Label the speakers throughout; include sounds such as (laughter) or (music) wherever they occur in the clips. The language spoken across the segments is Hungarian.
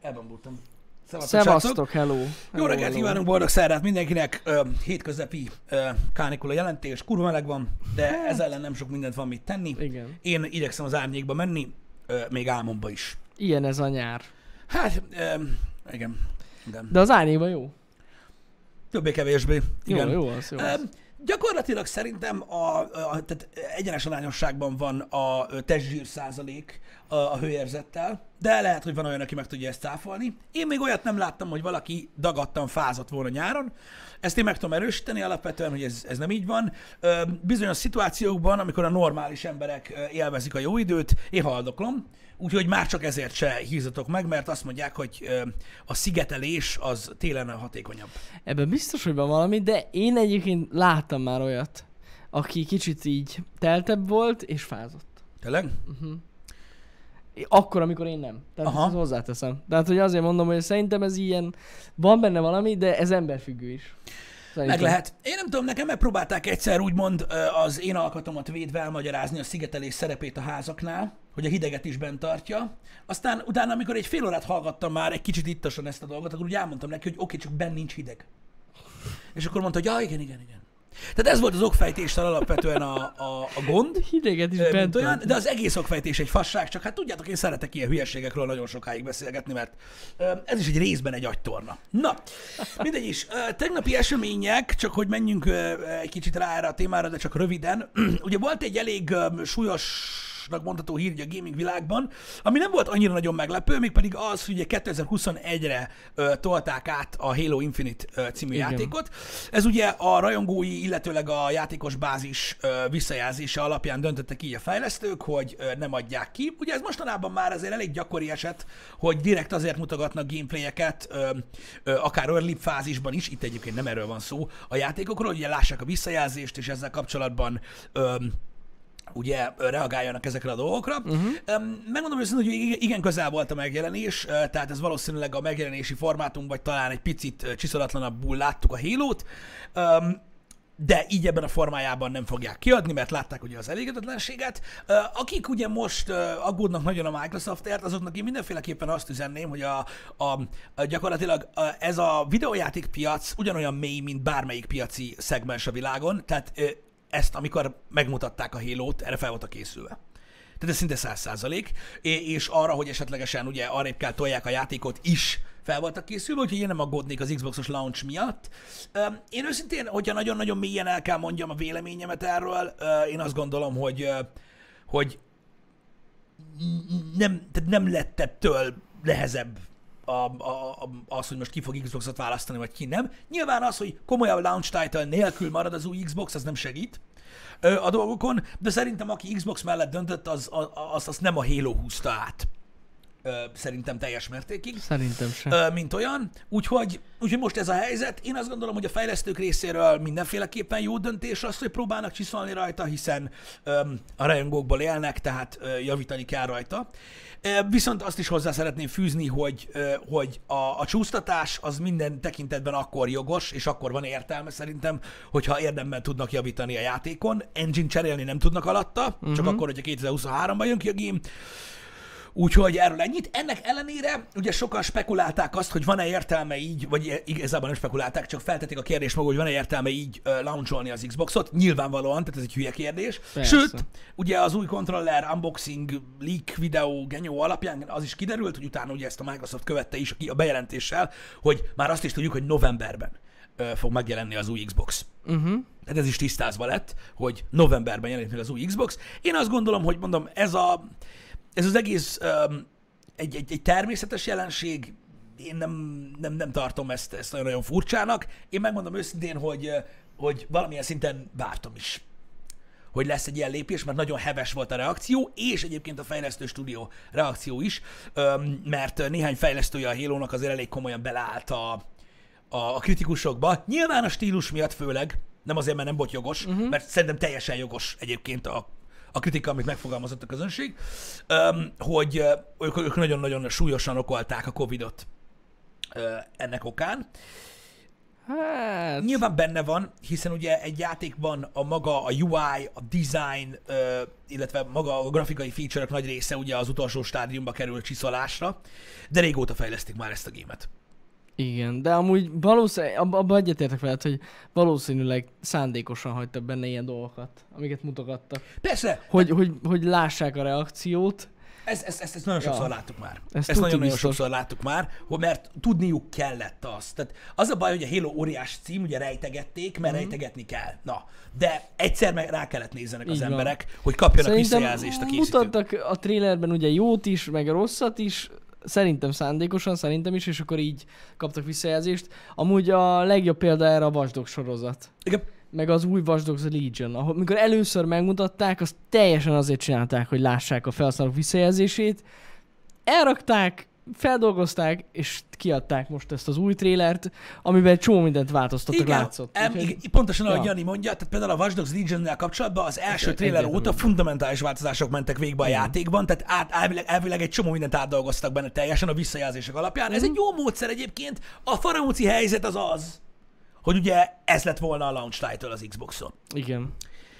Speaker 1: Elbambultam. Szevasztok, srácok.
Speaker 2: Szevasztok, hello.
Speaker 1: Jó
Speaker 2: Hello,
Speaker 1: reggelt
Speaker 2: hello.
Speaker 1: kívánunk, boldog szerdát mindenkinek. Ö, hétköznapi ö, kánikula jelentés, kurva meleg van, de ez ellen nem sok mindent van mit tenni.
Speaker 2: Igen.
Speaker 1: Én igyekszem az árnyékba menni, ö, még álmomba is.
Speaker 2: Ilyen ez a nyár.
Speaker 1: Hát, ö, igen. igen.
Speaker 2: De az árnyékban jó.
Speaker 1: Többé-kevésbé.
Speaker 2: Jó,
Speaker 1: Igen.
Speaker 2: jó az, jó
Speaker 1: Ö,
Speaker 2: az.
Speaker 1: Gyakorlatilag szerintem a, a tehát egyenes arányosságban van a ö, testzsír százalék a, a hőérzettel, de lehet, hogy van olyan, aki meg tudja ezt cáfolni. Én még olyat nem láttam, hogy valaki dagadtan fázott volna nyáron. Ezt én meg tudom erősíteni alapvetően, hogy ez, ez nem így van. Ö, Bizonyos szituációkban, amikor a normális emberek ö, élvezik a jó időt, én haldoklom, úgyhogy már csak ezért se hízatok meg, mert azt mondják, hogy ö, a szigetelés az télen a hatékonyabb.
Speaker 2: Ebben biztos, hogy van valami, de én egyébként láttam már olyat, aki kicsit így teltebb volt és fázott.
Speaker 1: Tényleg?
Speaker 2: Akkor, amikor én nem. Tehát
Speaker 1: Aha.
Speaker 2: Aha. hozzáteszem. Tehát, hogy azért mondom, hogy szerintem ez ilyen, van benne valami, de ez emberfüggő is. Szerintem.
Speaker 1: Meg lehet. Én nem tudom, nekem megpróbálták egyszer úgymond ö, az én alkatomat védve elmagyarázni a szigetelés szerepét a házaknál, hogy a hideget is bent tartja. Aztán utána, amikor egy fél órát hallgattam már egy kicsit ittasan ezt a dolgot, akkor úgy elmondtam neki, hogy oké, csak benn nincs hideg. És akkor mondta, hogy ja, igen, igen, igen. Tehát ez volt az okfejtéssel alapvetően a, a, a gond.
Speaker 2: Hideget is
Speaker 1: Ö,
Speaker 2: bent
Speaker 1: mint olyan,
Speaker 2: van.
Speaker 1: de az egész okfejtés egy fasság, csak hát tudjátok, én szeretek ilyen hülyeségekről nagyon sokáig beszélgetni, mert ö, ez is egy részben egy agytorna. Na, mindegy is. Ö, Tegnapi események, csak hogy menjünk ö, egy kicsit rá erre a témára, de csak röviden. (clears throat) Ugye volt egy elég ö, súlyosnak mondható hír ugye a gaming világban, ami nem volt annyira nagyon meglepő, mégpedig az, hogy ugye 2021-re ö, tolták át a Halo Infinite ö, című
Speaker 2: Igen.
Speaker 1: játékot játékot. Ez ugye a rajongói, illetőleg a játékos bázis ö, visszajelzése alapján döntöttek így a fejlesztők, hogy ö, nem adják ki. Ugye ez mostanában már azért elég gyakori eset, hogy direkt azért mutogatnak gameplayeket, ö, ö, akár early fázisban is, itt egyébként nem erről van szó, a játékokról, ugye lássák a visszajelzést, és ezzel kapcsolatban ö, ugye ö, reagáljanak ezekre a dolgokra. Uh-huh. Megmondom őszintén, hogy igen- igen közel volt a megjelenés, ö, tehát ez valószínűleg a megjelenési formátum, vagy talán egy picit ö, csiszolatlanabbul láttuk a hélót, de így ebben a formájában nem fogják kiadni, mert látták ugye az elégedetlenséget. Ö, Akik ugye most ö, aggódnak nagyon a Microsoftért, azoknak én mindenféleképpen azt üzenném, hogy a, a, a gyakorlatilag a, ez a videójáték piac ugyanolyan mély, mint bármelyik piaci szegmens a világon, tehát ö, ezt, amikor megmutatták a hélót, erre fel voltak készülve. Tehát ez szinte száz százalék, é- és arra, hogy esetlegesen ugye arrébb kell tolják a játékot is fel voltak készülve, úgyhogy én nem aggódnék az Xboxos launch miatt. Öm, Én őszintén, hogyha nagyon-nagyon mélyen el kell mondjam a véleményemet erről, ö, én azt gondolom, hogy, ö, hogy nem, tehát nem lett ettől nehezebb a, a, a, az, hogy most ki fog Xboxot választani, vagy ki nem. Nyilván az, hogy komolyabb launch title nélkül marad az új Xbox, az nem segít ö, a dolgokon, de szerintem aki Xbox mellett döntött, az, a- az, az nem a Halo húzta át. Ö, Szerintem teljes mértékig
Speaker 2: Szerintem sem.
Speaker 1: ö, mint olyan. Úgyhogy, úgyhogy most ez a helyzet. Én azt gondolom, hogy a fejlesztők részéről mindenféleképpen jó döntés az, hogy próbálnak csiszolni rajta, hiszen ö, a rajongókból élnek, tehát ö, javítani kell rajta. Ö, viszont azt is hozzá szeretném fűzni, hogy ö, hogy a, a csúsztatás az minden tekintetben akkor jogos, és akkor van értelme szerintem, hogyha érdemben tudnak javítani a játékon. Engine cserélni nem tudnak alatta, uh-huh. csak akkor, hogyha 2023-ban jön ki a game, Úgyhogy erről ennyit. Ennek ellenére ugye sokan spekulálták azt, hogy van-e értelme így, vagy igazából nem spekulálták, csak feltették a kérdést maga, hogy van-e értelme így uh, launcholni az Xboxot. Nyilvánvalóan, tehát ez egy hülye kérdés.
Speaker 2: Persze.
Speaker 1: Sőt, ugye az új controller unboxing leak videó genyó alapján az is kiderült, hogy utána ugye ezt a Microsoft követte is a bejelentéssel, hogy már azt is tudjuk, hogy novemberben uh, fog megjelenni az új Xbox. Tehát Hát ez is tisztázva lett, hogy novemberben jelenik meg az új Xbox. Én azt gondolom, hogy mondom, ez, a, ez az egész um, egy, egy, egy természetes jelenség, én nem, nem, nem tartom ezt, ezt nagyon-nagyon furcsának. Én megmondom őszintén, hogy, ö, hogy valamilyen szinten vártam is hogy lesz egy ilyen lépés, mert nagyon heves volt a reakció, és egyébként a fejlesztő stúdió reakció is, öm, mert néhány fejlesztője a halo azért elég komolyan beleállt a, a, a kritikusokba. Nyilván a stílus miatt főleg, nem azért, mert nem volt jogos, uh-huh. mert szerintem teljesen jogos egyébként a, a kritika, amit megfogalmazott a közönség, öm, hogy ö, ők, ők nagyon-nagyon súlyosan okolták a Covid-ot ö, ennek okán.
Speaker 2: Hát...
Speaker 1: Nyilván benne van, hiszen ugye egy játékban a maga, a UI, a design, ö, illetve maga a grafikai feature nagy része ugye az utolsó stádiumba kerül csiszolásra, de régóta fejlesztik már ezt a gémet.
Speaker 2: Igen, de amúgy valószínűleg, ab, abban egyetértek veled, hogy valószínűleg szándékosan hagytak benne ilyen dolgokat, amiket mutogattak.
Speaker 1: Persze,
Speaker 2: Hogy, hogy, hogy lássák a reakciót.
Speaker 1: ezt, ezt, ezt, ezt nagyon sokszor
Speaker 2: Ja.
Speaker 1: láttuk már.
Speaker 2: Ez
Speaker 1: ezt
Speaker 2: tuti
Speaker 1: nagyon-nagyon
Speaker 2: biztos.
Speaker 1: sokszor láttuk már, hogy mert tudniuk kellett azt. Tehát az a baj, hogy a Halo óriás cím, ugye rejtegették, mert
Speaker 2: Mhm.
Speaker 1: rejtegetni kell. Na, de egyszer meg rá kellett nézzenek az
Speaker 2: Így van.
Speaker 1: emberek, hogy kapjanak visszajelzést a készítők.
Speaker 2: mutattak a trailerben ugye jót is, meg a rosszat is, szerintem szándékosan, szerintem is, és akkor így kaptak visszajelzést. Amúgy a legjobb példa erre a Watch Dogs sorozat.
Speaker 1: Igen,
Speaker 2: Meg az új Watch Dogs Legion, ahol mikor először megmutatták, azt teljesen azért csinálták, hogy lássák a felhasználók visszajelzését. Elrakták, feldolgozták, és kiadták most ezt az új trélert, amiben egy csomó mindent változtattak, látszott.
Speaker 1: Em,
Speaker 2: Úgyhogy-
Speaker 1: igen, pontosan ahogy
Speaker 2: Ja.
Speaker 1: Jani mondja, tehát például a Watch Dogs Legion-nel kapcsolatban az első
Speaker 2: Egy-
Speaker 1: trailer
Speaker 2: egyértelmű.
Speaker 1: óta fundamentális változások mentek végbe a játékban, tehát át, elvileg, elvileg egy csomó mindent átdolgoztak benne teljesen a visszajelzések alapján.
Speaker 2: Mhm.
Speaker 1: Ez egy jó módszer egyébként. A faramúci helyzet az az, hogy ugye ez lett volna a launch title az Xboxon.
Speaker 2: Igen.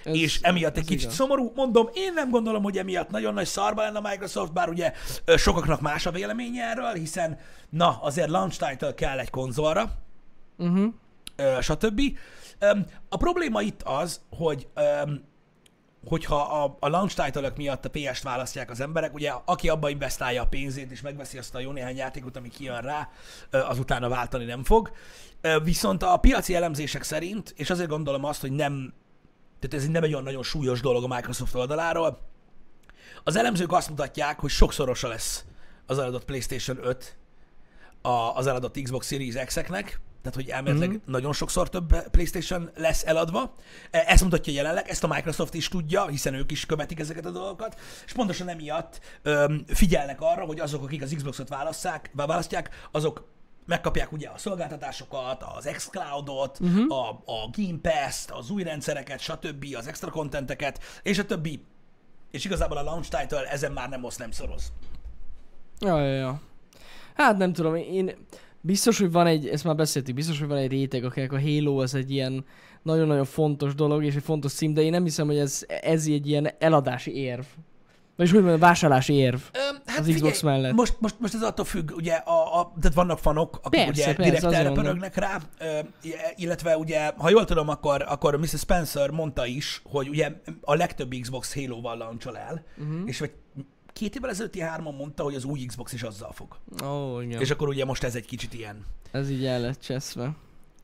Speaker 2: Ez,
Speaker 1: és emiatt egy
Speaker 2: ez
Speaker 1: kicsit
Speaker 2: igaz.
Speaker 1: szomorú. Mondom, én nem gondolom, hogy emiatt nagyon nagy szarba lenne a Microsoft, bár ugye ö, sokaknak más a véleménye erről, hiszen na, azért launch title kell egy konzolra,
Speaker 2: Uh-huh.
Speaker 1: ö, stb. Öm, A probléma itt az, hogy öm, hogyha a, a launch title miatt a PS-t választják az emberek, ugye aki abba investálja a pénzét és megveszi azt a jó néhány játékot, ami kijön rá, ö, az utána váltani nem fog. Ö, Viszont a piaci elemzések szerint, és azért gondolom azt, hogy nem, tehát ez nem egy olyan nagyon súlyos dolog a Microsoft oldaláról, az elemzők azt mutatják, hogy sokszorosa lesz az eladott PlayStation 5 a, az eladott Xbox Series X-eknek, tehát hogy elméletileg mm-hmm. nagyon sokszor több PlayStation lesz eladva. E- Ezt mutatja jelenleg, ezt a Microsoft is tudja, hiszen ők is követik ezeket a dolgokat, és pontosan emiatt öm, figyelnek arra, hogy azok, akik az Xboxot válasszák, vá- választják, azok megkapják ugye a szolgáltatásokat, az xCloud-ot, uh-huh. a, a Game Pass-t, az új rendszereket, stb., az extra contenteket, és a többi. És igazából a launch title ezen már nem osz, nem szoroz.
Speaker 2: Ja, ja, ja. Hát nem tudom, én biztos, hogy van egy, ezt már beszéltük, biztos, hogy van egy réteg, akinek a Halo az egy ilyen nagyon-nagyon fontos dolog, és egy fontos cím, de én nem hiszem, hogy ez, ez egy ilyen eladási érv. Vagyis hogy mondjam, vásárlási érv.
Speaker 1: Öm, hát
Speaker 2: Az Xbox mellett.
Speaker 1: Most, most, most ez attól függ, ugye, a, a, tehát vannak fanok, akik
Speaker 2: Persze,
Speaker 1: ugye
Speaker 2: persze,
Speaker 1: direkt
Speaker 2: azért
Speaker 1: erre
Speaker 2: mondom.
Speaker 1: pörögnek rá, ö, illetve ugye, ha jól tudom, akkor, akkor Mrs. Spencer mondta is, hogy ugye a legtöbb Xbox Halo-val lancsol el,
Speaker 2: Mhm.
Speaker 1: uh-huh. és vagy két évvel ezelőtti hárman mondta, hogy az új Xbox is azzal fog. Ja.
Speaker 2: Ó, oh, igen.
Speaker 1: És akkor ugye most ez egy kicsit ilyen.
Speaker 2: Ez így el lett cseszve.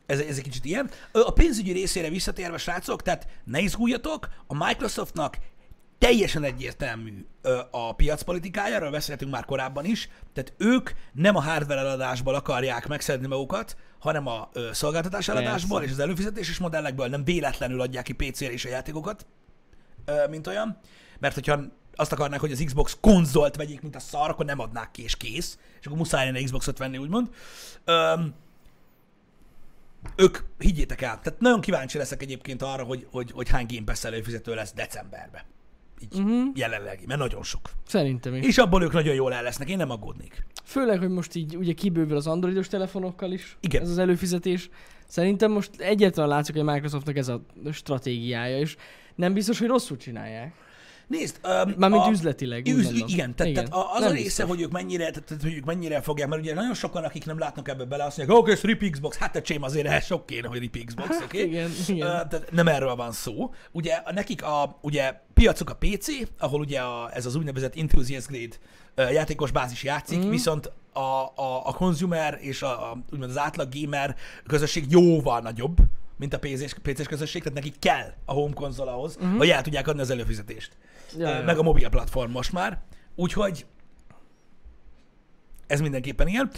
Speaker 1: Ez, ez egy kicsit ilyen. Ö, A pénzügyi részére visszatérve, srácok, tehát ne izguljatok, a Microsoftnak teljesen egyértelmű ö, a piacpolitikája, erről beszéltünk már korábban is, tehát ők nem a hardware eladásból akarják megszedni magukat, hanem a ö, szolgáltatás eladásból és az előfizetéses modellekből nem véletlenül adják ki PC-re is a játékokat, ö, mint olyan, mert hogyha azt akarnák, hogy az Xbox konzolt vegyék, mint a szar, akkor nem adnák ki, és kész, és akkor muszáj lenne Xboxot venni, úgymond. Öm, ők, higgyétek el, tehát nagyon kíváncsi leszek egyébként arra, hogy, hogy, hogy hány Game Pass előfizető lesz decemberben. Így
Speaker 2: Mhm.
Speaker 1: uh-huh. jelenlegi, mert nagyon sok.
Speaker 2: Szerintem is.
Speaker 1: És abból ők nagyon jól el lesznek, én nem aggódnék.
Speaker 2: Főleg, hogy most így ugye kibővül az androidos telefonokkal is
Speaker 1: Igen.
Speaker 2: ez az előfizetés. Szerintem most egyetlen látszik, hogy a Microsoftnak ez a stratégiája, és nem biztos, hogy rosszul csinálják.
Speaker 1: Nézd, um,
Speaker 2: Mármint üzletileg, úgy
Speaker 1: Üzl,
Speaker 2: mondom.
Speaker 1: igen, tehát,
Speaker 2: Igen,
Speaker 1: igen, tehát a- az
Speaker 2: nem
Speaker 1: a része,
Speaker 2: biztos.
Speaker 1: hogy ők, mennyire, tehát, tehát, hogy ők mennyire fogják, mert ugye nagyon sokan, akik nem látnak ebbe bele, azt mondják, oké, ez Rip Xbox, hát a csém azért ehhez sok kéne, hogy Rip Xbox, oké?
Speaker 2: Hát, igen, igen.
Speaker 1: Ö, tehát nem erről van szó. Ugye a- nekik a ugye, piacuk a PC, ahol ugye a, ez az úgynevezett enthusiast grade ö, játékos bázis játszik, mm. viszont a, a, a consumer és a, a, úgymond az átlag gamer közösség jóval nagyobb, mint a PC-s, PC-s közösség, tehát nekik kell a home konzol ahhoz, mm-hmm. hogy el tudják adni az előfizetést.
Speaker 2: Mhm. Ja,
Speaker 1: Ö,
Speaker 2: ja.
Speaker 1: Meg a mobil platform most már. Úgyhogy ez mindenképpen ilyen.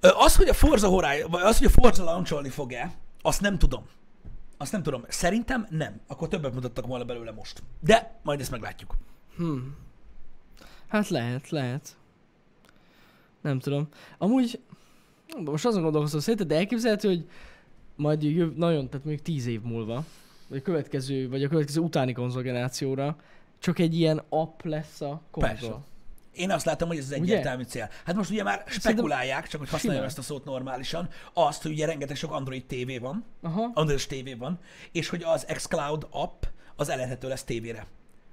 Speaker 1: Ö, Az, hogy a Forza Horizon, vagy az, hogy a Forza launcholni fog-e, azt nem tudom. Azt nem tudom. Szerintem nem. Akkor többet mutattak volna belőle most. De majd ezt meglátjuk.
Speaker 2: Hát lehet, lehet. Nem tudom. Amúgy, most azon gondolkozom, szerinted elképzelhető, hogy majd jöv, nagyon, tehát mondjuk 10 év múlva, vagy a következő, vagy a következő utáni konzolgenerációra, csak egy ilyen app lesz a konzol.
Speaker 1: Persze. Én azt látom, hogy ez az
Speaker 2: Ugye?
Speaker 1: egyértelmű cél. Hát most ugye már spekulálják, csak hogy használjam ezt
Speaker 2: Simán.
Speaker 1: a szót normálisan, azt, hogy ugye rengeteg sok Android TV van,
Speaker 2: Aha.
Speaker 1: Androidos TV van, és hogy az xCloud app az elérhető lesz tévére.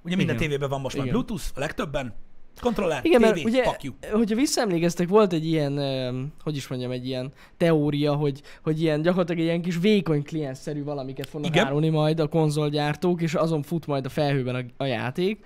Speaker 1: Ugye minden
Speaker 2: Igen.
Speaker 1: tévében van most már
Speaker 2: Igen.
Speaker 1: Bluetooth, a legtöbben, kontroller,
Speaker 2: Igen,
Speaker 1: tévé,
Speaker 2: mert ugye,
Speaker 1: fuck you.
Speaker 2: hogyha visszaemlékeztek, volt egy ilyen, öm, hogy is mondjam, egy ilyen teória, hogy, hogy ilyen gyakorlatilag egy ilyen kis vékony kliensszerű valamiket fognak
Speaker 1: Igen.
Speaker 2: Igen. árulni majd a konzolgyártók, és azon fut majd a felhőben a, a játék.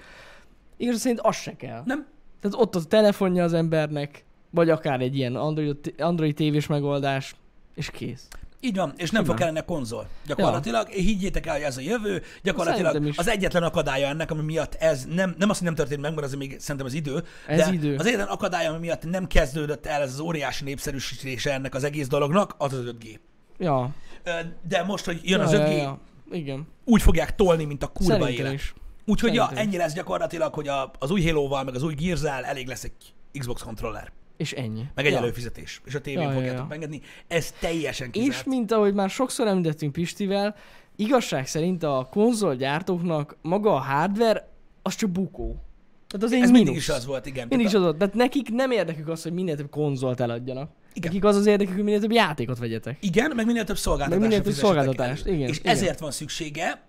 Speaker 2: Igaz szerint az se kell.
Speaker 1: Nem,
Speaker 2: Tehát ott a telefonja az embernek, vagy akár egy ilyen Android, Android tévés megoldás, és kész.
Speaker 1: Így van, és nem fog kellene konzol. Gyakorlatilag, ja. higgyétek el, hogy ez a jövő,
Speaker 2: Szerintem
Speaker 1: gyakorlatilag
Speaker 2: is.
Speaker 1: az egyetlen akadálya ennek, ami miatt ez nem, nem azt, hogy nem történt meg, mert az még szerintem az idő,
Speaker 2: Ez
Speaker 1: de
Speaker 2: idő.
Speaker 1: az egyetlen akadálya, ami miatt nem kezdődött el ez az óriási népszerűsítése ennek az egész dolognak, az az 5G.
Speaker 2: Ja.
Speaker 1: Ö, De most, hogy jön
Speaker 2: ja,
Speaker 1: az
Speaker 2: ja,
Speaker 1: 5G,
Speaker 2: ja. Igen,
Speaker 1: úgy fogják tolni, mint a kurva
Speaker 2: szerintem
Speaker 1: élet.
Speaker 2: is.
Speaker 1: Úgyhogy ja,
Speaker 2: Szerintem is.
Speaker 1: ennyi lesz gyakorlatilag, hogy a, az új Halo-val, meg az új gears elég lesz egy Xbox controller,
Speaker 2: És ennyi.
Speaker 1: meg egy ja.
Speaker 2: ja.
Speaker 1: előfizetés, és a tévén
Speaker 2: Ja,
Speaker 1: ja,
Speaker 2: ja,
Speaker 1: fogjátok ja,
Speaker 2: ja.
Speaker 1: megengedni. Ez teljesen kizárt.
Speaker 2: És mint ahogy már sokszor említettünk Pistivel, igazság szerint a konzolgyártóknak maga a hardware az csak bukó. Tehát az egy
Speaker 1: ez
Speaker 2: mínusz.
Speaker 1: mindig is az volt, igen.
Speaker 2: Mindig
Speaker 1: Tehát
Speaker 2: is az volt. Tehát nekik nem érdekük az, hogy minél több konzolt eladjanak.
Speaker 1: Igen.
Speaker 2: Igen. Nekik az az érdekük, hogy minél több játékot vegyetek.
Speaker 1: Igen, meg minél több szolgáltatást.
Speaker 2: Meg minél több szolgáltatást, igen,
Speaker 1: És
Speaker 2: igen.
Speaker 1: ezért van szüksége,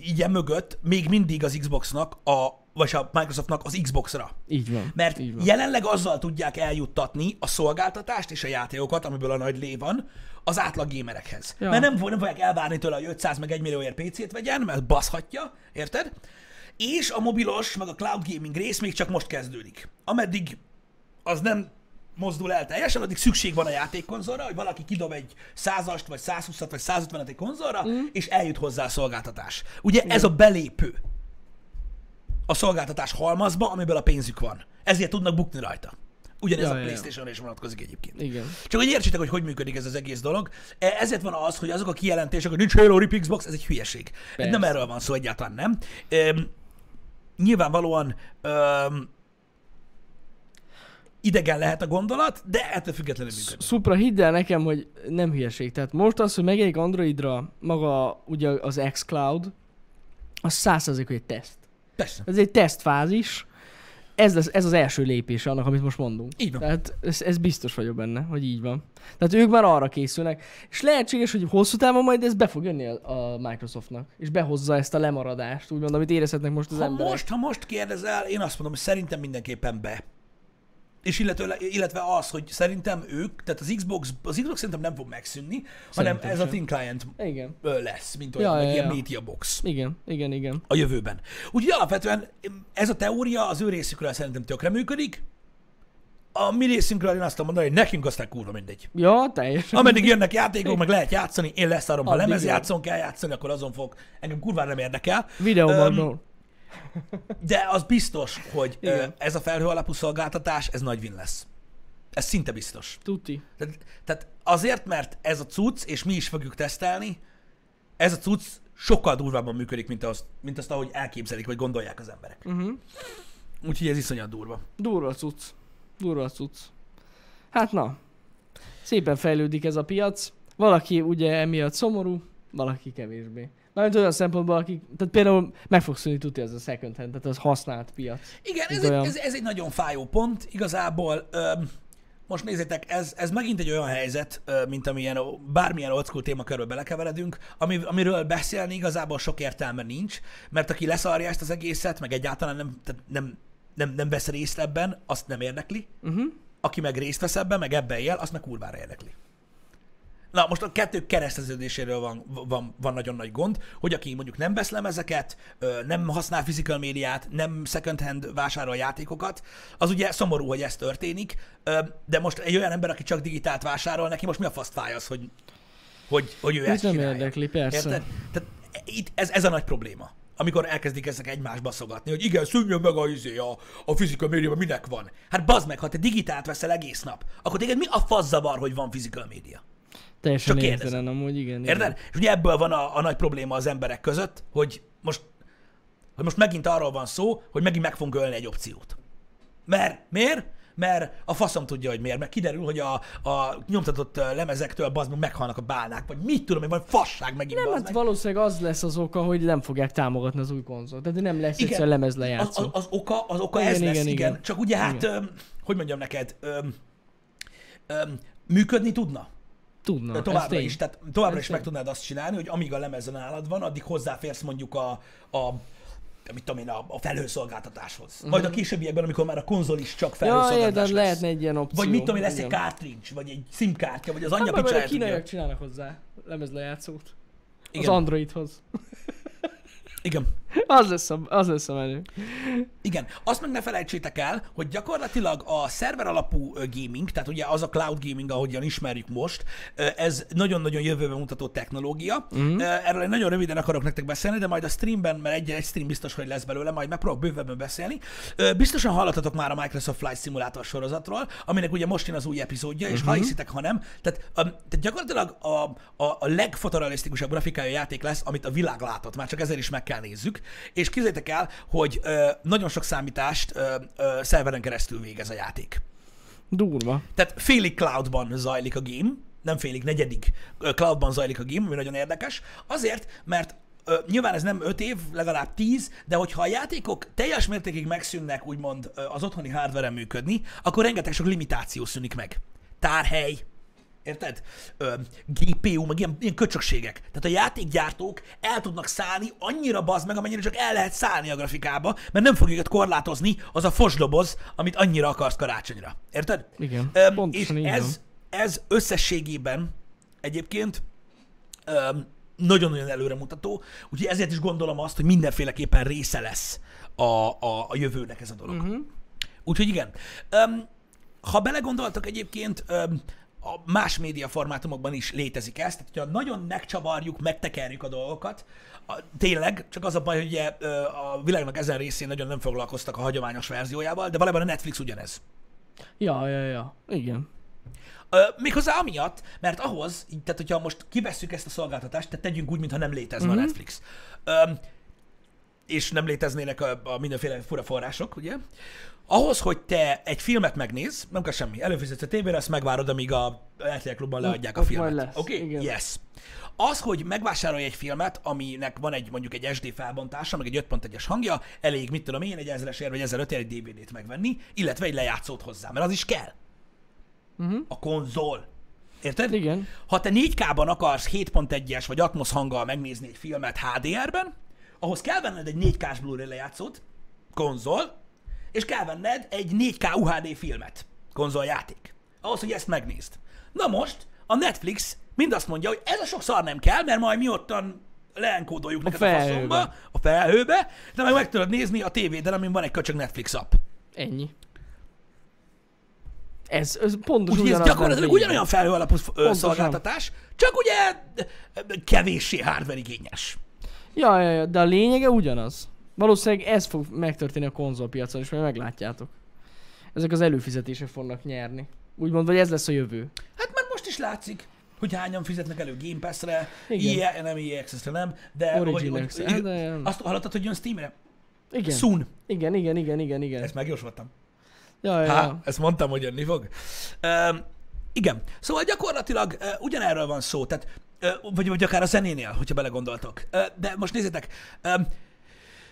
Speaker 1: ilyen mögött, még mindig az Xboxnak, a, vagy a Microsoftnak az Xboxra.
Speaker 2: Így van.
Speaker 1: Mert
Speaker 2: Így van.
Speaker 1: jelenleg azzal tudják eljuttatni a szolgáltatást és a játékokat, amiből a nagy lé van, az átlag gémerekhez. Ja.
Speaker 2: Ja.
Speaker 1: Mert nem, fog- nem fogják elvárni tőle, hogy 500 meg 1 millióért PC-t vegyen, mert baszhatja, érted? És a mobilos, meg a cloud gaming rész még csak most kezdődik. Ameddig az nem mozdul el teljesen, addig szükség van a játékkonzolra, hogy valaki kidob egy 100-ast, vagy 120-at, vagy 150-et egy konzolra, mm. és eljut hozzá a szolgáltatás. Ugye ez a belépő a szolgáltatás halmazba, amiből a pénzük van. Ezért tudnak bukni rajta. Ugyanez
Speaker 2: Ja,
Speaker 1: a
Speaker 2: ja, ja.
Speaker 1: playstation is vonatkozik egyébként.
Speaker 2: Igen.
Speaker 1: Csak hogy értsétek, hogy hogy működik ez az egész dolog. E- Ezért van az, hogy azok a kijelentések, hogy nincs Halo Rip Xbox, ez egy hülyeség. Persze.
Speaker 2: Persze.
Speaker 1: Nem erről van szó, egyáltalán nem. Üm, nyilvánvalóan üm, idegen lehet a gondolat, de ettől függetlenül működik.
Speaker 2: Supra, hidd el nekem, hogy nem hülyeség. Tehát most az, hogy megjelenik Androidra maga ugye az xCloud, az százszerzék, hogy egy teszt.
Speaker 1: Persze.
Speaker 2: Ez egy tesztfázis. Ez, lesz, ez az első lépés annak, amit most mondunk.
Speaker 1: Így van.
Speaker 2: Tehát ez, ez biztos vagyok benne, hogy így van. Tehát ők már arra készülnek. És lehetséges, hogy hosszú távon majd ez be fog jönni a, a Microsoftnak. És behozza ezt a lemaradást, úgymond, amit érezhetnek most az
Speaker 1: Ha
Speaker 2: emberek.
Speaker 1: most, ha most kérdezel, én azt mondom, hogy szerintem mindenképpen be. És illetve, illetve az, hogy szerintem ők, tehát az Xbox, az Xbox szerintem nem fog megszűnni, hanem
Speaker 2: Szerintem
Speaker 1: ez a
Speaker 2: sem.
Speaker 1: Thin Client
Speaker 2: Igen.
Speaker 1: ö, lesz, mint
Speaker 2: Ja,
Speaker 1: olyan, ja,
Speaker 2: ja,
Speaker 1: ilyen
Speaker 2: ja.
Speaker 1: media box
Speaker 2: Igen, igen, igen.
Speaker 1: a jövőben. Úgyhogy alapvetően ez a teória az ő részükről szerintem tökre működik, a mi részünkről én azt tudom mondani, hogy nekünk aztán kurva mindegy.
Speaker 2: Ja, teljesen.
Speaker 1: Ameddig jönnek játékok, meg lehet játszani, én lesz arra, ha
Speaker 2: Addig
Speaker 1: lemez
Speaker 2: jó.
Speaker 1: játszon kell játszani, akkor azon fog. Engem kurvára nem érdekel. Öm,
Speaker 2: Videómagnó.
Speaker 1: de az biztos, hogy ö,
Speaker 2: Igen.
Speaker 1: ez a felhő alapú szolgáltatás, ez nagy win lesz. Ez szinte biztos.
Speaker 2: Tuti.
Speaker 1: Tehát, tehát azért, mert ez a cucc, és mi is fogjuk tesztelni, ez a cucc sokkal durvábban működik, mint azt, mint azt ahogy elképzelik, vagy gondolják az emberek.
Speaker 2: Uh-huh.
Speaker 1: Úgyhogy ez iszonyat durva.
Speaker 2: Durva cucc. Durva cucc. Hát na. Szépen fejlődik ez a piac. Valaki ugye emiatt szomorú, valaki kevésbé. Mármint olyan szempontból, aki, tehát például meg fog szűnni tudni ez a second hand, tehát az használt piac.
Speaker 1: Igen, ez
Speaker 2: Mint
Speaker 1: egy,
Speaker 2: olyan-
Speaker 1: ez, ez egy nagyon fájó pont. Igazából öm, most nézzétek, ez, ez megint egy olyan helyzet, ö, mint amilyen o- bármilyen old school témakörbe belekeveredünk, ami, amiről beszélni igazából sok értelme nincs, mert aki leszarja ezt az egészet, meg egyáltalán nem, tehát nem, nem, nem vesz részt ebben, azt nem érdekli.
Speaker 2: Uh-huh.
Speaker 1: Aki meg részt vesz ebben, meg ebben él, azt meg kurvára érdekli. Na, most a kettő kereszteződéséről van, van, van nagyon nagy gond, hogy aki mondjuk nem vesz lemezeket, ö, nem használ physical médiát, nem second hand vásárol játékokat, az ugye szomorú, hogy ez történik, ö, de most egy olyan ember, aki csak digitált vásárol, neki most mi a faszt fáj az, hogy, hogy, hogy ő
Speaker 2: Őt
Speaker 1: ezt
Speaker 2: nem
Speaker 1: csinálja.
Speaker 2: érdekli, persze.
Speaker 1: Érted? Tehát itt ez, ez a nagy probléma. Amikor elkezdik ezek egymásba szogatni, hogy igen, szűnjön meg a, izé, a, a fizika médiában, minek van. Hát bazd meg, ha te digitált veszel egész nap, akkor téged mi a fasz zavar, hogy van physical média?
Speaker 2: Teljesen
Speaker 1: Csak
Speaker 2: Csak
Speaker 1: kérdezem.
Speaker 2: értelen amúgy, igen. igen.
Speaker 1: Érted? És ugye ebből van a, a nagy probléma az emberek között, hogy most, hogy most megint arról van szó, hogy megint meg fogunk ölni egy opciót. Mert miért? mert a faszom tudja, hogy miért, mert kiderül, hogy a, a nyomtatott ö, lemezektől bazd meg meghalnak a bálnák, vagy mit tudom én, vagy fasság megint
Speaker 2: Nem,
Speaker 1: bazd
Speaker 2: hát
Speaker 1: meg.
Speaker 2: valószínűleg az lesz az oka, hogy nem fogják támogatni az új konzolt. Tehát nem lesz
Speaker 1: Igen.
Speaker 2: egyszer lemez
Speaker 1: az,
Speaker 2: lejátszó.
Speaker 1: az, az, oka, az oka
Speaker 2: Igen,
Speaker 1: ez lesz,
Speaker 2: igen,
Speaker 1: igen,
Speaker 2: igen.
Speaker 1: Csak ugye hát, öm, hogy mondjam neked, öm, öm, működni tudna
Speaker 2: Tudna,
Speaker 1: Na,
Speaker 2: ez
Speaker 1: továbbra
Speaker 2: tény.
Speaker 1: is. Tehát továbbra
Speaker 2: Ez
Speaker 1: is
Speaker 2: tény.
Speaker 1: meg tudnád azt csinálni, hogy amíg a lemezen nálad van, addig hozzáférsz mondjuk a, a mit tudom én, a, a felhőszolgáltatáshoz. Majd a későbbiekben, amikor már a konzol is csak
Speaker 2: Mhm. Ja,
Speaker 1: felhőszolgáltatás
Speaker 2: érted,
Speaker 1: lesz.
Speaker 2: lehetne egy ilyen opció.
Speaker 1: Vagy mit tudom én, lesz egy
Speaker 2: Igen.
Speaker 1: cartridge, vagy egy simkártya, vagy az anyja
Speaker 2: Hát majd
Speaker 1: picsája
Speaker 2: a
Speaker 1: tudja.
Speaker 2: kínaiak csinálnak hozzá lemezlejátszót. Az
Speaker 1: Igen.
Speaker 2: Androidhoz.
Speaker 1: Igen.
Speaker 2: Az lesz a, az lesz a menő.
Speaker 1: Igen, azt meg ne felejtsétek el, hogy gyakorlatilag a szerver alapú ö, gaming, tehát ugye az a cloud gaming, ahogyan ismerjük most, ö, ez nagyon-nagyon jövőben mutató technológia. Mm. Erről én nagyon röviden akarok nektek beszélni, de majd a streamben, mert egy, egy stream biztos, hogy lesz belőle, majd megpróbálok bővebben beszélni. Ö, Biztosan hallottatok már a Microsoft Flight Simulator sorozatról, aminek ugye most jön az új epizódja, és ha hiszitek, ha nem, tehát, um, tehát gyakorlatilag a, a, a legfotorealisztikusabb grafikájú játék lesz, amit a világ látott, már csak ezért is meg kell nézzük, és képzeljétek el, hogy ö, nagyon sok számítást ö, ö, szerveren keresztül végez a játék.
Speaker 2: Durva.
Speaker 1: Tehát félig cloudban zajlik a game, nem félig, negyedik ö, cloudban zajlik a game, ami nagyon érdekes, azért, mert ö, nyilván ez nem 5 év, legalább 10, de hogyha a játékok teljes mértékig megszűnnek, úgymond ö, az otthoni hardware működni, akkor rengeteg sok limitáció szűnik meg. Tárhely, érted? Ö, GPU, meg ilyen, ilyen köcsökségek. Tehát a játékgyártók el tudnak szállni annyira bazd meg, amennyire csak el lehet szállni a grafikába, mert nem fogjuk őket korlátozni az a fosdoboz, amit annyira akarsz karácsonyra. Érted?
Speaker 2: Igen,
Speaker 1: Öm,
Speaker 2: pontosan
Speaker 1: és
Speaker 2: így
Speaker 1: ez,
Speaker 2: van.
Speaker 1: ez összességében egyébként öm, nagyon-nagyon előremutató, úgyhogy ezért is gondolom azt, hogy mindenféleképpen része lesz a, a, a jövőnek ez a dolog.
Speaker 2: Mhm.
Speaker 1: Uh-huh. Úgyhogy igen. Öm, ha belegondoltak egyébként, öm, a más médiaformátumokban is létezik ez, tehát hogyha nagyon megcsavarjuk, megtekerjük a dolgokat, a, tényleg, csak az a baj, hogy ugye, ö, a világnak ezen részén nagyon nem foglalkoztak a hagyományos verziójával, de valójában a Netflix ugyanez.
Speaker 2: Ja, ja, ja. Igen.
Speaker 1: Ö, méghozzá amiatt, mert ahhoz, így, tehát hogyha most kivesszük ezt a szolgáltatást, tehát tegyünk úgy, mintha nem létezne
Speaker 2: Mhm.
Speaker 1: mm-hmm. a Netflix. Ö, és nem léteznének a, a mindenféle fura források, ugye? Ahhoz, hogy te egy filmet megnéz, nem kell semmi, előfizetsz a tévére, azt megvárod, amíg a RTL klubban leadják a
Speaker 2: ott majd
Speaker 1: filmet.
Speaker 2: lesz,
Speaker 1: Oké?
Speaker 2: igen.
Speaker 1: Okay? Yes. Az, hogy megvásárolj egy filmet, aminek van egy mondjuk egy SD felbontása, meg egy 5.1-es hangja, elég, mit tudom én, egy 1000-es ér, vagy 1500 egy DVD-t megvenni, illetve egy lejátszót hozzá, mert az is kell a konzol. Érted?
Speaker 2: Hát Igen.
Speaker 1: Ha te 4K-ban akarsz 7.1-es vagy Atmos hanggal megnézni egy filmet HDR-ben, ahhoz kell venned egy 4K-s Blu-ray lejátszót, konzol, és kell venned egy 4K UHD filmet, konzoljáték. Ahhoz, hogy ezt megnézd. Na most, a Netflix mind azt mondja, hogy ez a sok szar nem kell, mert majd mi ottan leenkódoljuk neked a
Speaker 2: felhőbe.
Speaker 1: faszomba, a felhőbe, de meg meg tudod nézni a tévéden, amin van egy köcsög Netflix app.
Speaker 2: Ennyi. Ez, ez pontosan
Speaker 1: Úgyhogy ez
Speaker 2: ugyanaz
Speaker 1: gyakorlatilag
Speaker 2: lenne.
Speaker 1: ugyanolyan felhőalapú f- ö,
Speaker 2: Pontosan.
Speaker 1: szolgáltatás, csak ugye ö, kevéssé hardware igényes.
Speaker 2: Ja, ja, ja, de a lényege ugyanaz. Valószínűleg ez fog megtörténni a konzolpiacon is, majd meglátjátok. Ezek az előfizetések fognak nyerni. Úgymond, vagy ez lesz a jövő.
Speaker 1: Hát már most is látszik, hogy hányan fizetnek elő Game Pass-re,
Speaker 2: Igen.
Speaker 1: EA, nem EA Access-re, nem, de
Speaker 2: Origin
Speaker 1: hogy, hogy,
Speaker 2: Access, hát de-
Speaker 1: azt hallottad, hogy jön Steamre?
Speaker 2: Igen.
Speaker 1: Soon.
Speaker 2: Igen, igen, igen, igen, igen.
Speaker 1: Ezt megjósoltam.
Speaker 2: Ja, ja,
Speaker 1: Há,
Speaker 2: ja.
Speaker 1: ezt mondtam, hogy jönni fog. Üm, igen. Szóval gyakorlatilag uh, ugyanerről van szó, tehát, uh, vagy, vagy akár a zenénél, hogyha belegondoltok. Uh, de most nézzétek, um,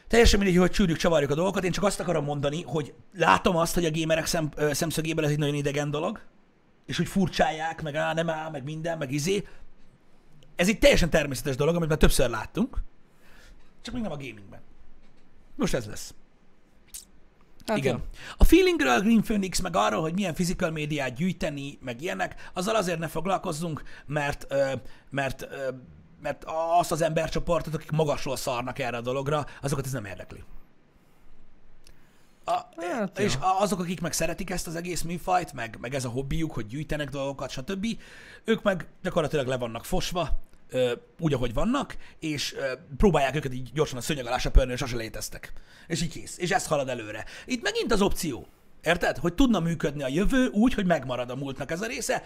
Speaker 1: teljesen mindegy, hogy csűrjük, csavarjuk a dolgokat, én csak azt akarom mondani, hogy látom azt, hogy a gamerek szem, ö, szemszögéből ez egy nagyon idegen dolog, és hogy furcsálják, meg á, nem á, meg minden, meg izé. Ez egy teljesen természetes dolog, amit már többször láttunk, csak még nem a gamingben. Most ez lesz.
Speaker 2: Hát
Speaker 1: Igen.
Speaker 2: Ja.
Speaker 1: A feelingről, a Green Phoenix, meg arról, hogy milyen physical médiát gyűjteni, meg ilyenek, azzal azért ne foglalkozzunk, mert, ö, mert, ö, mert azt az embercsoportot, akik magasról szarnak erre a dologra, azokat ez nem érdekli. A,
Speaker 2: Hát
Speaker 1: és
Speaker 2: jó.
Speaker 1: a- azok, akik meg szeretik ezt az egész műfajt, meg, meg ez a hobbiuk, hogy gyűjtenek dolgokat, stb., ők meg gyakorlatilag le vannak fosva, ö, úgy, ahogy vannak, és ö, próbálják őket így gyorsan a szőnyeg alá söpörni, és sose léteztek. És így kész. És ez halad előre. Itt megint az opció. Érted? Hogy tudna működni a jövő úgy, hogy megmarad a múltnak ez a része.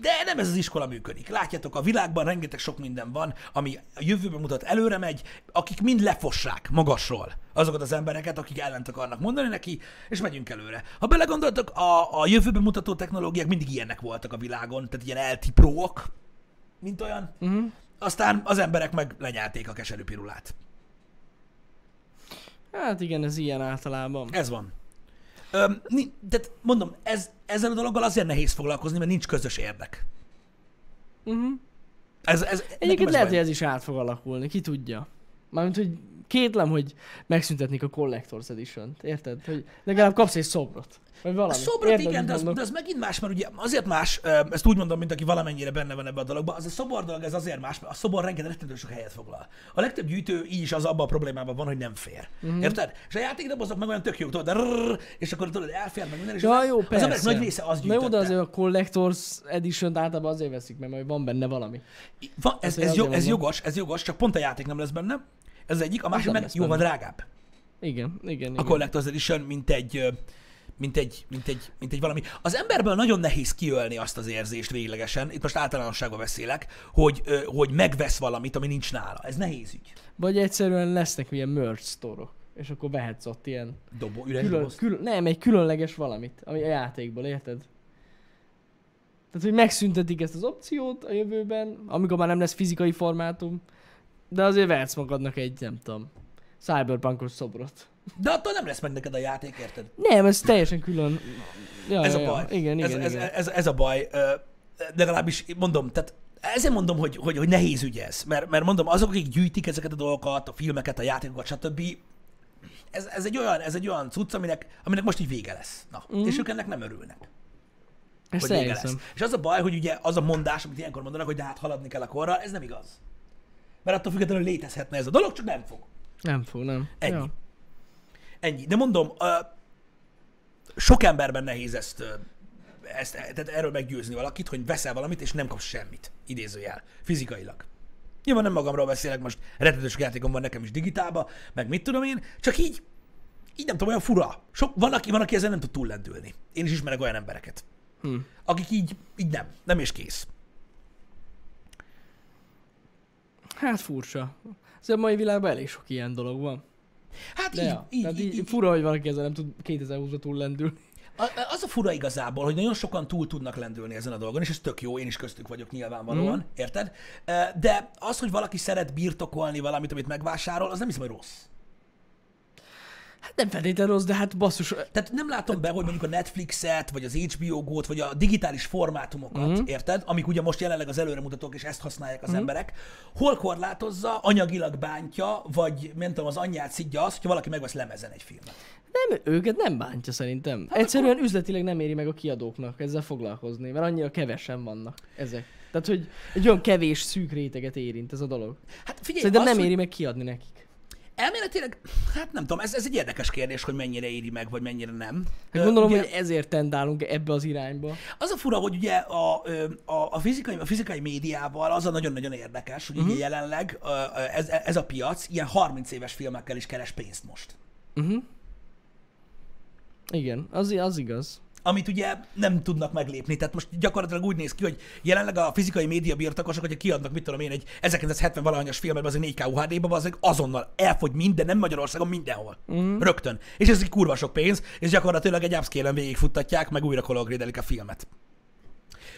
Speaker 1: de nem ez az iskola működik. Látjátok, a világban rengeteg sok minden van, ami a jövőben mutat, előre megy, akik mind lefossák magasról azokat az embereket, akik ellent akarnak mondani neki, és megyünk előre. Ha belegondoltok, a, a jövőben mutató technológiák mindig ilyenek voltak a világon, tehát ilyen eltipróak, mint olyan.
Speaker 2: Mhm.
Speaker 1: Uh-huh. Aztán az emberek meg lenyelték a keserű pirulát.
Speaker 2: Hát igen, ez ilyen általában.
Speaker 1: Ez van. Öm, ni- tehát mondom, ez, ezzel a dologgal azért nehéz foglalkozni, mert nincs közös érdek.
Speaker 2: Uh-huh.
Speaker 1: Ez, ez, nekem
Speaker 2: Egyébként
Speaker 1: ez
Speaker 2: lehet,
Speaker 1: baj.
Speaker 2: hogy ez is át fog alakulni, ki tudja. Mármint, hogy kétlem, hogy megszüntetnék a Collector's edition Érted? Hogy legalább kapsz egy szobrot. Vagy
Speaker 1: A
Speaker 2: valami.
Speaker 1: szobrot
Speaker 2: Érted,
Speaker 1: igen,
Speaker 2: mit
Speaker 1: de az,
Speaker 2: mondok?
Speaker 1: de az megint más, mert ugye azért más, ö, ezt úgy mondom, mint aki valamennyire benne van ebbe a dologba, az a szobor dolog ez azért más, mert a szobor rengeteg rettentő sok helyet foglal. A legtöbb gyűjtő így is az abban a problémában van, hogy nem fér.
Speaker 2: Mhm.
Speaker 1: Mm-hmm. Érted? És a játékdobozok meg olyan tök jó, tudod, de rrr, és akkor tudod, elfér meg minden, és
Speaker 2: Ja,
Speaker 1: az,
Speaker 2: jó,
Speaker 1: az
Speaker 2: persze.
Speaker 1: emberek nagy része az
Speaker 2: Na
Speaker 1: gyűjtötte.
Speaker 2: jó, de azért a Collector's edition általában azért veszik, mert majd van benne valami.
Speaker 1: Van, ez, ez,
Speaker 2: Azért azért
Speaker 1: jó, ez
Speaker 2: mondom.
Speaker 1: jogos, ez jogos, csak pont a játék nem lesz benne. Ez az egyik, a másik
Speaker 2: nem
Speaker 1: meg
Speaker 2: lesz
Speaker 1: jóval
Speaker 2: benne.
Speaker 1: drágább.
Speaker 2: Igen, igen, igen.
Speaker 1: a Collector's Edition, mint egy, ö, mint egy, mint egy, mint egy valami. Az emberből nagyon nehéz kiölni azt az érzést véglegesen, itt most általánosságban beszélek, hogy, ö, hogy megvesz valamit, ami nincs nála. Ez nehéz ügy.
Speaker 2: Vagy egyszerűen lesznek ilyen merch store és akkor vehetsz ott ilyen
Speaker 1: Dobó, üres
Speaker 2: külön,
Speaker 1: doboz.
Speaker 2: külön, nem, egy különleges valamit, ami a játékból, érted? Tehát, hogy megszüntetik ezt az opciót a jövőben, amikor már nem lesz fizikai formátum, de azért vehetsz magadnak egy, nem tudom, cyberpunkos szobrot.
Speaker 1: De attól nem lesz meg neked a játék, érted?
Speaker 2: Nem, ez teljesen külön. Ja,
Speaker 1: Ez
Speaker 2: ja,
Speaker 1: a
Speaker 2: ja.
Speaker 1: baj.
Speaker 2: Igen,
Speaker 1: ez,
Speaker 2: igen,
Speaker 1: ez,
Speaker 2: igen.
Speaker 1: Ez, ez, ez a baj. Ö, Legalábbis mondom, tehát ezért mondom, hogy, hogy, hogy nehéz ügy ez. Mert, mert mondom, azok, akik gyűjtik ezeket a dolgokat, a filmeket, a játékokat, stb., ez, ez, egy olyan, ez egy olyan cucc, aminek, aminek most így vége lesz. Na, mm. És ők ennek nem örülnek.
Speaker 2: Mhm. Ezt
Speaker 1: hogy vége lesz.
Speaker 2: elhiszem.
Speaker 1: És az a baj, hogy ugye az a mondás, amit ilyenkor mondanak, hogy de hát haladni kell a korral, ez nem igaz. Mert attól függetlenül létezhetne ez a dolog, csak nem fog.
Speaker 2: Nem fog, nem.
Speaker 1: Ennyi.
Speaker 2: Ja.
Speaker 1: Ennyi. De mondom, ö, sok emberben nehéz ezt, ö, ezt tehát erről meggyőzni valakit, hogy veszel valamit, és nem kapsz semmit, idézőjel, fizikailag. Nyilván nem magamról beszélek, most rettetős játékom van nekem is digitálba, meg mit tudom én, csak így, így nem tudom, olyan fura. Sok, van, aki, van, aki ezzel nem tud túllendülni. Én is ismerek olyan embereket,
Speaker 2: Hm.
Speaker 1: akik így, így nem, nem és kész.
Speaker 2: Hát furcsa. Azért a mai világban elég sok ilyen dolog van.
Speaker 1: Hát
Speaker 2: De
Speaker 1: így,
Speaker 2: ja,
Speaker 1: így,
Speaker 2: tehát
Speaker 1: így, így,
Speaker 2: fura, hogy valaki ezzel nem tud 2020-ra túl lendülni.
Speaker 1: A- Az a fura igazából, hogy nagyon sokan túl tudnak lendülni ezen a dolgon, és ez tök jó, én is köztük vagyok nyilvánvalóan, mm.
Speaker 2: Mhm.
Speaker 1: érted? Ö, De az, hogy valaki szeret birtokolni valamit, amit megvásárol, az nem hiszem, hogy rossz.
Speaker 2: Hát nem feltétlenül rossz, de hát basszus,
Speaker 1: Tehát nem látom be, hogy mondjuk a Netflixet, vagy az HBO Go-t, vagy a digitális formátumokat,
Speaker 2: Mhm.
Speaker 1: mm. érted? Amik ugye most jelenleg az előremutatók, és ezt használják az mm. emberek. Hol korlátozza, anyagilag bántja, vagy nem tudom, az anyját szidja az, hogyha valaki megvesz lemezen egy filmet.
Speaker 2: nem, őket nem bántja szerintem. Hát Egyszerűen akkor... üzletileg nem éri meg a kiadóknak ezzel foglalkozni, mert annyira kevesen vannak ezek. Tehát, hogy egy olyan kevés szűk réteget érint ez a dolog.
Speaker 1: Hát figyelj,
Speaker 2: Szerintem
Speaker 1: az,
Speaker 2: nem
Speaker 1: hogy-
Speaker 2: éri meg kiadni nekik.
Speaker 1: Elméletileg, hát nem tudom, ez, ez egy érdekes kérdés, hogy mennyire éri meg, vagy mennyire nem.
Speaker 2: Hát
Speaker 1: Ö,
Speaker 2: gondolom,
Speaker 1: ugye,
Speaker 2: hogy ezért tendálunk ebbe az irányba.
Speaker 1: Az a fura, hogy ugye a, ö, a, a, fizikai, a fizikai médiával az a nagyon-nagyon érdekes, hogy
Speaker 2: Mhm.
Speaker 1: ugye jelenleg ö, ö, ez, ez a piac ilyen 30 éves filmekkel is keres pénzt most.
Speaker 2: Igen, az, az igaz.
Speaker 1: Amit ugye nem tudnak meglépni. Tehát most gyakorlatilag úgy néz ki, hogy jelenleg a fizikai média birtokosok, hogyha kiadnak, mit tudom én, egy 1970 valahányas filmet, az egy 4K UHD-ba, az azonnal elfogy minden, nem Magyarországon, mindenhol. Uh-huh. Rögtön. És ez egy kurva sok pénz, és gyakorlatilag egy upscale-en végigfuttatják, meg újra kologrédelik a filmet.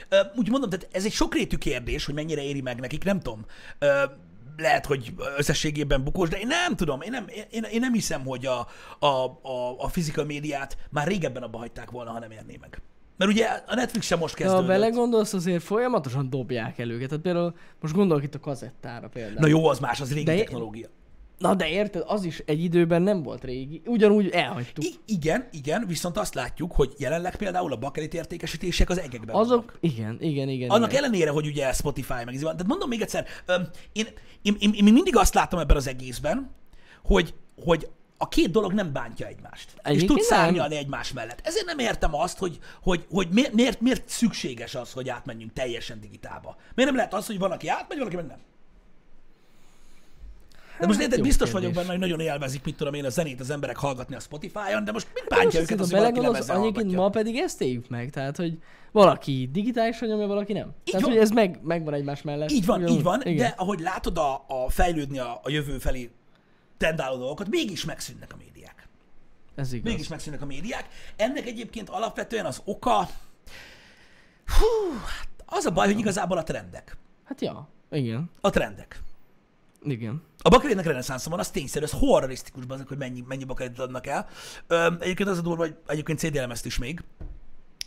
Speaker 1: Ö, úgy mondom, tehát ez egy sokrétű kérdés, hogy mennyire éri meg nekik, nem tudom. Ö, lehet, hogy összességében bukós, de én nem tudom, én nem, én, én nem hiszem, hogy a, a, a, a fizika médiát már régebben abba hagyták volna, ha nem érné meg. Mert ugye a Netflix sem most
Speaker 2: De ha
Speaker 1: kezdődött.
Speaker 2: belegondolsz, azért folyamatosan dobják el őket. Tehát például most gondolok itt a kazettára például.
Speaker 1: Na jó, az más, az régi
Speaker 2: De-
Speaker 1: technológia.
Speaker 2: Na de érted, az is egy időben nem volt régi. Ugyanúgy elhagytuk.
Speaker 1: I- igen, igen, viszont azt látjuk, hogy jelenleg például a bakelit értékesítések az egekben vannak.
Speaker 2: Azok, igen, igen, igen.
Speaker 1: Annak
Speaker 2: igen.
Speaker 1: ellenére, hogy ugye Spotify meg ez van. Tehát mondom még egyszer, öm, én, én, én, én még mindig azt látom ebben az egészben, hogy, hogy a két dolog nem bántja egymást. és
Speaker 2: Egyébként
Speaker 1: tud
Speaker 2: nem.
Speaker 1: szárnyalni egymás mellett. Ezért nem értem azt, hogy, hogy, hogy miért, miért, miért szükséges az, hogy átmenjünk teljesen digitálba. Miért nem lehet az, hogy van, aki átmegy, van, aki meg nem? De most
Speaker 2: Hát
Speaker 1: érted,
Speaker 2: jó
Speaker 1: biztos
Speaker 2: kérdés.
Speaker 1: vagyok benne, hogy nagyon élvezik, mit tudom én, a zenét az emberek hallgatni a Spotify-on, de most mi bántja őket,
Speaker 2: ha
Speaker 1: az, hogy valaki
Speaker 2: belegondolsz,
Speaker 1: lemezen
Speaker 2: egyébként
Speaker 1: hallgatja.
Speaker 2: ma pedig ezt éljük meg, tehát hogy valaki digitális nyomja, valaki nem. tehát,
Speaker 1: van.
Speaker 2: hogy ez meg, megvan egymás mellett.
Speaker 1: Így van,
Speaker 2: Ugyanúgy.
Speaker 1: így van,
Speaker 2: Igen.
Speaker 1: de ahogy látod a, a fejlődni a, a jövő felé tendáló dolgokat, mégis megszűnnek a médiák.
Speaker 2: Ez igaz.
Speaker 1: Mégis megszűnnek a médiák. Ennek egyébként alapvetően az oka... Hú, hát az a baj, hogy igazából a trendek.
Speaker 2: Hát ja, igen,
Speaker 1: A trendek.
Speaker 2: igen.
Speaker 1: A bakarétnek reneszánsza van, az tényszerű, az horrorisztikus azok, hogy mennyi, mennyi bakarét adnak el. Ö, egyébként az a durva, hogy egyébként cd ezt is még.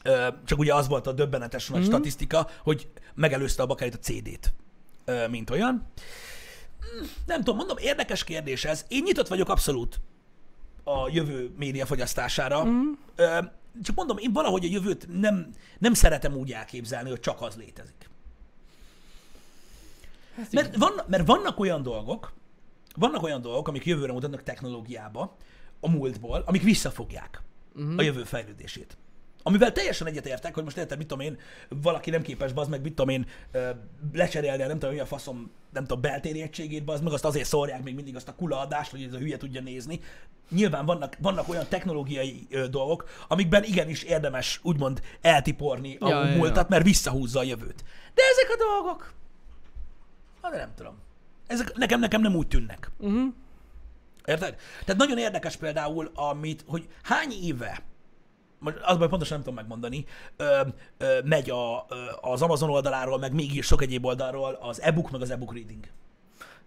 Speaker 1: Ö, csak ugye az volt a döbbenetes nagy statisztika, hogy megelőzte a bakarét a CD-t, ö, mint olyan. Mm, Nem tudom, mondom, érdekes kérdés ez. Én nyitott vagyok abszolút a jövő média fogyasztására. Mm. Ö, csak mondom, én valahogy a jövőt nem, nem szeretem úgy elképzelni, hogy csak az létezik. Mert, van, mert vannak olyan dolgok, vannak olyan dolgok, amik jövőre mutatnak technológiába, a múltból, amik visszafogják
Speaker 2: Mhm.
Speaker 1: uh-huh. a jövő fejlődését. Amivel teljesen egyetértek, hogy most érted, mit tudom én, valaki nem képes, bazd meg, mit tudom én, ö, lecserélni, a nem tudom, mi a faszom, nem tudom, beltéri egységét, bazd meg, azt azért szórják még mindig azt a kulaadást, hogy ez a hülye tudja nézni. Nyilván vannak, vannak olyan technológiai ö, dolgok, amikben igenis érdemes úgymond eltiporni a
Speaker 2: Ja, ja,
Speaker 1: ja,
Speaker 2: ja.
Speaker 1: múltat, mert visszahúzza a jövőt. De ezek a dolgok, Hát nem tudom. Ezek nekem, nekem nem úgy tűnnek. Uh-huh.
Speaker 2: Mhm.
Speaker 1: Érted? Tehát nagyon érdekes például, amit, hogy hány éve, most az majd pontosan nem tudom megmondani, ö, ö, megy a, ö, az Amazon oldaláról, meg mégis sok egyéb oldalról az e-book, meg az e-book reading.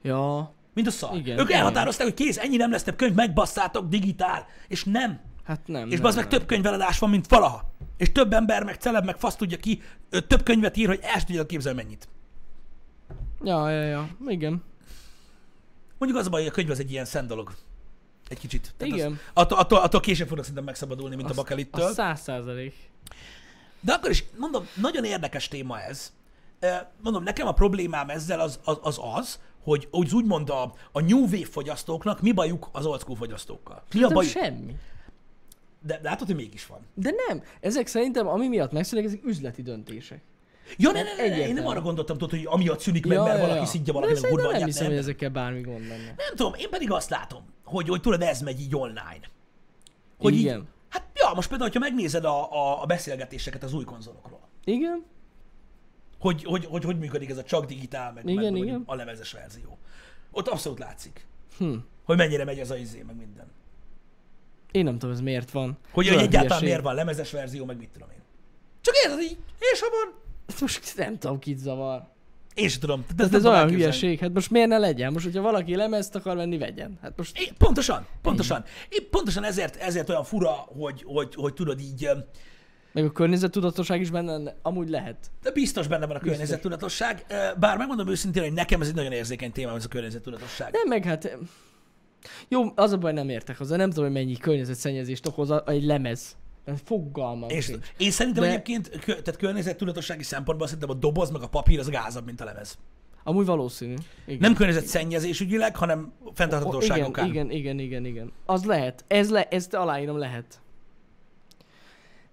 Speaker 2: Ja,
Speaker 1: Mint a szar.
Speaker 2: Igen,
Speaker 1: ők
Speaker 2: igen.
Speaker 1: elhatározták, hogy kész, ennyi nem lesz több könyv, megbasszátok, digitál. És nem.
Speaker 2: hát nem.
Speaker 1: És
Speaker 2: nem,
Speaker 1: bazd meg
Speaker 2: nem.
Speaker 1: több könyveladás van, mint valaha. És több ember, meg celeb, meg fasz tudja ki, ö, több könyvet ír, hogy el sem tudja képzelni mennyit.
Speaker 2: Ja, ja, ja, igen.
Speaker 1: Mondjuk az a baj, hogy a könyv az egy ilyen szent dolog. Egy kicsit.
Speaker 2: Igen.
Speaker 1: Az, attól, attól, attól később fognak szerintem megszabadulni, mint
Speaker 2: Azt-
Speaker 1: a bakelittől.
Speaker 2: A száz százalék.
Speaker 1: De akkor is, mondom, nagyon érdekes téma ez. Ö, Mondom, nekem a problémám ezzel az az, az, az hogy úgy úgymond a, a new wave fogyasztóknak mi bajuk az old school fogyasztókkal. Mi a
Speaker 2: Nem
Speaker 1: bajuk?
Speaker 2: semmi.
Speaker 1: De látod, hogy mégis van.
Speaker 2: De nem, ezek szerintem, ami miatt megszűnnek, ezek üzleti döntések.
Speaker 1: Ja, ne, ne, ne, ne, én nem
Speaker 2: Egyértelmű.
Speaker 1: arra gondoltam, tudod, hogy amiatt szűnik meg, mert valaki szidja
Speaker 2: De
Speaker 1: valakinek a
Speaker 2: szerintem
Speaker 1: kurva
Speaker 2: nem
Speaker 1: anyját.
Speaker 2: hiszem,
Speaker 1: Nem,
Speaker 2: hogy
Speaker 1: nem,
Speaker 2: ezekkel bármi gond lenne.
Speaker 1: nem tudom, én pedig azt látom, hogy, hogy tudod, ez megy így online. Hogy Így,
Speaker 2: Igen.
Speaker 1: hát ja, most például, ha megnézed a, a, a beszélgetéseket az új konzolokról.
Speaker 2: Igen?
Speaker 1: hogy hogy, hogy, hogy működik ez a csak digitál, meg,
Speaker 2: Igen,
Speaker 1: meg mondom,
Speaker 2: igen.
Speaker 1: a lemezes verzió. Ott abszolút látszik,
Speaker 2: Hm.
Speaker 1: hogy mennyire megy az a izé, meg minden.
Speaker 2: Én nem tudom, ez miért van.
Speaker 1: Hogy, hogy
Speaker 2: Olyan
Speaker 1: egyáltalán
Speaker 2: hülyeség.
Speaker 1: miért van lemezes verzió, meg mit tudom én. Csak érted így, és ha van?
Speaker 2: Hát most nem tudom, kit zavar.
Speaker 1: Én sem tudom.
Speaker 2: Tehát ez olyan hülyeség, hát most miért ne legyen? Most, hogyha valaki lemezt akar venni, vegyen. Hát most
Speaker 1: É, pontosan, pontosan. É, pontosan ezért, ezért olyan fura, hogy, hogy, hogy tudod így, öm,
Speaker 2: meg a környezettudatosság is benne lenne. amúgy lehet.
Speaker 1: de biztos benne van a környezettudatosság, ö, bár megmondom őszintén, hogy nekem ez egy nagyon érzékeny téma, ez a környezettudatosság.
Speaker 2: Nem, meg hát... Jó, az a baj, nem értek hozzá. Nem tudom, hogy mennyi környezetszennyezést okoz a- egy lemez. Tehát fogalmam
Speaker 1: És,
Speaker 2: sincs.
Speaker 1: én szerintem
Speaker 2: De-
Speaker 1: egyébként, kö, tehát környezettudatossági szempontból szerintem a doboz meg a papír az gázabb, mint a lemez.
Speaker 2: Amúgy valószínű. Igen.
Speaker 1: Nem környezetszennyezés ügyileg, hanem
Speaker 2: O- igen,
Speaker 1: fenntarthatóságokán.
Speaker 2: igen, igen, igen, igen. Az lehet. Ez le, ezt aláírom, lehet.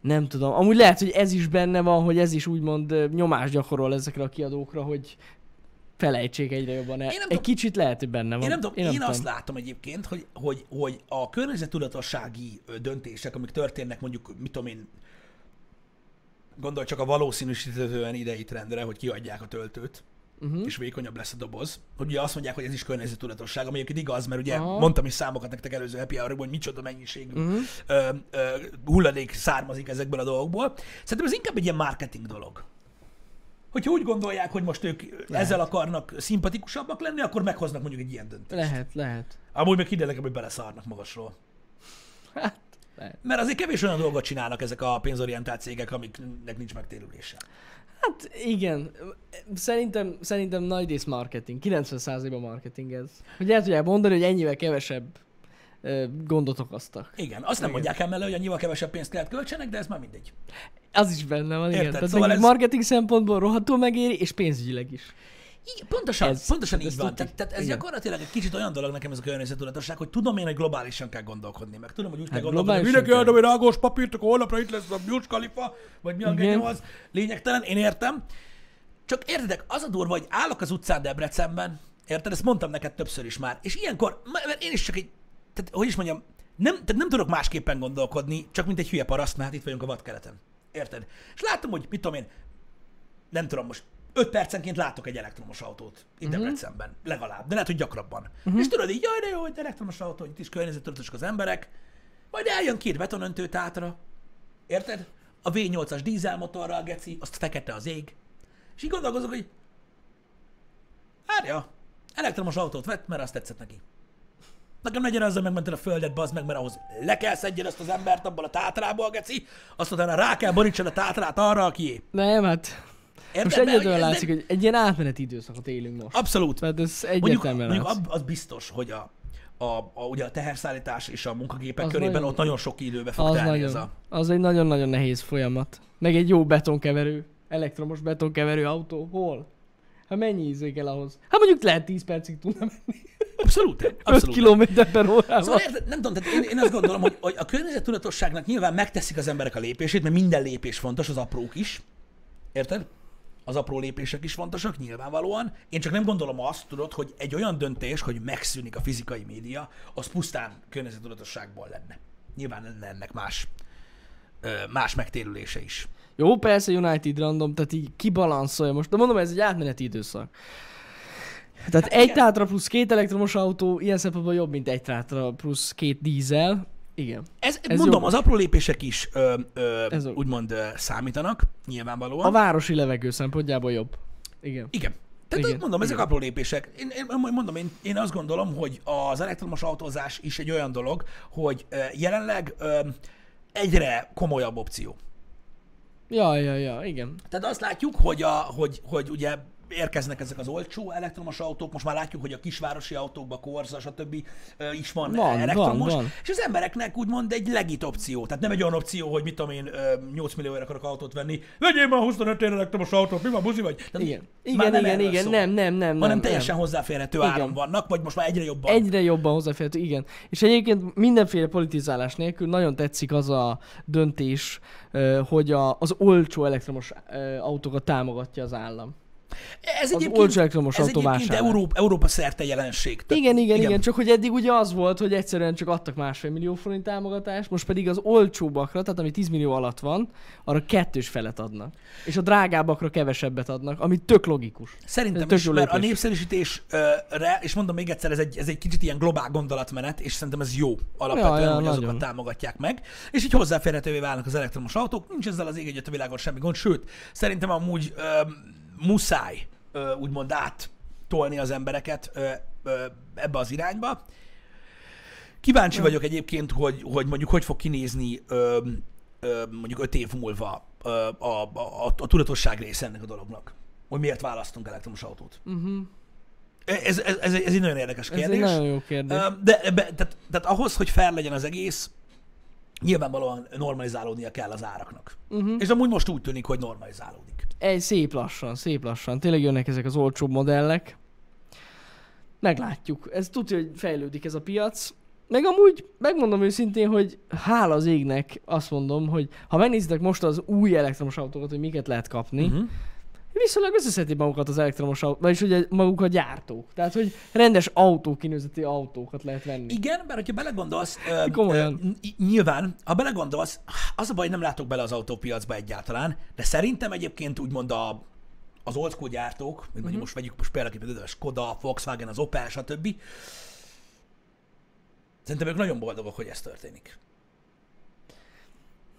Speaker 2: Nem tudom. Amúgy lehet, hogy ez is benne van, hogy ez is úgymond ö, nyomást gyakorol ezekre a kiadókra, hogy felejtsék egyre jobban
Speaker 1: nem
Speaker 2: el. Egy
Speaker 1: tudom.
Speaker 2: kicsit lehet, hogy benne van.
Speaker 1: Én nem tudom, én, azt látom egyébként, hogy, hogy, hogy a környezettudatossági ö, döntések, amik történnek mondjuk, mit tudom én, gondolj csak a valószínűsíthetően idei trendre, hogy kiadják a töltőt, uh-huh. és vékonyabb lesz a doboz, hogy ugye azt mondják, hogy ez is környezettudatosság, ami egyébként igaz, mert ugye
Speaker 2: Aha.
Speaker 1: mondtam is számokat nektek előző happy hour hogy micsoda mennyiség uh-huh. ö, ö, hulladék származik ezekből a dolgokból. Szerintem ez inkább egy ilyen marketing dolog. Hogyha úgy gondolják, hogy most ők Lehet. ezzel akarnak szimpatikusabbak lenni, akkor meghoznak mondjuk egy ilyen döntést.
Speaker 2: Lehet, lehet.
Speaker 1: Amúgy meg hidd el nekem, hogy beleszarnak magasról.
Speaker 2: Hát, lehet.
Speaker 1: Mert azért kevés olyan dolgot csinálnak ezek a pénzorientált cégek, amiknek nincs megtérülése.
Speaker 2: Hát igen, szerintem, szerintem nagy rész marketing, 90%-ban marketing ez. Hogy el tudják mondani, hogy ennyivel kevesebb ö, gondot okoztak.
Speaker 1: Igen, azt nem
Speaker 2: Igen.
Speaker 1: mondják el mellé, hogy annyival kevesebb pénzt kellett költsenek, de ez már mindegy.
Speaker 2: Az is benne van, igen.
Speaker 1: Érted? Szóval
Speaker 2: Tehát szóval ez...
Speaker 1: ez-
Speaker 2: marketing szempontból rohadtul megéri, és pénzügyileg is.
Speaker 1: Igen, pontosan, ez,
Speaker 2: Ez-
Speaker 1: pontosan
Speaker 2: ez
Speaker 1: így van.
Speaker 2: tuti.
Speaker 1: Tehát, tehát ez
Speaker 2: Igen.
Speaker 1: gyakorlatilag egy kicsit olyan dolog nekem ez a környezettudatosság, hogy tudom én, hogy globálisan kell gondolkodni, meg tudom, hogy úgy kell gondolkodni, hogy
Speaker 2: Hát globálisan
Speaker 1: mindenki
Speaker 2: kell.
Speaker 1: adom egy rágós papírt, akkor holnapra itt lesz a Burj Khalifa, vagy mi a
Speaker 2: Igen.
Speaker 1: genyó az, lényegtelen, én értem. Csak értedek, az a durva, hogy állok az utcán Debrecenben, Érted? Ezt mondtam neked többször is már. És ilyenkor, m- mert én is csak egy, tehát, hogy is mondjam, nem, tehát nem tudok másképpen gondolkodni, csak mint egy hülye paraszt, mert hát itt vagyunk a vadkeleten. Érted? És látom, hogy mit tudom én, nem tudom most, 5 percenként látok egy elektromos autót itt uh-huh. Debrecenben, legalább, de lehet, hogy gyakrabban. Uh-huh. És tudod így, jaj, de jó, hogy elektromos autó, hogy itt is környezetudatosak az emberek, majd eljön két betonöntő tátra, érted? A V8-as dízelmotorral geci, azt fekete az ég, és így gondolkozok, hogy várja, elektromos autót vett, mert azt tetszett neki. Nekem legyen azzal megmented a földet, bazd meg, mert ahhoz le kell szedjen azt az embert abból a tátrából, geci, azt utána rá kell borítsad a tátrát arra, aki
Speaker 2: Nem, hát
Speaker 1: Érted?
Speaker 2: most
Speaker 1: Mert
Speaker 2: egyedül
Speaker 1: hogy ez nem-
Speaker 2: látszik, hogy egy ilyen átmeneti időszakot élünk most.
Speaker 1: Abszolút.
Speaker 2: Tehát ez
Speaker 1: Mondjuk,
Speaker 2: egyértelműen
Speaker 1: mondjuk
Speaker 2: látszik.
Speaker 1: ab, az biztos, hogy a, a, a, ugye a teherszállítás és a munkagépek
Speaker 2: Az
Speaker 1: körében
Speaker 2: nagyon-
Speaker 1: ott nagyon sok időbe fog
Speaker 2: Az,
Speaker 1: telni
Speaker 2: nagyon,
Speaker 1: ez a...
Speaker 2: az egy nagyon-nagyon nehéz folyamat. Meg egy jó betonkeverő, elektromos betonkeverő autó, hol? Hát mennyi izé kell ahhoz? Hát mondjuk lehet 10 percig tudna menni.
Speaker 1: Abszolút,
Speaker 2: 5
Speaker 1: abszolút.
Speaker 2: km per órával.
Speaker 1: Szóval érted, nem tudom, tehát én, én azt gondolom, hogy, hogy a környezettudatosságnak nyilván megteszik az emberek a lépését, mert minden lépés fontos, az aprók is. Érted? Az apró lépések is fontosak, nyilvánvalóan. Én csak nem gondolom azt, tudod, hogy egy olyan döntés, hogy megszűnik a fizikai média, az pusztán környezettudatosságból lenne. Nyilván lenne ennek más, ö, más megtérülése is.
Speaker 2: Jó, persze United random, tehát így kibalanszolja most. De mondom, ez egy átmeneti időszak. Tehát hát egy
Speaker 1: igen.
Speaker 2: tátra plusz két elektromos autó ilyen szempontból jobb, mint egy tátra plusz két dízel. Igen.
Speaker 1: Ez,
Speaker 2: Ez
Speaker 1: ez mondom,
Speaker 2: jó.
Speaker 1: az apró lépések is ö, ö,
Speaker 2: Ez jó.
Speaker 1: úgymond ö, számítanak, nyilvánvalóan.
Speaker 2: A városi levegő szempontjából jobb. Igen.
Speaker 1: Igen. Tehát
Speaker 2: Igen,
Speaker 1: igen, mondom, ezek apró lépések. Én, én én mondom, én, én azt gondolom, hogy az elektromos autózás is egy olyan dolog, hogy ö, jelenleg ö, egyre komolyabb opció.
Speaker 2: Ja, ja, ja, igen.
Speaker 1: Tehát azt látjuk, hogy, a, hogy, hogy ugye érkeznek ezek az olcsó elektromos autók, most már látjuk, hogy a kisvárosi autókban Corsa, stb. ö, is van,
Speaker 2: Van,
Speaker 1: elektromos,
Speaker 2: van, van.
Speaker 1: és az embereknek úgymond egy legit opció. Tehát nem egy olyan opció, hogy mit tudom én, ö, 8 millióért akarok autót venni, vegyél már 25 ér elektromos autót, mi van, buzi vagy? Tehát
Speaker 2: Igen,
Speaker 1: már
Speaker 2: igen, igen,
Speaker 1: erről
Speaker 2: igen.
Speaker 1: szól
Speaker 2: nem, nem, nem,
Speaker 1: hanem
Speaker 2: nem,
Speaker 1: teljesen
Speaker 2: nem.
Speaker 1: hozzáférhető
Speaker 2: Igen.
Speaker 1: áron vannak, vagy most már egyre jobban.
Speaker 2: Egyre jobban hozzáférhető, igen. És egyébként mindenféle politizálás nélkül nagyon tetszik az a döntés, ö, hogy a, az olcsó elektromos ö, autókat támogatja az állam.
Speaker 1: ez
Speaker 2: Az
Speaker 1: egyébként,
Speaker 2: olcsó elektromos
Speaker 1: ez
Speaker 2: autó
Speaker 1: egyébként
Speaker 2: vásárlás.
Speaker 1: Európa, Európa szerte jelenség. Tehát
Speaker 2: Igen, igen, igen,
Speaker 1: igen.
Speaker 2: igen, csak hogy eddig ugye az volt, hogy egyszerűen csak adtak másfél millió forint támogatást, most pedig az olcsóbbakra, tehát ami 10 millió alatt van, arra kettős felet adnak. És a drágábbakra kevesebbet adnak, ami tök logikus.
Speaker 1: Szerintem
Speaker 2: Ez tök
Speaker 1: is,
Speaker 2: jó
Speaker 1: mert a
Speaker 2: lépés.
Speaker 1: népszerűsítésre, és mondom még egyszer, ez egy, ez egy kicsit ilyen globál gondolatmenet, és szerintem ez jó alapvetően,
Speaker 2: Ja, ja,
Speaker 1: hogy azokat
Speaker 2: nagyon.
Speaker 1: támogatják meg, és így hozzáférhetővé válnak az elektromos autók, nincs ezzel az ég egyet a világon semmi gond, sőt, szerintem amúgy ö, muszáj ö, úgymond áttolni az embereket ö, ö, ebbe az irányba, Kíváncsi vagyok egyébként, hogy, hogy mondjuk hogy fog kinézni ö, ö, mondjuk öt év múlva ö, a, a, a, a tudatosság része ennek a dolognak. Hogy miért választunk elektromos autót. Uh-huh. Ez, ez, ez, egy- ez egy nagyon érdekes
Speaker 2: Mm. Mhm. Ez
Speaker 1: kérdés.
Speaker 2: egy nagyon jó kérdés.
Speaker 1: Ö, de ebbe, tehát, tehát ahhoz, hogy fel legyen az egész, nyilvánvalóan normalizálódnia kell az áraknak. Uh-huh. És amúgy most úgy tűnik, hogy normalizálódik.
Speaker 2: Egy szép lassan, szép lassan. Tényleg jönnek ezek az olcsóbb modellek. Meglátjuk. Ez tudja, hogy fejlődik ez a piac. Meg amúgy megmondom őszintén, hogy hála az égnek azt mondom, hogy ha megnézitek most az új elektromos autókat, hogy miket lehet kapni, uh-huh. viszonylag összeszedi magukat az elektromos autók, vagyis ugye maguk a gyártók. Tehát, hogy rendes autókinőzeti autókat lehet venni.
Speaker 1: Igen, mert hogyha belegondolsz, ö,
Speaker 2: Komolyan.
Speaker 1: ö, ny- nyilván, ha belegondolsz, az a baj, nem látok bele az autópiacba egyáltalán, de szerintem egyébként úgymond a, az old school gyártók, mint mondjuk most vegyük most példaképpen a Skoda, Volkswagen, az Opel, stb. Szerintem ők nagyon boldogok, hogy ez történik.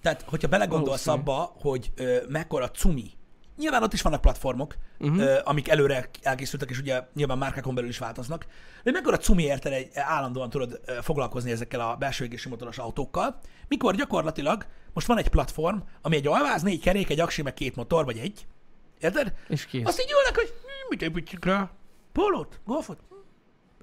Speaker 1: Tehát, hogyha belegondolsz
Speaker 2: Valószínű.
Speaker 1: abba, hogy ö, mekkora cumi, nyilván ott is vannak platformok, uh-huh. ö, amik előre elkészültek, és ugye nyilván márkákon belül is változnak, de mekkora cumi érted egy, e, állandóan tudod ö, foglalkozni ezekkel a belső égési motoros autókkal, mikor gyakorlatilag most van egy platform, ami egy alváz, négy kerék, egy aksi, meg két motor, vagy egy, érted?
Speaker 2: És kész.
Speaker 1: Azt így ülnek, hogy "Hm, mit építjük rá? Polót? Golfot? Hm.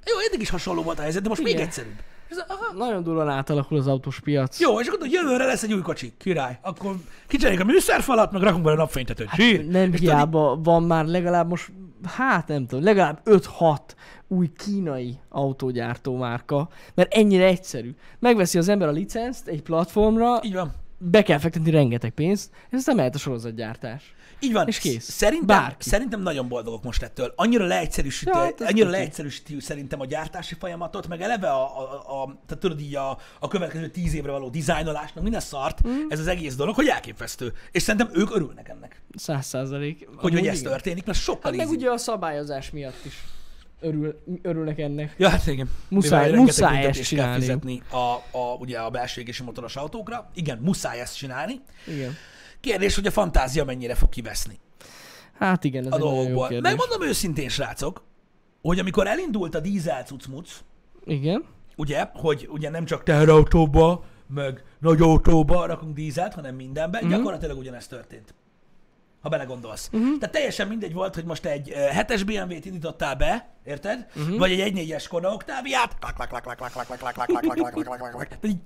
Speaker 1: Jó, eddig is hasonló volt a helyzet, de most még
Speaker 2: Igen.
Speaker 1: egyszerűbb. És az- aha,
Speaker 2: Nagyon durván átalakul az autós piac.
Speaker 1: jó, és akkor tudod, jövőre lesz egy új kocsi, király. Akkor kicseréljük a műszerfalat, meg rakunk bele napfénytetőt. Hát,
Speaker 2: Nem hiába van már legalább most, hát nem tudom, legalább 5-6 új kínai autógyártó márka, mert ennyire egyszerű. Megveszi az ember a licenzt egy platformra,
Speaker 1: Így van.
Speaker 2: be kell fektetni rengeteg pénzt, és aztán mehet a sorozatgyártás.
Speaker 1: Így van.
Speaker 2: És kész.
Speaker 1: Szerintem,
Speaker 2: Bárki.
Speaker 1: szerintem nagyon boldogok most ettől. Annyira leegyszerűsíti,
Speaker 2: Ja,
Speaker 1: ja,
Speaker 2: hát ez
Speaker 1: annyira
Speaker 2: tuti.
Speaker 1: leegyszerűsíti szerintem a gyártási folyamatot, meg eleve a, a, a tehát tudod így a, a következő tíz évre való dizájnolásnak, minden szart, mm. ez az egész dolog, hogy elképesztő. És szerintem ők örülnek ennek,
Speaker 2: Száz százalék.
Speaker 1: hogy, hogy
Speaker 2: Amúgy
Speaker 1: ez
Speaker 2: igen.
Speaker 1: történik, mert sokkal
Speaker 2: Hát meg
Speaker 1: easy.
Speaker 2: ugye a szabályozás miatt is örül, örülnek ennek.
Speaker 1: Ja, hát igen.
Speaker 2: Muszáj-
Speaker 1: Mivel rengeteg
Speaker 2: muszáj ezt
Speaker 1: büntetést kell
Speaker 2: csinálni.
Speaker 1: fizetni a, a, ugye a belső égési motoros autókra. Igen, muszáj ezt csinálni.
Speaker 2: Igen.
Speaker 1: Kérdés, hogy a fantázia mennyire fog kiveszni
Speaker 2: Hát igen, ez
Speaker 1: a
Speaker 2: egy nagyon jó
Speaker 1: dolgokból.
Speaker 2: kérdés.
Speaker 1: Megmondom őszintén, srácok, hogy amikor elindult a dízel cucmuc,
Speaker 2: Igen.
Speaker 1: ugye, hogy ugye nem csak teherautóba, meg nagy autóba rakunk dízelt, hanem mindenben,
Speaker 2: Mhm.
Speaker 1: mm-hmm. gyakorlatilag ugyanezt történt. Ha belegondolsz.
Speaker 2: Mhm.
Speaker 1: Mm-hmm. Tehát teljesen mindegy volt, hogy most egy eh, 7-es BMW-t indítottál be, érted?
Speaker 2: Mhm.
Speaker 1: Mm-hmm. Vagy egy 1-4-es Skoda Octaviát, így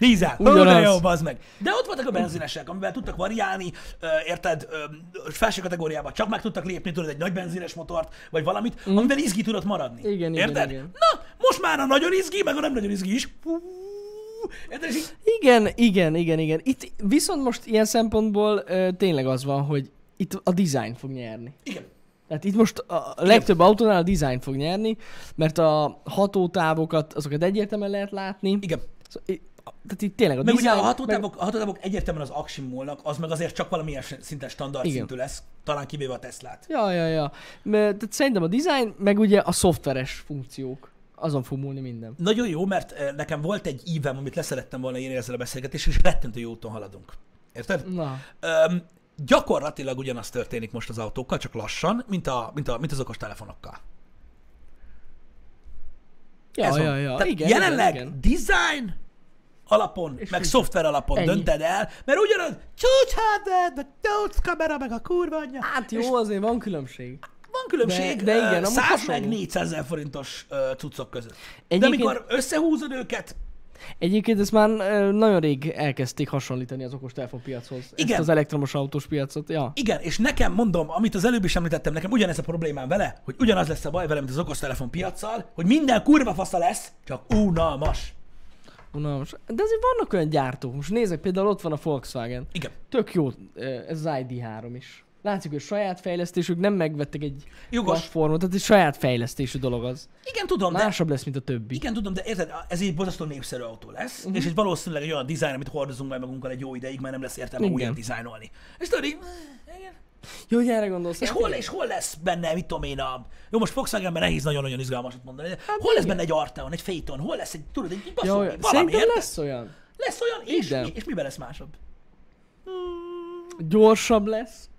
Speaker 1: Dízel,
Speaker 2: Ugyanaz.
Speaker 1: Ugyanaz. jó, bazd meg. De ott voltak a benzinesek, amivel tudtak variálni, ö, érted, ö, felső kategóriába csak meg tudtak lépni, tudod, egy nagy benzines motort, vagy valamit, mm. amivel izgi tudott maradni.
Speaker 2: Mhm. Igen, igen,
Speaker 1: érted?
Speaker 2: igen.
Speaker 1: Na, most már a nagyon izgi, meg a nem nagyon izgi is. Hú, Érted, és így
Speaker 2: Igen, igen, igen, igen. Itt viszont most ilyen szempontból ö, tényleg az van, hogy itt a design fog nyerni.
Speaker 1: igen.
Speaker 2: Tehát itt most a legtöbb autónál a design fog nyerni, mert a hatótávokat, azokat egyértelműen lehet látni.
Speaker 1: Igen.
Speaker 2: Szóval i- a- Tehát itt tényleg a
Speaker 1: Meg ugye
Speaker 2: design...
Speaker 1: a hatótávok, a hatótávok egyértelműen az aksim múlnak, az meg azért csak valamilyen szinten standard
Speaker 2: Igen.
Speaker 1: szintű lesz, talán kivéve a Teslát.
Speaker 2: Ja, ja, ja. Mert, tehát szerintem a design, meg ugye a szoftveres funkciók. Azon fog múlni minden.
Speaker 1: Nagyon jó, mert eh, nekem volt egy ívem, amit leszerettem volna írni ezzel a beszélgetésre, és rettentő jó úton haladunk. Érted?
Speaker 2: Na,
Speaker 1: Öm, gyakorlatilag ugyanaz történik most az autókkal, csak lassan, mint, a, mint, a, mint az okos telefonokkal.
Speaker 2: ja, ja, ja.
Speaker 1: Tehát
Speaker 2: igen,
Speaker 1: jelenleg
Speaker 2: igen, igen.
Speaker 1: design alapon, és meg
Speaker 2: így.
Speaker 1: szoftver alapon
Speaker 2: Ennyi.
Speaker 1: Ennyi. dönted el, mert ugyanaz csúcs hardware, meg csúcs kamera, meg a kurva anyja.
Speaker 2: Hát jó, azért van különbség.
Speaker 1: Van különbség
Speaker 2: De- de igen,
Speaker 1: ö,
Speaker 2: amúgy
Speaker 1: 100
Speaker 2: hasonló.
Speaker 1: meg 400 ezer forintos ö, cuccok között. Egyébként... De
Speaker 2: Egyébként-
Speaker 1: amikor összehúzod őket,
Speaker 2: Egyébként ezt már ö, nagyon rég elkezdték hasonlítani az okostelefon piachoz. Ezt
Speaker 1: Igen.
Speaker 2: az elektromos autós piacot, ja.
Speaker 1: Igen, és nekem mondom, amit az előbb is említettem, nekem ugyanez a problémám vele, hogy ugyanaz lesz a baj velem, mint az okostelefon piaccal, hogy minden kurva fasza lesz, csak unalmas.
Speaker 2: Unalmas. De azért vannak olyan gyártók. Most nézek, például ott van a Volkswagen.
Speaker 1: Igen.
Speaker 2: Tök jó ö, ez az ID3 is. Látszik, hogy saját fejlesztésük, nem megvettek egy
Speaker 1: Jogos.
Speaker 2: platformot, tehát egy saját fejlesztésű dolog az.
Speaker 1: Igen, tudom, de,
Speaker 2: Másabb lesz, mint a többi.
Speaker 1: igen, tudom, de érted, ez egy borzasztó népszerű autó lesz,
Speaker 2: Mhm.
Speaker 1: uh-huh. és egy valószínűleg egy olyan dizájn, amit hordozunk majd magunkkal egy jó ideig, mert nem lesz értelme
Speaker 2: Igen.
Speaker 1: újra dizájnolni. És tudod, így, "Hm, igen.
Speaker 2: Jó, hogy erre gondolsz.
Speaker 1: És
Speaker 2: hát
Speaker 1: hol,
Speaker 2: igen.
Speaker 1: és hol lesz benne, mit tudom én, a... Jó, most Volkswagenben nehéz nagyon-nagyon izgalmasat mondani, de
Speaker 2: Hát
Speaker 1: hol lesz benne egy Arteon, egy Phaeton, hol lesz egy, tudod, egy baszó,
Speaker 2: Ja,
Speaker 1: valami,
Speaker 2: olyan. Szerintem
Speaker 1: érted?
Speaker 2: lesz olyan.
Speaker 1: lesz olyan, és,
Speaker 2: Minden.
Speaker 1: mi, és miben lesz másabb?
Speaker 2: Gyorsabb lesz.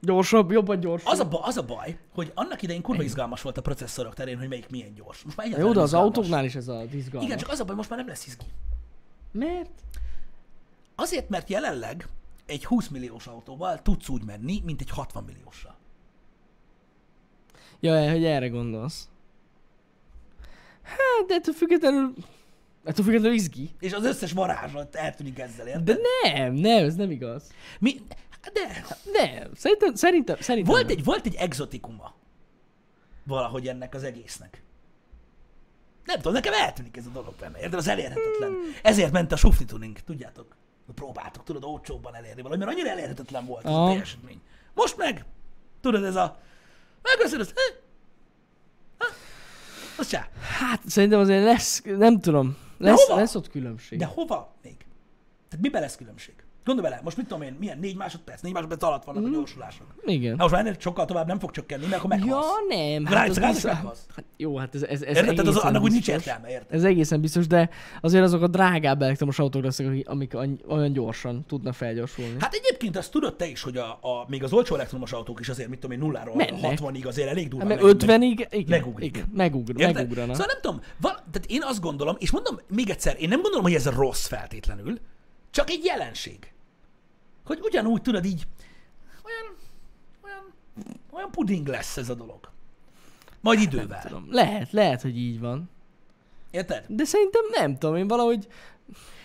Speaker 2: Gyorsabb, jobban gyorsabb.
Speaker 1: Az a, ba- az a baj, hogy annak idején kurva izgalmas volt a processzorok terén, hogy melyik milyen gyors. Most már egyáltalán
Speaker 2: Jó, de
Speaker 1: nem
Speaker 2: az
Speaker 1: izgalmas.
Speaker 2: autóknál is ez a izgalmas.
Speaker 1: Igen, csak az a baj, most már nem lesz izgi.
Speaker 2: Mert?
Speaker 1: Azért, mert jelenleg egy 20 milliós autóval tudsz úgy menni, mint egy 60 milliósra.
Speaker 2: Ja, hogy erre gondolsz. Hát, de ettől függetlenül... Ettől függetlenül izgi.
Speaker 1: És az összes varázslat eltűnik ezzel, érted?
Speaker 2: De nem, nem, ez nem igaz.
Speaker 1: Mi? Hát De
Speaker 2: Nem, szerintem, szerintem, szerintem
Speaker 1: volt
Speaker 2: nem.
Speaker 1: egy, volt egy exotikuma valahogy ennek az egésznek. Nem tudom, nekem eltűnik ez a dolog benne, érted? Az elérhetetlen.
Speaker 2: Hmm.
Speaker 1: Ezért ment a sufni tuning, tudjátok? Próbáltuk, tudod, olcsóbban elérni valamit, mert annyira elérhetetlen volt ez a
Speaker 2: Aha.
Speaker 1: teljesítmény. Most meg, tudod, ez a... Megveszed ezt, eh? Ah, Ha? Azt se.
Speaker 2: Hát, szerintem azért lesz, nem tudom. Lesz,
Speaker 1: hova?
Speaker 2: lesz ott különbség.
Speaker 1: De hova még? Tehát miben lesz különbség? Gondolj bele, most mit tudom én, milyen négy másodperc, négy másodperc alatt vannak
Speaker 2: Hmm.
Speaker 1: a gyorsulások.
Speaker 2: Igen.
Speaker 1: Na most már ennél sokkal tovább nem fog csökkenni, mert akkor
Speaker 2: Ja,
Speaker 1: meghalsz.
Speaker 2: nem.
Speaker 1: Rájössz,
Speaker 2: az
Speaker 1: rájössz,
Speaker 2: biztos-
Speaker 1: meghalsz.
Speaker 2: hát jó, hát ez, ez, ez
Speaker 1: Érted? Tehát az,
Speaker 2: egészen
Speaker 1: annak úgy nincs
Speaker 2: biztos.
Speaker 1: értelme, érted?
Speaker 2: Ez egészen biztos, de azért azok a drágább elektromos autók lesznek, akik- amik any- olyan gyorsan tudnak felgyorsulni.
Speaker 1: Hát egyébként azt tudod te is, hogy a, a, még az olcsó elektromos autók is azért, mit tudom én, nulláról
Speaker 2: Mennek.
Speaker 1: 60-ig azért elég durván.
Speaker 2: Hát, mert
Speaker 1: meg-
Speaker 2: 50-ig, igen,
Speaker 1: megugrik.
Speaker 2: igen, megugr,
Speaker 1: Érted?
Speaker 2: megugrana.
Speaker 1: Szóval nem tudom, val- tehát én azt gondolom, és mondom még egyszer, én nem gondolom, hogy ez rossz feltétlenül, csak egy jelenség. Hogy ugyanúgy tudod így, olyan, olyan, olyan puding lesz ez a dolog. Majd idővel.
Speaker 2: Hát Tudom, lehet, lehet, hogy így van.
Speaker 1: Érted?
Speaker 2: De szerintem nem tudom, én valahogy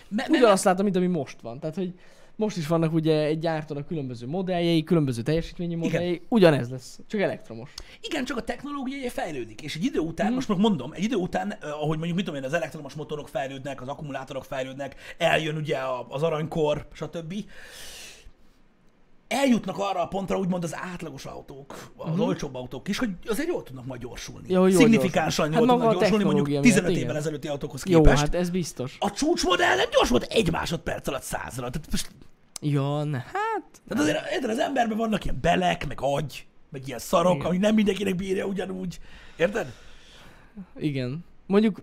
Speaker 1: Me- me-
Speaker 2: ugyanazt látom, mint ami most van. Tehát, hogy Most is vannak ugye egy gyártónak különböző modelljei, különböző teljesítményi modelljei, Igen. ugyanez lesz, csak elektromos.
Speaker 1: Igen, csak a technológia ugye fejlődik, és egy idő után,
Speaker 2: Hmm.
Speaker 1: mm. most meg mondom, egy idő után, eh, ahogy mondjuk, mit tudom én, az elektromos motorok fejlődnek, az akkumulátorok fejlődnek, eljön ugye a- az aranykor, stb. Eljutnak arra a pontra, úgymond az átlagos autók, az mm. olcsóbb autók is, hogy azért jól tudnak majd gyorsulni.
Speaker 2: Ja, hogy Hmm. jól
Speaker 1: Szignifikánsan jól
Speaker 2: gyorsulnak. Hát maga
Speaker 1: tudnak
Speaker 2: a
Speaker 1: gyorsulni, mondjuk
Speaker 2: technológia
Speaker 1: 15
Speaker 2: miatt,
Speaker 1: évvel
Speaker 2: igen.
Speaker 1: ezelőtti autókhoz
Speaker 2: Jó,
Speaker 1: képest.
Speaker 2: hát ez biztos.
Speaker 1: A csúcsmodell nem gyors volt egy másodperc alatt százra. Tehát, most-
Speaker 2: Ja, ne, hát...
Speaker 1: tehát azért, érted, az emberben vannak ilyen belek, meg agy, meg ilyen szarok,
Speaker 2: Igen.
Speaker 1: ami nem mindenkinek bírja ugyanúgy. Érted?
Speaker 2: Igen. Mondjuk,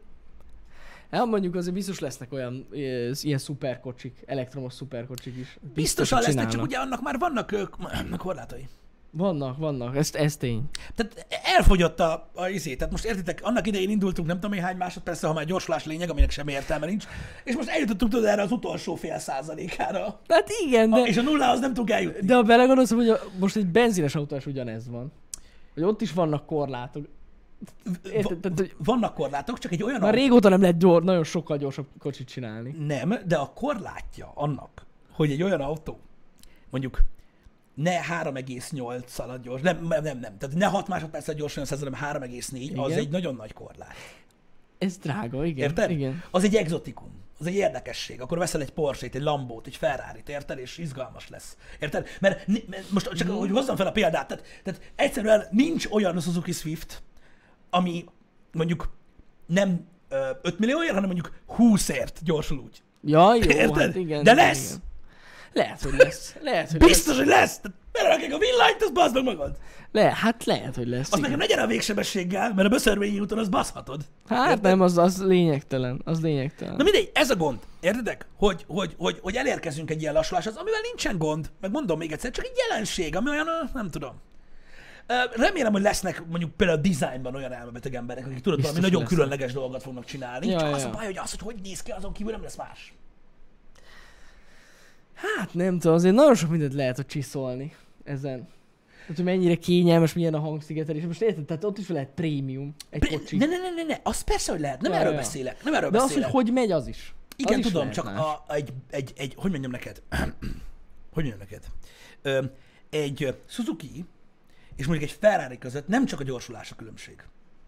Speaker 2: hát mondjuk azért biztos lesznek olyan ö, ilyen szuperkocsik, elektromos szuperkocsik is. Biztos,
Speaker 1: Biztosan
Speaker 2: hogy
Speaker 1: lesznek, csak
Speaker 2: csinálnak.
Speaker 1: ugye annak már vannak ö, k- korlátai.
Speaker 2: Vannak, vannak, ez, ez tény.
Speaker 1: Tehát elfogyott a, a izé. Tehát most értitek, annak idején indultunk nem tudom én hány másodpercre, ha már gyorsulás lényeg, aminek semmi értelme nincs, és most eljutottunk tudod erre az utolsó fél százalékára.
Speaker 2: Hát igen,
Speaker 1: De...
Speaker 2: de...
Speaker 1: És a nullához nem tudunk eljutni.
Speaker 2: De ha belegondolsz, hogy a, most egy benzines autó is ugyanez van. Hogy ott is vannak korlátok. érted,
Speaker 1: Va-
Speaker 2: tehát, hogy-
Speaker 1: vannak korlátok, csak egy olyan
Speaker 2: Már
Speaker 1: autó-
Speaker 2: régóta nem lehet gyors, nagyon sokkal gyorsabb kocsit csinálni.
Speaker 1: Nem, de a korlátja annak, hogy egy olyan autó, mondjuk ne 3,8 szalad gyors, nem, nem, nem, nem, tehát ne 6 másodperccel gyorsan jössz, hanem 3,4, az
Speaker 2: Igen.
Speaker 1: egy nagyon nagy korlát.
Speaker 2: Ez drága, igen.
Speaker 1: Érted?
Speaker 2: Igen.
Speaker 1: Az egy exotikum. Az egy érdekesség. Akkor veszel egy porsche egy Lambót, egy Ferrari-t, érted? És izgalmas lesz. Érted? Mert, ni- mert most
Speaker 2: Mhm.
Speaker 1: csak, hogy hozzam fel a példát, tehát, tehát egyszerűen nincs olyan Suzuki Swift, ami mondjuk nem ö, 5 millióért, hanem mondjuk 20-ért gyorsul úgy.
Speaker 2: Ja, jó,
Speaker 1: Érted?
Speaker 2: hát igen.
Speaker 1: De
Speaker 2: igen,
Speaker 1: lesz!
Speaker 2: Igen. Lehet, hogy lesz. Lehet, hogy lesz.
Speaker 1: Biztos, hogy lesz! Tehát Belerakják a villanyt, az bazd meg magad!
Speaker 2: Le, hát lehet, hogy lesz.
Speaker 1: Az
Speaker 2: igen.
Speaker 1: nekem legyen a végsebességgel, mert a böszörvényi úton az baszhatod.
Speaker 2: Hát nem, az, az lényegtelen. Az lényegtelen.
Speaker 1: Na mindegy, ez a gond. Értedek? Hogy, hogy, hogy, hogy elérkezünk egy ilyen lassuláshoz, amivel nincsen gond. Meg mondom még egyszer, csak egy jelenség, ami olyan, ö, nem tudom. Ö, Remélem, hogy lesznek mondjuk például a designban olyan elmebeteg emberek, akik tudod,
Speaker 2: Biztos,
Speaker 1: valami nagyon
Speaker 2: hogy lesznek.
Speaker 1: különleges dolgot fognak csinálni.
Speaker 2: Ja,
Speaker 1: csak
Speaker 2: ja,
Speaker 1: az a
Speaker 2: ja.
Speaker 1: baj, hogy az, hogy hogy néz ki, azon kívül nem lesz más.
Speaker 2: Hát nem tudom, azért nagyon sok mindent lehet ott csiszolni ezen. Hát, hogy mennyire kényelmes, milyen a hangszigetelés. Most érted, tehát ott is lehet prémium egy
Speaker 1: Pré-
Speaker 2: kocsi.
Speaker 1: Ne, ne, ne, ne, ne, az persze, hogy lehet. Nem
Speaker 2: Ja,
Speaker 1: erről
Speaker 2: ja.
Speaker 1: beszélek. Nem erről
Speaker 2: De az,
Speaker 1: beszélek.
Speaker 2: hogy hogy megy, az is.
Speaker 1: Igen,
Speaker 2: az is
Speaker 1: tudom,
Speaker 2: lehet
Speaker 1: csak
Speaker 2: más.
Speaker 1: a, egy, egy, egy, hogy mondjam neked? (clears throat) hogy mondjam neked? Ö, egy ö, Suzuki és mondjuk egy Ferrari között nem csak a gyorsulás a különbség.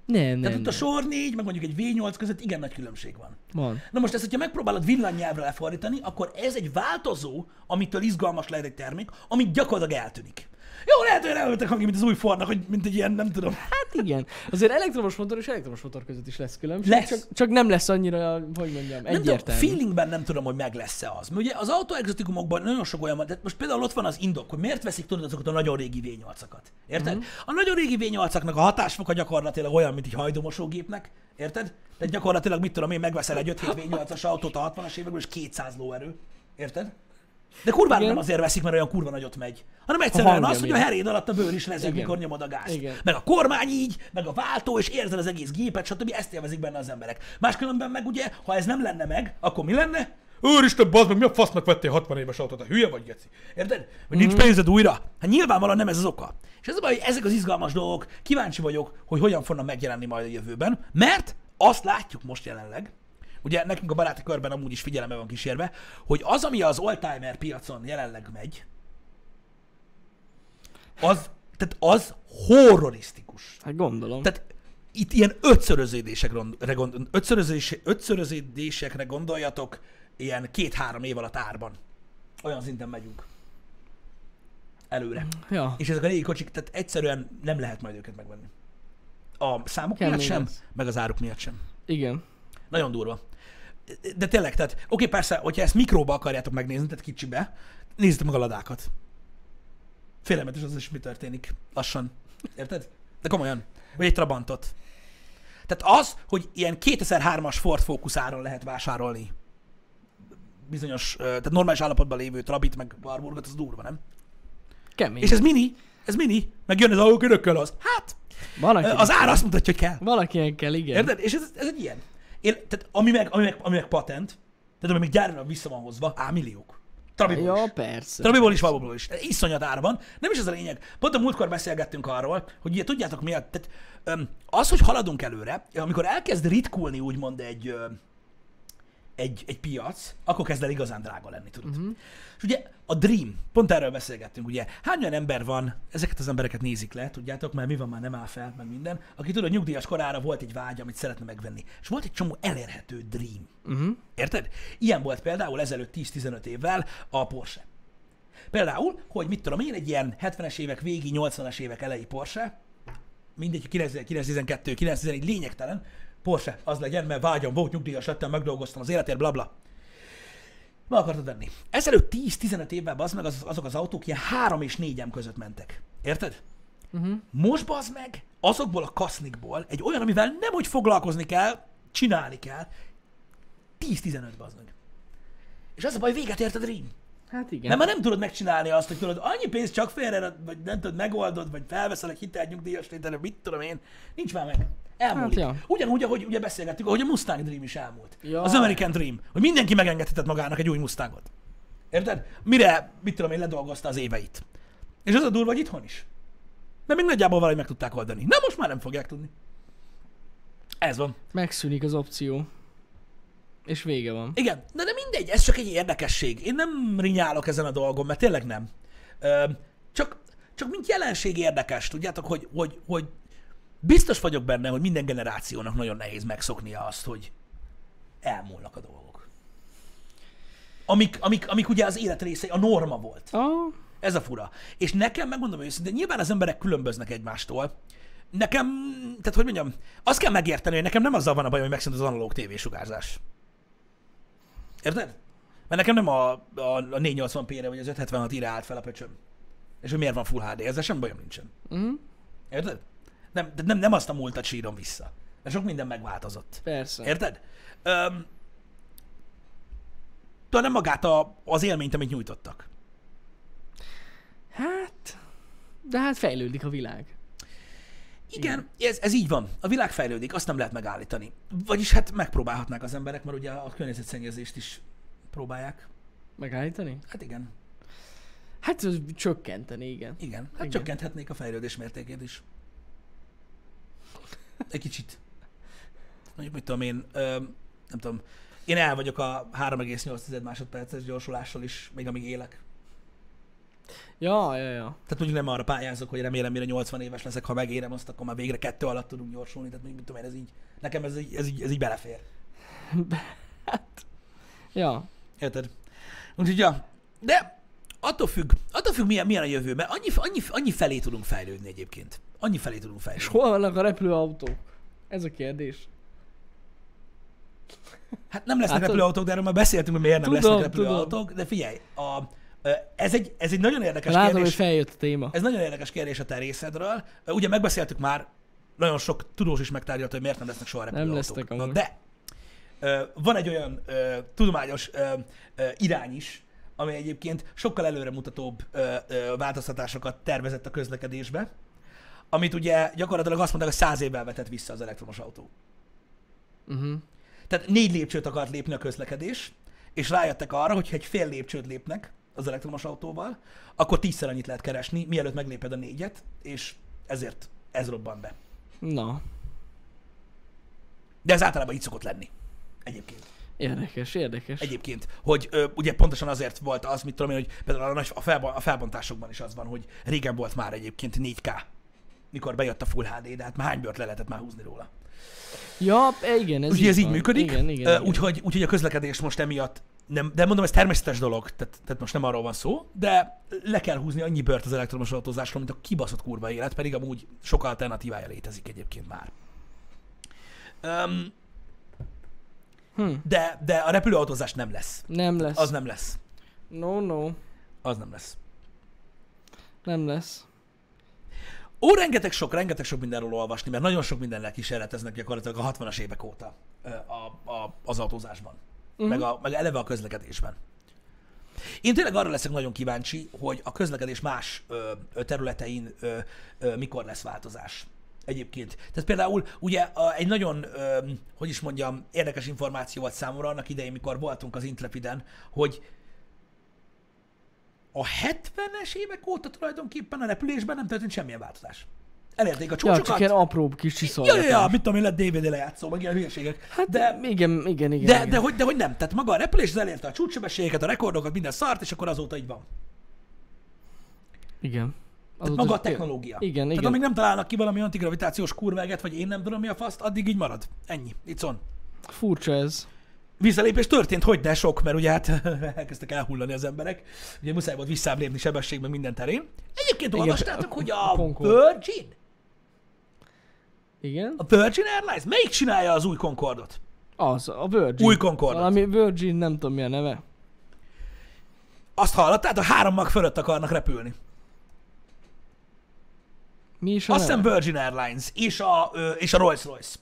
Speaker 2: Nem, nem,
Speaker 1: Tehát ott
Speaker 2: nem.
Speaker 1: a sor 4, meg mondjuk egy V8 között igen nagy különbség van.
Speaker 2: Van.
Speaker 1: Na most ezt, hogyha megpróbálod villanynyelvre lefordítani, akkor ez egy változó, amitől izgalmas lehet egy termék, amit gyakorlatilag eltűnik. Jó, lehet, hogy elöltek hangi, mint az új fornak, hogy mint egy ilyen, nem tudom.
Speaker 2: Hát igen. Azért elektromos motor és elektromos motor között is lesz különbség.
Speaker 1: Lesz.
Speaker 2: Csak, csak nem lesz annyira, hogy mondjam,
Speaker 1: Nem tudom,
Speaker 2: egyértelmű.
Speaker 1: feelingben nem tudom, hogy meg lesz-e az. Mert ugye az autoexotikumokban nagyon sok olyan van, tehát most például ott van az indok, hogy miért veszik tudod azokat a nagyon régi V8-akat. Érted?
Speaker 2: Mhm.
Speaker 1: Uh-huh. A nagyon régi V8-aknak a hatásfoka gyakorlatilag olyan, mint egy hajdomosógépnek. Érted? Tehát gyakorlatilag mit tudom én, megveszel egy 5 V8-as autót a 60-as évekből, és 200 lóerő. Érted? De kurvára
Speaker 2: Igen.
Speaker 1: nem azért veszik, mert olyan kurva nagyot megy, hanem egyszerűen
Speaker 2: hangja
Speaker 1: az, hogy a
Speaker 2: miatt.
Speaker 1: heréd alatt a bőr is rezeg,
Speaker 2: Igen.
Speaker 1: mikor nyomod a gázt.
Speaker 2: Igen.
Speaker 1: Meg a kormány így, meg a váltó, és érzed az egész gépet, stb. Ezt élvezik benne az emberek. Máskülönben meg ugye, ha ez nem lenne meg, akkor mi lenne? Úristen, bazd meg, mi a fasznak vettél 60 éves autót? A hülye vagy, Geci? Érted? Vagy nincs pénzed újra? Hát nyilvánvalóan nem ez az oka. És ez a baj, hogy ezek az izgalmas dolgok, kíváncsi vagyok, hogy hogyan fognak megjelenni majd a jövőben, mert azt látjuk most jelenleg, ugye nekünk a baráti körben amúgy is figyelembe van kísérve, hogy az, ami az oldtimer piacon jelenleg megy, az, tehát az horrorisztikus.
Speaker 2: Hát gondolom.
Speaker 1: Tehát itt ilyen ötszöröződésekre, gond- gond- ötszörözés, ötszöröződésekre gondoljatok, ilyen két-három év alatt árban. Olyan szinten megyünk. Előre.
Speaker 2: ja.
Speaker 1: És ezek a régi kocsik, tehát egyszerűen nem lehet majd őket megvenni. A számok
Speaker 2: Kemény
Speaker 1: miatt sem,
Speaker 2: lesz.
Speaker 1: meg az áruk miatt sem.
Speaker 2: Igen.
Speaker 1: Nagyon durva. De tényleg, tehát, oké, persze, hogyha ezt mikróba akarjátok megnézni, tehát kicsibe, nézzétek meg a ladákat. Félelmetes az is, mi történik. Lassan. Érted? De komolyan. Vagy egy Trabantot. Tehát az, hogy ilyen 2003-as Ford Focus áron lehet vásárolni bizonyos, ö, tehát normális állapotban lévő Trabit, meg Barburgot, az durva, nem?
Speaker 2: Kemény.
Speaker 1: És ez mini, ez mini, meg jön ez a örökkel az. Hát,
Speaker 2: Van,
Speaker 1: ö,
Speaker 2: akinek,
Speaker 1: az ára azt mutatja, hogy kell.
Speaker 2: valakinek kell, igen.
Speaker 1: Érted? És ez, ez egy ilyen. Én, tehát ami meg, ami, meg, ami meg patent, tehát ami meg gyárra vissza van hozva, á, milliók. Trabiból
Speaker 2: Ja,
Speaker 1: is.
Speaker 2: persze.
Speaker 1: Trabiból is, Vaboból is. Iszonyat árban. Nem is ez a lényeg. Pont a múltkor beszélgettünk arról, hogy ugye tudjátok mi a... Tehát, öm, az, hogy haladunk előre, amikor elkezd ritkulni úgymond egy, ö, egy, egy piac, akkor kezd el igazán drága lenni, tudod.
Speaker 2: Mhm.
Speaker 1: Uh-huh. És ugye a Dream, pont erről beszélgettünk, ugye, hány olyan ember van, ezeket az embereket nézik le, tudjátok, mert mi van már nem áll fel, meg minden, aki tudod, nyugdíjas korára volt egy vágy, amit szeretne megvenni, és volt egy csomó elérhető Dream.
Speaker 2: Mhm.
Speaker 1: Uh-huh. Érted? Ilyen volt például ezelőtt 10-15 évvel a Porsche. Például, hogy mit tudom én, egy ilyen 70-es évek végi, 80-as évek elejé Porsche, mindegy, 912, 911, lényegtelen, Porsche, az legyen, mert vágyom volt, nyugdíjas lettem, megdolgoztam az életért, blabla. Bla. Meg akartad venni. Ezelőtt 10-15 évben az meg az, azok az autók ilyen 3 és 4 em között mentek. Érted? Uh-huh. Most bazd meg azokból a kasznikból egy olyan, amivel nem hogy foglalkozni kell, csinálni kell, 10-15 bazd meg. És az a baj, véget ért a dream.
Speaker 2: Hát igen.
Speaker 1: Nem, mert nem tudod megcsinálni azt, hogy tudod, annyi pénzt csak félre, vagy nem tudod, megoldod, vagy felveszel egy hitelt nyugdíjas létre, mit tudom én, nincs már meg. Elmúlik.
Speaker 2: Hát,
Speaker 1: Hát,
Speaker 2: ja.
Speaker 1: Ugyanúgy, ahogy ugye beszélgettük, ahogy a Mustang Dream is elmúlt.
Speaker 2: Ja.
Speaker 1: Az American Dream, hogy mindenki megengedhetett magának egy új Mustangot. Érted? Mire, mit tudom én, ledolgozta az éveit. És az a durva, hogy itthon is. Mert még nagyjából valahogy meg tudták oldani. Na most már nem fogják tudni. Ez van.
Speaker 2: Megszűnik az opció. És vége van.
Speaker 1: Igen, de, de mindegy, ez csak egy érdekesség. Én nem rinyálok ezen a dolgon, mert tényleg nem. Ö, csak, csak mint jelenség érdekes, tudjátok, hogy, hogy, hogy biztos vagyok benne, hogy minden generációnak nagyon nehéz megszoknia azt, hogy elmúlnak a dolgok. Amik, amik, amik ugye az élet része, a norma volt.
Speaker 2: Ah,
Speaker 1: Ez a fura. És nekem, megmondom őszintén, nyilván az emberek különböznek egymástól. Nekem, tehát hogy mondjam, azt kell megérteni, hogy nekem nem azzal van a baj, hogy megszűnt az analóg tévésugárzás. Érted? Mert nekem nem a, a, a 480p-re vagy az 576-re állt fel a pöcsöm. És hogy miért van Full HD, ezzel sem bajom nincsen.
Speaker 2: Mhm.
Speaker 1: Érted? Nem, de nem, nem azt a múltat sírom vissza. Mert sok minden megváltozott.
Speaker 2: persze.
Speaker 1: Érted? Öm, de nem magát a, az élményt, amit nyújtottak.
Speaker 2: Hát... De hát fejlődik a világ.
Speaker 1: Igen, ez, ez így van. A világ fejlődik, azt nem lehet megállítani. Vagyis hát megpróbálhatnák az emberek, mert ugye a környezetszennyezést is próbálják.
Speaker 2: Megállítani?
Speaker 1: Hát igen,
Speaker 2: Hát ez csökkenteni, igen.
Speaker 1: igen. Hát
Speaker 2: Igen.
Speaker 1: igen. csökkenthetnék a fejlődés mértékét is. Egy kicsit. Mondjuk, mit tudom én, ö, nem tudom, én el vagyok a 3,8 másodperces gyorsulással is, még amíg élek.
Speaker 2: Ja, ja, ja.
Speaker 1: Tehát mondjuk nem arra pályázok, hogy remélem, mire 80 éves leszek, ha megérem azt, akkor már végre kettő alatt tudunk gyorsulni. Tehát mondjuk, mit tudom én, ez így, nekem ez így, ez így, ez így belefér.
Speaker 2: Ja.
Speaker 1: Érted? Úgyhogy, ja. De attól függ, attól függ milyen, milyen a jövő, mert annyi, annyi, annyi felé tudunk fejlődni egyébként. Annyi felé tudunk
Speaker 2: És
Speaker 1: fejlődni.
Speaker 2: hol vannak a repülőautók? Ez a kérdés.
Speaker 1: Hát nem lesznek
Speaker 2: Látod?
Speaker 1: repülőautók, de erről már beszéltünk, hogy miért nem
Speaker 2: Tudom,
Speaker 1: lesznek repülőautók, de figyelj, a, ö, ez, egy, ez egy nagyon érdekes
Speaker 2: Látom, hogy
Speaker 1: kérdés.
Speaker 2: feljött a téma.
Speaker 1: Ez nagyon érdekes kérdés a te részedről. Ö, Ugye megbeszéltük már, nagyon sok tudós is megtárgyalta, hogy miért nem lesznek soha repülőautók.
Speaker 2: lesznek
Speaker 1: Na
Speaker 2: amúgy.
Speaker 1: de ö, van egy olyan ö, tudományos ö, ö, irány is, ami egyébként sokkal előremutatóbb ö, ö, változtatásokat tervezett a közlekedésbe, amit ugye gyakorlatilag azt mondták, hogy száz évvel vetett vissza az elektromos autó.
Speaker 2: Uh-huh.
Speaker 1: Tehát négy lépcsőt akart lépni a közlekedés, és rájöttek arra, hogy ha egy fél lépcsőt lépnek az elektromos autóval, akkor tízszer annyit lehet keresni, mielőtt megléped a négyet, és ezért ez robban be.
Speaker 2: Na,
Speaker 1: De ez általában így szokott lenni. Egyébként.
Speaker 2: érdekes, érdekes.
Speaker 1: Egyébként, hogy ö, ugye pontosan azért volt az, mit tudom én, hogy például a, nagy, a, felba, a felbontásokban is az van, hogy régen volt már egyébként 4K, mikor bejött a Full HD, de hát már hány bört le lehetett már húzni róla.
Speaker 2: Ja, e- igen, ez
Speaker 1: Ugye ez így
Speaker 2: van.
Speaker 1: működik,
Speaker 2: Igen, igen,
Speaker 1: Ö,
Speaker 2: igen.
Speaker 1: Úgyhogy, úgyhogy a közlekedés most emiatt nem, de mondom, ez természetes dolog, tehát, tehát most nem arról van szó, de le kell húzni annyi bört az elektromos autózásról, mint a kibaszott kurva élet, pedig amúgy sok alternatívája létezik egyébként már. Um,
Speaker 2: Hm.
Speaker 1: de, de a repülőautózás nem lesz.
Speaker 2: Nem lesz.
Speaker 1: Az nem lesz.
Speaker 2: No, no.
Speaker 1: Az nem lesz.
Speaker 2: Nem lesz.
Speaker 1: Ó, rengeteg sok, rengeteg sok mindenről olvasni, mert nagyon sok mindennel kísérleteznek gyakorlatilag a 60-as évek óta ö, a, a, az autózásban, uh-huh. meg, a, meg eleve a közlekedésben. Én tényleg arra leszek nagyon kíváncsi, hogy a közlekedés más ö, ö, területein ö, ö, mikor lesz változás. Egyébként. Tehát például ugye a, egy nagyon, ö, hogy is mondjam, érdekes információ volt számomra annak idején, mikor voltunk az Intrepiden, hogy a 70-es évek óta tulajdonképpen a repülésben nem történt semmilyen változás. elérték a
Speaker 2: Ja,
Speaker 1: csúcsokat.
Speaker 2: csak ilyen apróbb kis
Speaker 1: Ja,
Speaker 2: csiszolgatás.
Speaker 1: ja, ja, mit tudom én, lett DVD lejátszó, meg ilyen hülyeségek.
Speaker 2: Hát
Speaker 1: de,
Speaker 2: igen, igen, igen.
Speaker 1: de,
Speaker 2: igen.
Speaker 1: de, hogy, de hogy nem, tehát maga a repülés az elérte a csúcssebességeket, a rekordokat, minden szart, és akkor azóta így van.
Speaker 2: igen.
Speaker 1: Tehát
Speaker 2: Azóta
Speaker 1: maga a
Speaker 2: is-
Speaker 1: technológia.
Speaker 2: Igen,
Speaker 1: Tehát
Speaker 2: igen.
Speaker 1: amíg nem találnak ki valami antigravitációs kurveget, vagy én nem tudom mi a faszt, addig így marad. Ennyi. It's on.
Speaker 2: Furcsa ez.
Speaker 1: Visszalépés történt, hogy de sok, mert ugye hát (laughs) elkezdtek elhullani az emberek. Ugye muszáj volt visszább lépni sebességben minden terén. Egyébként
Speaker 2: Igen,
Speaker 1: olvastátok,
Speaker 2: a-
Speaker 1: hogy
Speaker 2: a
Speaker 1: a
Speaker 2: Concorde.
Speaker 1: Virgin,
Speaker 2: Igen.
Speaker 1: a Virgin Airlines, melyik csinálja az új Concordot?
Speaker 2: Az, a Virgin.
Speaker 1: Új Concordot.
Speaker 2: Valami Virgin, nem tudom mi a neve.
Speaker 1: Azt hallottad, a három mag fölött akarnak repülni.
Speaker 2: Mi is a
Speaker 1: Azt hiszem
Speaker 2: neve?
Speaker 1: Virgin Airlines és a, ö, és a Rolls-Royce.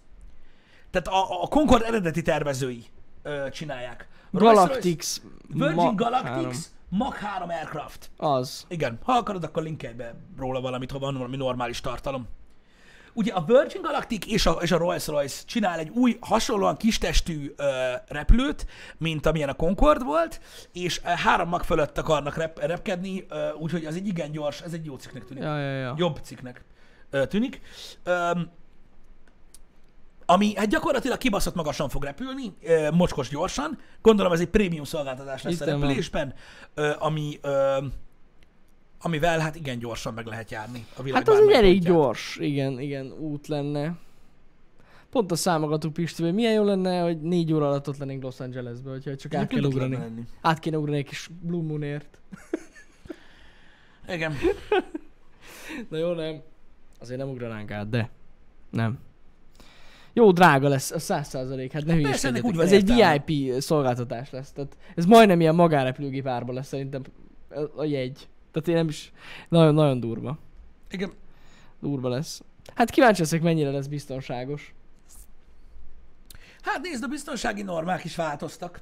Speaker 1: Tehát a, a Concorde eredeti tervezői ö, csinálják. Rolls-Royce,
Speaker 2: Galactics.
Speaker 1: Virgin
Speaker 2: Ma- három.
Speaker 1: Galactics, Mach 3 Aircraft.
Speaker 2: Az.
Speaker 1: Igen, ha akarod, akkor linkelj be róla valamit, ha van valami normális tartalom. Ugye a Virgin Galactic és a, és a Rolls-Royce csinál egy új, hasonlóan kistestű ö, repülőt, mint amilyen a Concorde volt, és ö, három mag fölött akarnak rep, repkedni, ö, úgyhogy az egy igen gyors, ez egy jó cikknek tűnik.
Speaker 2: Ja, ja, ja.
Speaker 1: Jobb cikknek ö, tűnik. Öm, ami hát gyakorlatilag kibaszott magasan fog repülni, ö, mocskos gyorsan. Gondolom ez egy prémium szolgáltatás lesz
Speaker 2: Itt
Speaker 1: a
Speaker 2: van.
Speaker 1: repülésben, ö, ami, ö, amivel hát igen gyorsan meg lehet járni a világ
Speaker 2: Hát az egy
Speaker 1: bármely
Speaker 2: elég
Speaker 1: pontját.
Speaker 2: gyors, igen, igen, út lenne. Pont a számogatunk Pisti, hogy milyen jó lenne, hogy négy óra alatt ott lennénk Los Angelesbe, hogyha csak át
Speaker 1: Egyébként
Speaker 2: kéne
Speaker 1: ott lehetne
Speaker 2: ugrani.
Speaker 1: lenni.
Speaker 2: Át kéne ugrani egy kis Blue Moonért.
Speaker 1: Igen.
Speaker 2: Na jó, nem. Azért nem ugranánk át, de. Nem. Jó, drága lesz, a száz százalék, hát ne hülyeskedjetek.
Speaker 1: ennek úgy van
Speaker 2: Ez egy
Speaker 1: értelme.
Speaker 2: VIP szolgáltatás lesz, tehát ez majdnem ilyen magárepülőgép árba lesz szerintem a- a jegy. Tehát én nem is, nagyon-nagyon durva.
Speaker 1: igen.
Speaker 2: Durva lesz. Hát kíváncsi leszek, mennyire lesz biztonságos.
Speaker 1: Hát nézd, a biztonsági normák is változtak.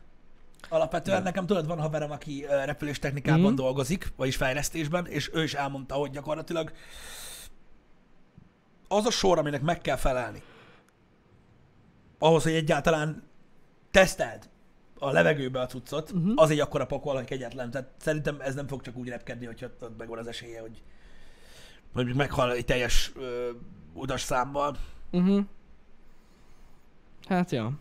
Speaker 1: Alapvetően nekem tudod, van haverem, aki ö, repüléstechnikában
Speaker 2: Mhm.
Speaker 1: dolgozik, vagyis fejlesztésben, és ő is elmondta, hogy gyakorlatilag az a sor, aminek meg kell felelni, ahhoz, hogy egyáltalán teszteld a levegőbe a cuccot, uh-huh. az egy akkora pokol, hogy kegyetlen. Tehát szerintem ez nem fog csak úgy repkedni, hogyha ott megvan az esélye, hogy mondjuk meghal egy teljes ö, utas számmal.
Speaker 2: Uh-huh. Hát ja.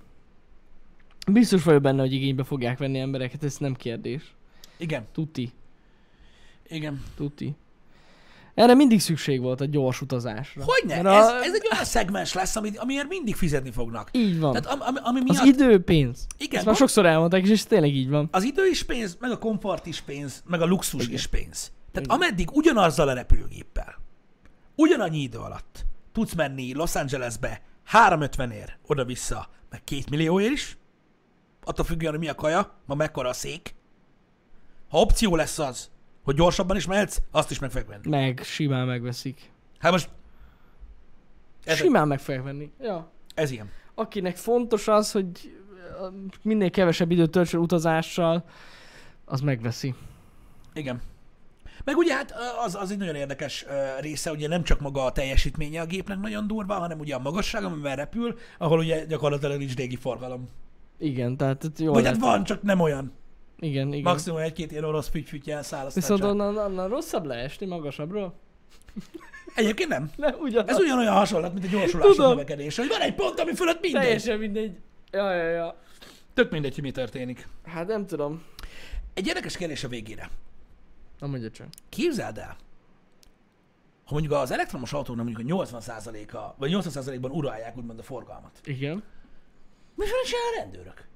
Speaker 2: Biztos vagyok benne, hogy igénybe fogják venni embereket, ez nem kérdés.
Speaker 1: Igen,
Speaker 2: Tuti,
Speaker 1: igen.
Speaker 2: tuti. Erre mindig szükség volt a gyors utazásra.
Speaker 1: Hogyne?
Speaker 2: Mert
Speaker 1: Ez,
Speaker 2: a-
Speaker 1: ez egy olyan szegmens lesz, ami, amiért mindig fizetni fognak.
Speaker 2: Így van.
Speaker 1: Tehát ami, ami, ami
Speaker 2: Az
Speaker 1: miatt
Speaker 2: idő pénz.
Speaker 1: Igen,
Speaker 2: Ezt már
Speaker 1: gond-
Speaker 2: sokszor elmondták, és ez tényleg így van.
Speaker 1: az idő is pénz, meg a komfort is pénz, meg a luxus is pénz. Tehát
Speaker 2: Igen.
Speaker 1: ameddig ugyanazzal a repülőgéppel, ugyanannyi idő alatt tudsz menni Los Angelesbe 350 ér oda-vissza, meg 2 millióért is, attól függően, hogy mi a kaja, ma mekkora a szék. Ha opció lesz az, hogy gyorsabban is mehetsz, azt is meg fogják venni.
Speaker 2: Meg simán megveszik.
Speaker 1: Hát most ez,
Speaker 2: simán meg fogják venni. Ja.
Speaker 1: ez ilyen.
Speaker 2: Akinek fontos az, hogy ö, minél kevesebb időt töltsön utazással, az megveszi.
Speaker 1: Igen. Meg ugye hát ö, az, az egy nagyon érdekes ö, része, ugye nem csak maga a teljesítménye a gépnek nagyon durva, hanem ugye a magasság, amivel repül, ahol ugye gyakorlatilag nincs régi forgalom.
Speaker 2: Igen, tehát itt jól
Speaker 1: Vagy
Speaker 2: lehet.
Speaker 1: hát van, csak nem olyan.
Speaker 2: Igen, igen.
Speaker 1: Maximum egy-két ilyen orosz fütyfütyi elszáll, aztán
Speaker 2: Viszont
Speaker 1: csak.
Speaker 2: onnan, onnan rosszabb leesni magasabbról?
Speaker 1: Egyébként nem.
Speaker 2: Ne, ugyanaz.
Speaker 1: Ez ugyanolyan hasonlat, mint a gyorsulási
Speaker 2: Tudom.
Speaker 1: növekedés, hogy van egy pont, ami fölött mindegy.
Speaker 2: Teljesen mindegy. Ja, ja, ja.
Speaker 1: Tök mindegy, hogy mi történik.
Speaker 2: Hát nem tudom.
Speaker 1: Egy érdekes kérdés a végére.
Speaker 2: Nem mondja csak.
Speaker 1: Képzeld el, ha mondjuk az elektromos autóknak mondjuk a 80%-a, vagy 80%-ban uralják úgymond a forgalmat.
Speaker 2: Igen.
Speaker 1: Mi van is a rendőrök?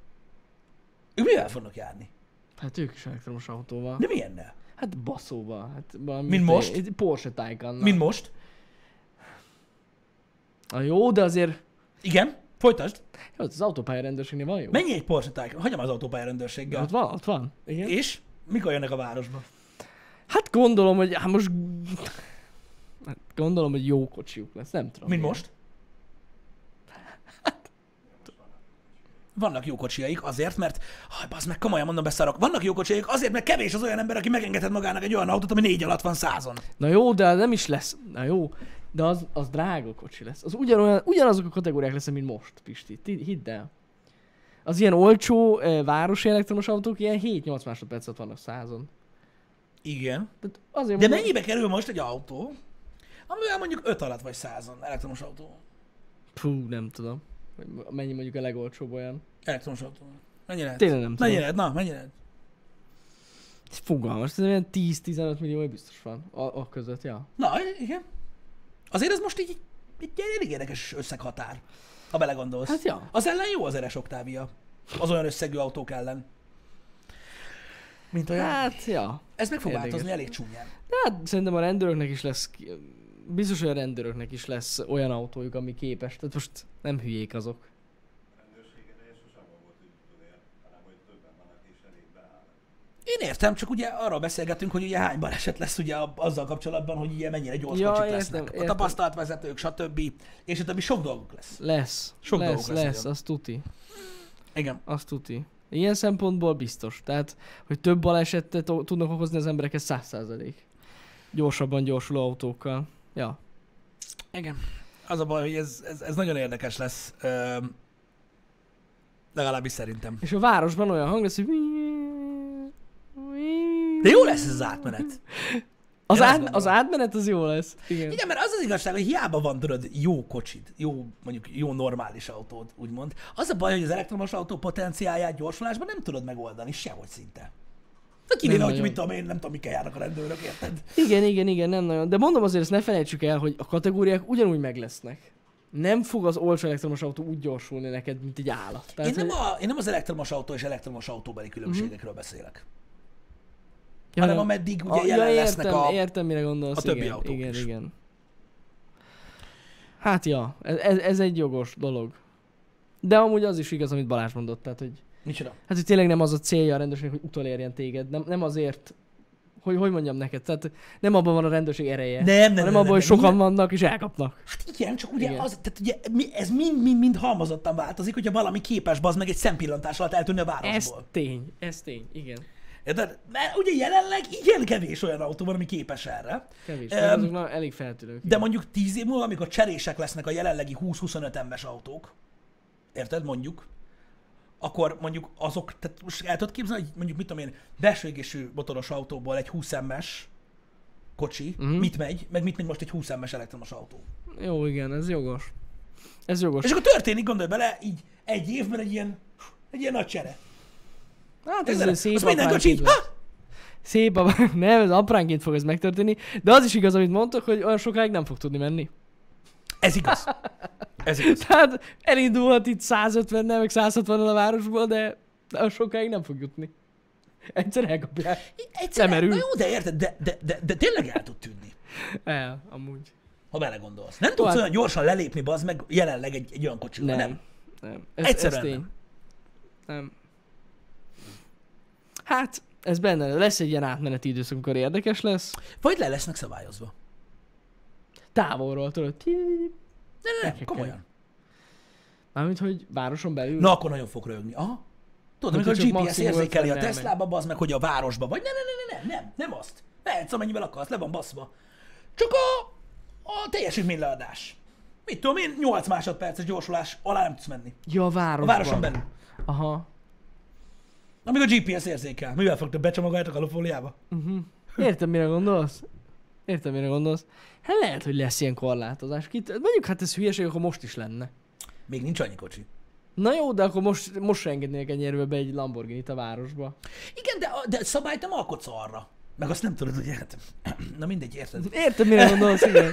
Speaker 1: Ők mivel fognak járni?
Speaker 2: Hát ők is elektromos autóval.
Speaker 1: De milyennel?
Speaker 2: Hát baszóval. Hát valami
Speaker 1: Mint
Speaker 2: izé-
Speaker 1: most?
Speaker 2: egy Porsche Taycan.
Speaker 1: Mint most?
Speaker 2: Na jó, de azért
Speaker 1: Igen, folytasd.
Speaker 2: jó, az autópálya rendőrségnél van jó.
Speaker 1: Mennyi egy Porsche Taycan? Hagyom az
Speaker 2: Ja.
Speaker 1: autópályarendőrséggel.
Speaker 2: Ott van, ott van. Igen.
Speaker 1: És? Mikor jönnek a városba?
Speaker 2: Hát gondolom, hogy hát most... Hát gondolom, hogy jó kocsiuk lesz, nem tudom.
Speaker 1: Mint
Speaker 2: én.
Speaker 1: most? Vannak jó kocsiaik azért, mert, haj, bazd meg, komolyan mondom, beszarok. Vannak jó kocsiaik azért, mert kevés az olyan ember, aki megengedhet magának egy olyan autót, ami négy alatt van százon.
Speaker 2: Na jó, de nem is lesz. Na jó, de az, az drága kocsi lesz. Az ugyanolyan, ugyanazok a kategóriák lesznek, mint most, Pisti. Ti- Hidd el. Az ilyen olcsó eh, városi elektromos autók ilyen 7-8 másodperc alatt vannak százon.
Speaker 1: Igen.
Speaker 2: Tehát azért
Speaker 1: De
Speaker 2: mondom-
Speaker 1: mennyibe kerül most egy autó, amivel mondjuk 5 alatt vagy 100-on elektromos autó.
Speaker 2: Pú, nem tudom. hogy Mennyi mondjuk a legolcsóbb olyan.
Speaker 1: Elektromos autó. Mennyi lehet?
Speaker 2: Tényleg nem tudom.
Speaker 1: Mennyi lehet? Na, mennyi lehet?
Speaker 2: Fogalmas, szerintem ilyen 10-15 millió biztos van. A, a között, ja.
Speaker 1: Na, igen. Azért ez most így egy elég érdekes összeghatár, ha belegondolsz.
Speaker 2: Hát ja.
Speaker 1: Az ellen jó az eres Octavia. Az olyan összegű autók ellen. Mint olyan.
Speaker 2: Hát, ja.
Speaker 1: ez meg fog
Speaker 2: érdekes.
Speaker 1: változni elég csúnyán.
Speaker 2: Hát szerintem a rendőröknek is lesz, ki- biztos, hogy a rendőröknek is lesz olyan autójuk, ami képes. Tehát most nem hülyék azok.
Speaker 1: Én értem, csak ugye arról beszélgetünk, hogy ugye hány baleset lesz ugye a- azzal kapcsolatban, hogy ugye mennyire gyors
Speaker 2: Ja,
Speaker 1: kocsik
Speaker 2: értem,
Speaker 1: lesznek. A
Speaker 2: értem.
Speaker 1: tapasztalt vezetők, stb. És a többi sok dolguk lesz.
Speaker 2: Lesz.
Speaker 1: Sok
Speaker 2: lesz,
Speaker 1: dolguk lesz
Speaker 2: lesz,
Speaker 1: nagyon.
Speaker 2: az tuti.
Speaker 1: Igen.
Speaker 2: Az tuti. Ilyen szempontból biztos. Tehát, hogy több balesetet o- tudnak okozni az emberek, ez száz százalék. Gyorsabban gyorsuló autókkal. Ja.
Speaker 1: Igen. Az a baj, hogy ez, ez, ez nagyon érdekes lesz. Öm, legalábbis szerintem.
Speaker 2: És a városban olyan hang lesz, hogy...
Speaker 1: De jó lesz ez az átmenet.
Speaker 2: Az,
Speaker 1: Én azt
Speaker 2: át,
Speaker 1: gondolom.
Speaker 2: az átmenet az jó lesz. Igen.
Speaker 1: Igen, mert az az igazság, hogy hiába van, tudod, jó kocsid, jó, mondjuk jó normális autód, úgymond. Az a baj, hogy az elektromos autó potenciáját gyorsulásban nem tudod megoldani, sehogy szinte. Na kivéve,
Speaker 2: Nem
Speaker 1: hogy
Speaker 2: nagyon.
Speaker 1: mit tudom én, nem tudom, mikkel járnak a rendőrök, érted?
Speaker 2: Igen, igen, igen, nem nagyon. De mondom azért, ezt ne felejtsük el, hogy a kategóriák ugyanúgy meg lesznek. Nem fog az olcsó elektromos autó úgy gyorsulni neked, mint egy állat.
Speaker 1: Én
Speaker 2: Tehát,
Speaker 1: nem,
Speaker 2: Hát, hogy... Mhm.
Speaker 1: a, én nem az elektromos autó és elektromos autóbeli különbségekről beszélek,
Speaker 2: ja,
Speaker 1: hanem
Speaker 2: nem.
Speaker 1: ameddig ugye jelen
Speaker 2: ja,
Speaker 1: lesznek
Speaker 2: értem,
Speaker 1: a...
Speaker 2: Értem, mire gondolsz.
Speaker 1: a többi
Speaker 2: igen,
Speaker 1: autók
Speaker 2: igen,
Speaker 1: is.
Speaker 2: igen. Hát ja, ez, ez- ez egy jogos dolog. De amúgy az is igaz, amit Balázs mondott, tehát hogy
Speaker 1: Micsoda?
Speaker 2: Hát, hogy tényleg nem az a célja a rendőrségnek, hogy utolérjen téged. Nem, nem azért, hogy hogy mondjam neked, tehát nem abban van a rendőrség ereje.
Speaker 1: Nem, nem, nem,
Speaker 2: hanem
Speaker 1: nem,
Speaker 2: abban, hogy
Speaker 1: nem.
Speaker 2: sokan vannak és elkapnak.
Speaker 1: Hát igen, csak ugye
Speaker 2: Igen.
Speaker 1: az, tehát ugye mi, ez mind-mind-mind halmozottan változik, hogyha valami képes bazd meg egy szempillantás alatt eltűnni a
Speaker 2: Ez
Speaker 1: városból.
Speaker 2: tény, ez tény, igen.
Speaker 1: Érted? Mert ugye jelenleg igen kevés olyan autó van, ami képes erre.
Speaker 2: Kevés.
Speaker 1: Öm,
Speaker 2: Um, azok na, elég feltűnők.
Speaker 1: De mondjuk 10 év múlva, amikor cserések lesznek a jelenlegi 20-25 emes autók, érted, mondjuk, akkor mondjuk azok, tehát most el tudod képzelni, hogy mondjuk mit tudom én, belső égésű motoros autóból egy 20 emes kocsi,
Speaker 2: Mhm.
Speaker 1: uh-huh. mit megy, meg mit megy most egy 20 emes elektromos autó.
Speaker 2: Jó, igen, ez jogos. Ez jogos.
Speaker 1: És akkor történik, gondolj bele, így egy évben egy ilyen, egy ilyen nagy csere.
Speaker 2: Hát ez,
Speaker 1: Ez
Speaker 2: ez szép
Speaker 1: az minden kocsi
Speaker 2: apránként
Speaker 1: így,
Speaker 2: lesz.
Speaker 1: ha!
Speaker 2: Szép a... (laughs) Nem, ez apránként fog ez megtörténni. De az is igaz, amit mondtok, hogy olyan sokáig nem fog tudni menni. (laughs)
Speaker 1: Ez igaz. Ez igaz.
Speaker 2: Tehát elindulhat itt 150-nel, meg 160-nal a városból, de de olyan sokáig nem fog jutni. Egyszer elkapják.
Speaker 1: Egyszerűen,
Speaker 2: Lemerül.
Speaker 1: na jó, de érted, de, de, de, de tényleg el tud tűnni.
Speaker 2: El, amúgy.
Speaker 1: ha belegondolsz. Nem tudsz
Speaker 2: Hát-
Speaker 1: olyan gyorsan lelépni, bazd meg jelenleg egy, egy olyan kocsival, nem. nem.
Speaker 2: nem. Ez,
Speaker 1: Egyszerűen
Speaker 2: ez tény.
Speaker 1: nem.
Speaker 2: nem. Hát, ez benne lesz. lesz egy ilyen átmeneti időszak, amikor érdekes lesz.
Speaker 1: Vagy le lesznek szabályozva.
Speaker 2: Távolról tudod. Ti-
Speaker 1: Nem, nem, nem,
Speaker 2: Nekik
Speaker 1: komolyan.
Speaker 2: Mármint, hogy városon belül.
Speaker 1: Na, akkor nagyon fog rögni. Aha. Tudod,
Speaker 2: Mint
Speaker 1: amikor
Speaker 2: hogy csak
Speaker 1: a GPS
Speaker 2: maximum
Speaker 1: érzékeli a
Speaker 2: 50-nel megy.
Speaker 1: Teslába, bazd meg, hogy a városba vagy. Nem, nem, nem, nem, nem, nem azt. Mehetsz, amennyivel akarsz, le van baszva. Csak a, a teljesítményleadás. Mit tudom én, 8 másodperces gyorsulás alá nem tudsz menni.
Speaker 2: Ja, a
Speaker 1: A
Speaker 2: városban.
Speaker 1: városon belül.
Speaker 2: Aha.
Speaker 1: Amikor a GPS érzékel, mivel fogtok becsomagoljátok a lopóliába?
Speaker 2: Értem, mire gondolsz. Értem, mire gondolsz. Hát lehet, hogy lesz ilyen korlátozás. Kit, mondjuk, hát ez hülyeség, akkor most is lenne.
Speaker 1: Még nincs annyi kocsi.
Speaker 2: Na jó, de akkor most, most se engednék ennyire be egy Lamborghini-t a városba.
Speaker 1: Igen, de, de szabályt nem alkotsz arra. Meg azt nem tudod, hogy hát... (clears throat) Na mindegy, érted?
Speaker 2: Értem, mire gondolsz, igen.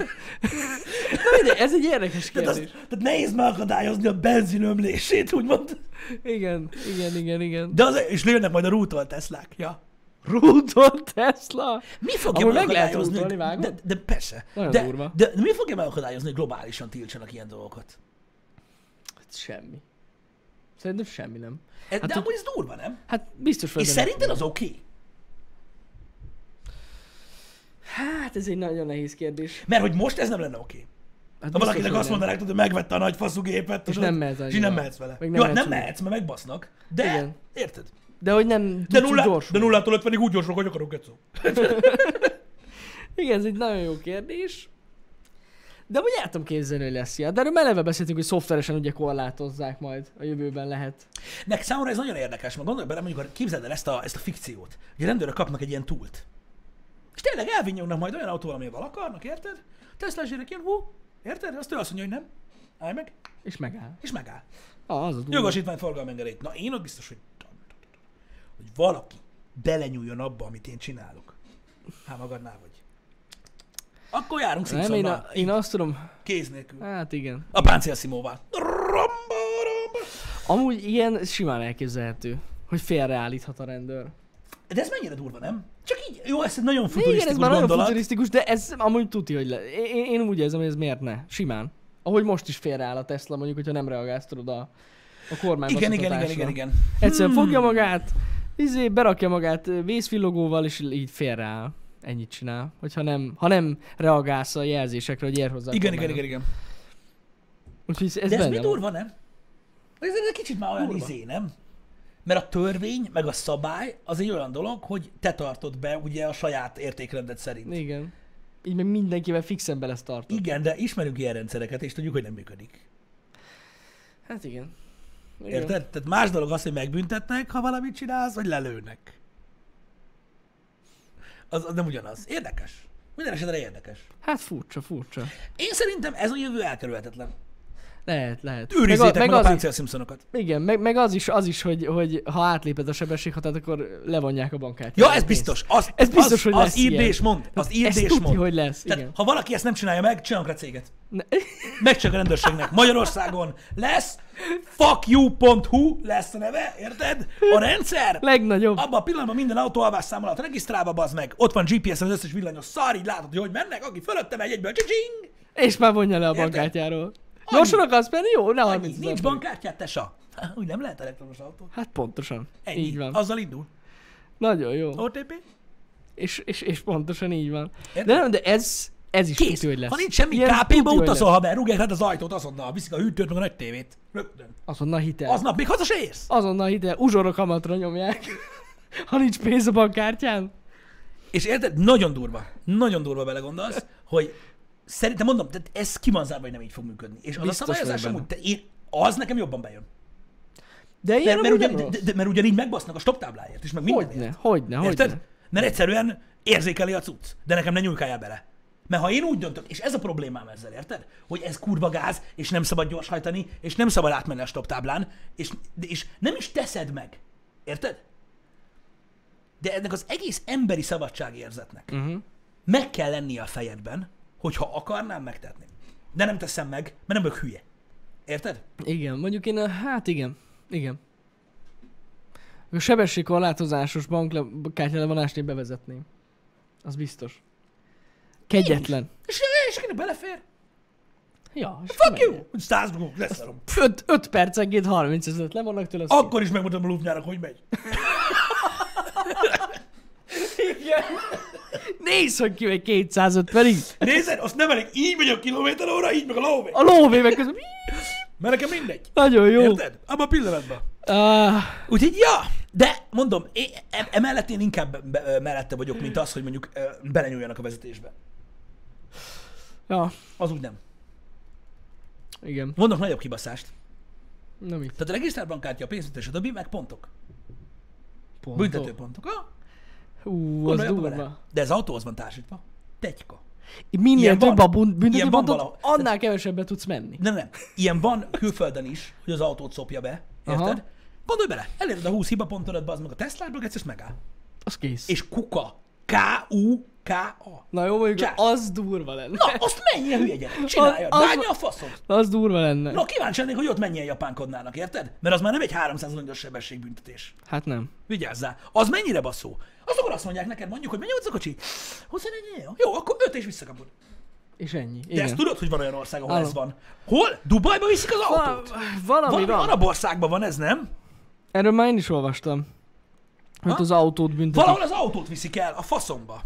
Speaker 2: Na mindegy, ez egy érdekes
Speaker 1: Tehát, az,
Speaker 2: kérdés.
Speaker 1: tehát nehéz megakadályozni a benzin ömlését, úgymond.
Speaker 2: Igen, igen, igen, igen.
Speaker 1: De az, és lőnek majd a rútól Teslák. Ja.
Speaker 2: Rúton Tesla?
Speaker 1: Mi fogja
Speaker 2: Amúgy meg
Speaker 1: megakadályozni?
Speaker 2: lehet rútolni,
Speaker 1: hogy-
Speaker 2: vágod?
Speaker 1: de, de persze.
Speaker 2: Nagyon
Speaker 1: de,
Speaker 2: durva.
Speaker 1: de, mi fogja megakadályozni, hogy globálisan tiltsanak ilyen dolgokat?
Speaker 2: Hát semmi. Szerintem semmi nem.
Speaker 1: Ez,
Speaker 2: Hát
Speaker 1: E, de
Speaker 2: a-
Speaker 1: amúgy ez durva, nem?
Speaker 2: Hát biztos vagy
Speaker 1: És
Speaker 2: benne.
Speaker 1: szerinted az oké? Okay?
Speaker 2: Hát ez egy nagyon nehéz kérdés.
Speaker 1: Mert hogy most ez nem lenne oké. Okay.
Speaker 2: Hát
Speaker 1: Ha
Speaker 2: biztos,
Speaker 1: valakinek
Speaker 2: hogy
Speaker 1: azt
Speaker 2: nem.
Speaker 1: mondanák, tudod, hogy megvette a nagy faszú gépet,
Speaker 2: És
Speaker 1: tudod,
Speaker 2: nem mehetsz
Speaker 1: és így
Speaker 2: annyira.
Speaker 1: nem mehetsz vele.
Speaker 2: Meg
Speaker 1: Nem
Speaker 2: nem
Speaker 1: Jó, hát
Speaker 2: mehetsz
Speaker 1: nem
Speaker 2: úgy.
Speaker 1: mehetsz, mert megbasznak. De,
Speaker 2: Igen.
Speaker 1: érted?
Speaker 2: De hogy nem
Speaker 1: De,
Speaker 2: de
Speaker 1: nulla,
Speaker 2: gyors.
Speaker 1: de nullától ötvenig úgy gyorsulok, hogy akarok, Gecó.
Speaker 2: Igen, ez egy nagyon jó kérdés. De amúgy el tudom képzelni, hogy lesz ilyen. De erről meleve beszéltünk, hogy szoftveresen ugye korlátozzák majd. A jövőben lehet.
Speaker 1: Meg számomra ez nagyon érdekes, mert gondolj bele, mondjuk képzeld el ezt a, ezt a fikciót. Ugye a rendőrök kapnak egy ilyen túlt. És tényleg elvinnyognak majd olyan autóval, amivel akarnak, érted? Tesla zsírek ilyen, hú, érted? Azt ő azt mondja, hogy nem. Állj meg,
Speaker 2: És megáll.
Speaker 1: és megáll.
Speaker 2: Ah, az a durva.
Speaker 1: Jogosítvány forgalmengedélyt. Na én ott biztos, hogy, hogy valaki belenyúljon abba, amit én csinálok. Hát magadnál vagy. Akkor járunk
Speaker 2: Nem, én,
Speaker 1: Simpsonnal.
Speaker 2: a, én azt tudom,
Speaker 1: Kéz nélkül.
Speaker 2: hát igen.
Speaker 1: A páncélszimóval. Romba, romba.
Speaker 2: Amúgy ilyen simán elképzelhető, hogy félreállíthat a rendőr.
Speaker 1: De ez mennyire durva, nem? Csak így, jó, ez egy nagyon
Speaker 2: Igen, ez
Speaker 1: futurisztikus
Speaker 2: már nagyon
Speaker 1: gondolat.
Speaker 2: futurisztikus, de ez amúgy tuti, hogy le. Én, én- én úgy érzem, hogy ez miért ne. Simán. Ahogy most is félreáll a Tesla, mondjuk, hogyha nem reagálsz tudod a, a kormány
Speaker 1: Igen, igen, igen,
Speaker 2: basztatásra.
Speaker 1: igen, igen.
Speaker 2: Egyszerűen
Speaker 1: Hmm.
Speaker 2: fogja magát, izé, berakja magát ö, vészvillogóval, és így félreáll. Ennyit csinál. Hogyha nem, ha nem reagálsz a jelzésekre, hogy ér hozzá. a
Speaker 1: Igen, igen,
Speaker 2: kormányon.
Speaker 1: igen, igen.
Speaker 2: Úgyhogy ez, ez
Speaker 1: De ez
Speaker 2: benne
Speaker 1: mi
Speaker 2: van.
Speaker 1: durva, nem? Ez egy kicsit már olyan
Speaker 2: Durva.
Speaker 1: izé, nem? Mert a törvény, meg a szabály az egy olyan dolog, hogy te tartod be ugye a saját értékrendet szerint.
Speaker 2: Igen. Így meg mindenkivel fixen be lesz tartva.
Speaker 1: Igen, de ismerünk ilyen rendszereket, és tudjuk, hogy nem működik.
Speaker 2: Hát igen. igen.
Speaker 1: Érted? Tehát más dolog az, hogy megbüntetnek, ha valamit csinálsz, vagy lelőnek. Az, az nem ugyanaz. Érdekes. Minden esetre érdekes.
Speaker 2: Hát furcsa, furcsa.
Speaker 1: Én szerintem ez a jövő elkerülhetetlen.
Speaker 2: Lehet, lehet.
Speaker 1: Őrizzétek meg, meg, meg a
Speaker 2: az is,
Speaker 1: páncél Simpsonokat.
Speaker 2: igen, meg, meg az, is, az is, hogy, hogy ha átléped a sebességhatárt, akkor levonják a bankát.
Speaker 1: Ja, ez biztos. Az,
Speaker 2: Ez biztos,
Speaker 1: az,
Speaker 2: hogy
Speaker 1: az
Speaker 2: lesz
Speaker 1: írd
Speaker 2: ilyen.
Speaker 1: és mond. Az írd
Speaker 2: Ez
Speaker 1: és
Speaker 2: tuti,
Speaker 1: mond.
Speaker 2: hogy lesz,
Speaker 1: Tehát,
Speaker 2: igen.
Speaker 1: ha valaki ezt nem csinálja meg, csinálunk rá céget.
Speaker 2: Ne- (laughs)
Speaker 1: Megcsak a rendőrségnek. Magyarországon lesz fuckyou.hu lesz a neve, érted? A rendszer.
Speaker 2: Legnagyobb.
Speaker 1: Abban a pillanatban minden autó alvásszám alatt regisztrálva, bazd meg. Ott van GPS-en az összes villanyos szar, így látod, hogy hogy mennek, aki fölötte megy egyből, csicsing!
Speaker 2: És már vonja le a
Speaker 1: Érted?
Speaker 2: bankkártyáról. Gyorsan akarsz menni? Jó, ne 30
Speaker 1: Annyi.
Speaker 2: ezer
Speaker 1: Nincs
Speaker 2: forint.
Speaker 1: bankkártyát, tesa. Há, Úgy nem lehet elektromos autó.
Speaker 2: Hát pontosan.
Speaker 1: Ennyi.
Speaker 2: Így van.
Speaker 1: Azzal indul.
Speaker 2: Nagyon jó.
Speaker 1: OTP?
Speaker 2: És, és, és pontosan így van.
Speaker 1: Érted?
Speaker 2: De nem, de ez, ez is
Speaker 1: Kész.
Speaker 2: tuti, hogy lesz.
Speaker 1: Ha nincs semmi,
Speaker 2: Ilyen
Speaker 1: KP-ba
Speaker 2: tuti, hogy
Speaker 1: utazol,
Speaker 2: lesz.
Speaker 1: haver, rúgják rád az ajtót azonnal, viszik a hűtőt, meg a nagy tévét. Rögtön.
Speaker 2: Azonnal hitel.
Speaker 1: Aznap még haza se érsz.
Speaker 2: Azonnal hitel. Uzsorok kamatra nyomják. (laughs) ha nincs pénz a bankkártyán.
Speaker 1: És érted? Nagyon durva. Nagyon durva belegondolsz, hogy szerintem mondom, tehát ez ki van zárva, hogy nem így fog működni. És az
Speaker 2: Biztos
Speaker 1: a szabályozás
Speaker 2: vagy
Speaker 1: amúgy, te, én, az nekem jobban bejön.
Speaker 2: De ilyen
Speaker 1: Mert, mert,
Speaker 2: amúgy
Speaker 1: ugyan,
Speaker 2: nem
Speaker 1: de,
Speaker 2: rossz.
Speaker 1: de, mert ugyanígy megbasznak a stop tábláért, és meg mindenért.
Speaker 2: Hogyne, hogyne,
Speaker 1: Érted?
Speaker 2: hogyne.
Speaker 1: Mert egyszerűen érzékeli a cucc, de nekem ne nyújkáljál bele. Mert ha én úgy döntök, és ez a problémám ezzel, érted? Hogy ez kurva gáz, és nem szabad gyorshajtani, és nem szabad átmenni a stop táblán, és, de- és nem is teszed meg. Érted? De ennek az egész emberi szabadságérzetnek uh-huh. meg kell lennie a fejedben, hogyha akarnám, megtetném. De nem teszem meg, mert nem vagyok hülye. Érted?
Speaker 2: Igen, mondjuk én, a- hát igen, igen. A sebességkorlátozásos bankkártyalevonásnél bevezetném. Az biztos. Kegyetlen.
Speaker 1: És, és akinek belefér?
Speaker 2: Ja, és
Speaker 1: Fuck you! 100 dolgok, leszarom.
Speaker 2: 5, 5 percenként 30 ezeret lemonnak tőle. az
Speaker 1: Akkor is megmutatom a lufnyának, hogy megy.
Speaker 2: kész. Nézzön ki meg 250-ig.
Speaker 1: Nézed, azt nem elég, így megy a kilométer óra, így meg a lóvé.
Speaker 2: A lóvé meg közben.
Speaker 1: Mert nekem mindegy.
Speaker 2: Nagyon jó.
Speaker 1: Érted? Abban a pillanatban.
Speaker 2: Ah,
Speaker 1: Úgyhogy, ja, de mondom, é- e- emellett én inkább be- ö, mellette vagyok, mint az, hogy mondjuk ö, belenyúljanak a vezetésbe.
Speaker 2: ja,
Speaker 1: Az úgy nem.
Speaker 2: igen.
Speaker 1: Mondok nagyobb kibaszást.
Speaker 2: Nem így.
Speaker 1: Tehát a regisztrárbankkártya, a pénzütés, a többi, meg pontok.
Speaker 2: Pont.
Speaker 1: Büntetőpontok. Ha?
Speaker 2: Ú, az
Speaker 1: Gondolj abba
Speaker 2: durva.
Speaker 1: bele. De ez autóhoz van társítva. Tegyka.
Speaker 2: Minél
Speaker 1: Ilyen van.
Speaker 2: több a bun-
Speaker 1: Ilyen van
Speaker 2: büntetőpontot,
Speaker 1: valahol.
Speaker 2: annál kevesebbet tudsz menni.
Speaker 1: Nem, nem. Ilyen van külföldön is, hogy az autót szopja be. Érted?
Speaker 2: Aha.
Speaker 1: Gondolj bele, eléred a 20 hibapontodat, bazd meg a Tesla-ból, egyszer megáll.
Speaker 2: Az kész.
Speaker 1: És kuka. K-U-K-A.
Speaker 2: Na jó, mondjuk
Speaker 1: Csá.
Speaker 2: az durva lenne. (laughs)
Speaker 1: Na, azt menjen hülye gyerek, csinálja,
Speaker 2: Az- az-
Speaker 1: bánja a faszom.
Speaker 2: Az durva lenne.
Speaker 1: Na, kíváncsi lennék, hogy ott mennyien japánkodnának, érted? Mert az már nem egy 300 os sebességbüntetés.
Speaker 2: Hát nem.
Speaker 1: Vigyázzál, az mennyire baszó? Azt akkor azt mondják neked, mondjuk, hogy mennyi volt az a kocsi? 21, jó, jó, akkor 5 és visszakapod. De
Speaker 2: És ennyi.
Speaker 1: Igen.
Speaker 2: Igen.
Speaker 1: ezt tudod, hogy van olyan ország, ahol
Speaker 2: Állom.
Speaker 1: ez van. Hol? Dubajba viszik az
Speaker 2: Val-
Speaker 1: autót?
Speaker 2: valami
Speaker 1: Valami
Speaker 2: van.
Speaker 1: arab országban van ez, nem?
Speaker 2: Erről már én is olvastam. Hogy
Speaker 1: Ha?
Speaker 2: az autót büntetik.
Speaker 1: Valahol az autót viszik el, a faszomba.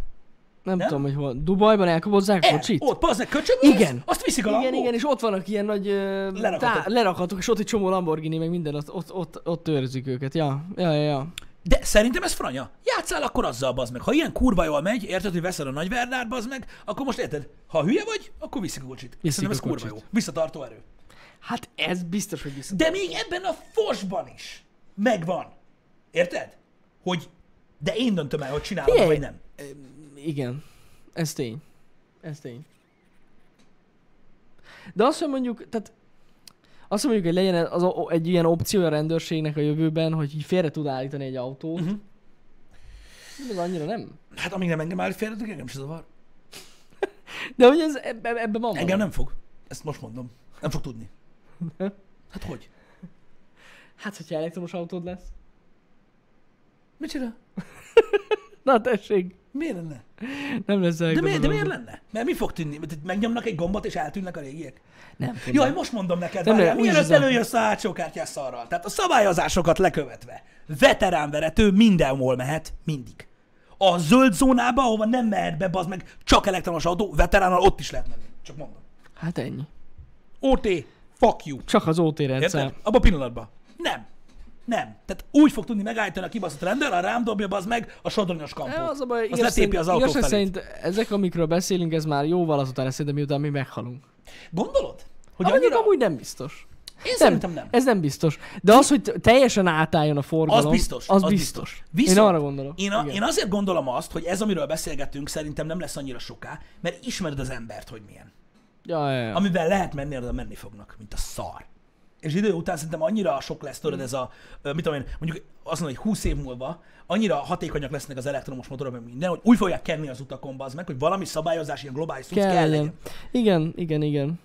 Speaker 2: Nem, tudom, hogy hol. Dubajban elkobozzák a
Speaker 1: El,
Speaker 2: kocsit?
Speaker 1: ott, bazd meg, köcsög,
Speaker 2: Igen.
Speaker 1: Azt, azt viszik a
Speaker 2: Igen,
Speaker 1: lambót.
Speaker 2: igen, és ott vannak ilyen nagy ö,
Speaker 1: Lerakatok.
Speaker 2: lerakatok, és ott egy csomó Lamborghini, meg minden, ott, ott, ott, ott őrzik őket. Ja, ja, ja, ja.
Speaker 1: De szerintem ez franya. Játszál akkor azzal, bazd meg. Ha ilyen kurva jól megy, érted, hogy veszed a nagy Vernár, bazd meg, akkor most érted, ha hülye vagy, akkor viszik a kocsit.
Speaker 2: Viszik
Speaker 1: szerintem ez
Speaker 2: a
Speaker 1: kurva jó.
Speaker 2: kocsit.
Speaker 1: Visszatartó erő.
Speaker 2: Hát ez biztos, hogy vissza.
Speaker 1: De még ebben a fosban is megvan. Érted? Hogy de én döntöm el, hogy csinálom,
Speaker 2: Figyelj!
Speaker 1: vagy nem.
Speaker 2: Igen. Ez tény. Ez tény. De azt, hogy mondjuk, tehát azt mondjuk, hogy legyen az, o- egy ilyen opció a rendőrségnek a jövőben, hogy így félre tud állítani egy autót.
Speaker 1: Mhm.
Speaker 2: Uh-huh. Ez annyira nem.
Speaker 1: Hát amíg nem engem elférhetek, engem se zavar.
Speaker 2: De hogy ez eb- eb- ebben van
Speaker 1: Engem
Speaker 2: valami.
Speaker 1: nem fog. Ezt most mondom. Nem fog tudni. Hát hogy?
Speaker 2: Hát, hogyha elektromos autód lesz.
Speaker 1: Mit csinál?
Speaker 2: Na tessék,
Speaker 1: Miért lenne?
Speaker 2: nem lesz
Speaker 1: De, mi,
Speaker 2: elektromos
Speaker 1: de miért
Speaker 2: autó.
Speaker 1: lenne? Mert mi fog tűnni? Tehát Megnyomnak egy gombot és eltűnnek a régiek?
Speaker 2: Nem tudom.
Speaker 1: Jaj, most mondom neked,
Speaker 2: Nem,
Speaker 1: várjál,
Speaker 2: nem, úgy is
Speaker 1: mielőtt
Speaker 2: az a-
Speaker 1: előjössz a hátsó kártyás szarral. Tehát a szabályozásokat lekövetve, veteránverető mindenhol mehet, mindig. A zöld zónába, ahova nem mehet be, az meg csak elektromos autó, veteránnal ott is lehet menni. Csak mondom.
Speaker 2: Hát ennyi.
Speaker 1: OT, fuck you.
Speaker 2: Csak az OT rendszer.
Speaker 1: Érted? Abban a pillanatban. Nem. Nem. Tehát úgy fog tudni megállítani a kibaszott rendőr, a rám dobja az meg a sodronyos kampot.
Speaker 2: Ja, E, Az a baj,
Speaker 1: az
Speaker 2: igazság
Speaker 1: letépi az autó
Speaker 2: igazság
Speaker 1: felét.
Speaker 2: szerint ezek, amikről beszélünk, ez már jóval azután lesz, de miután mi meghalunk.
Speaker 1: Gondolod? Hogy
Speaker 2: De mondjuk
Speaker 1: annyira...
Speaker 2: amúgy nem biztos.
Speaker 1: Én szerintem nem.
Speaker 2: Ez nem biztos. De az, hogy t- teljesen átálljon a forgalom,
Speaker 1: Az biztos.
Speaker 2: Az,
Speaker 1: az
Speaker 2: biztos.
Speaker 1: Viszont
Speaker 2: én arra gondolok.
Speaker 1: Én, a,
Speaker 2: Igen.
Speaker 1: én azért gondolom azt, hogy ez, amiről beszélgetünk, szerintem nem lesz annyira soká, mert ismered az embert, hogy milyen.
Speaker 2: Ja, ja, ja.
Speaker 1: Amivel lehet menni, arra menni fognak, mint a szar. És idő után szerintem annyira sok lesz, tudod, ez a, ö, mit tudom én, mondjuk azt mondom, hogy 20 év múlva annyira hatékonyak lesznek az elektromos motorok, meg minden, hogy úgy fogják kenni az utakon, az meg, hogy valami szabályozás, ilyen globális cucc
Speaker 2: Kell
Speaker 1: kell, kell
Speaker 2: legyen.
Speaker 1: legyen.
Speaker 2: Igen, igen, igen.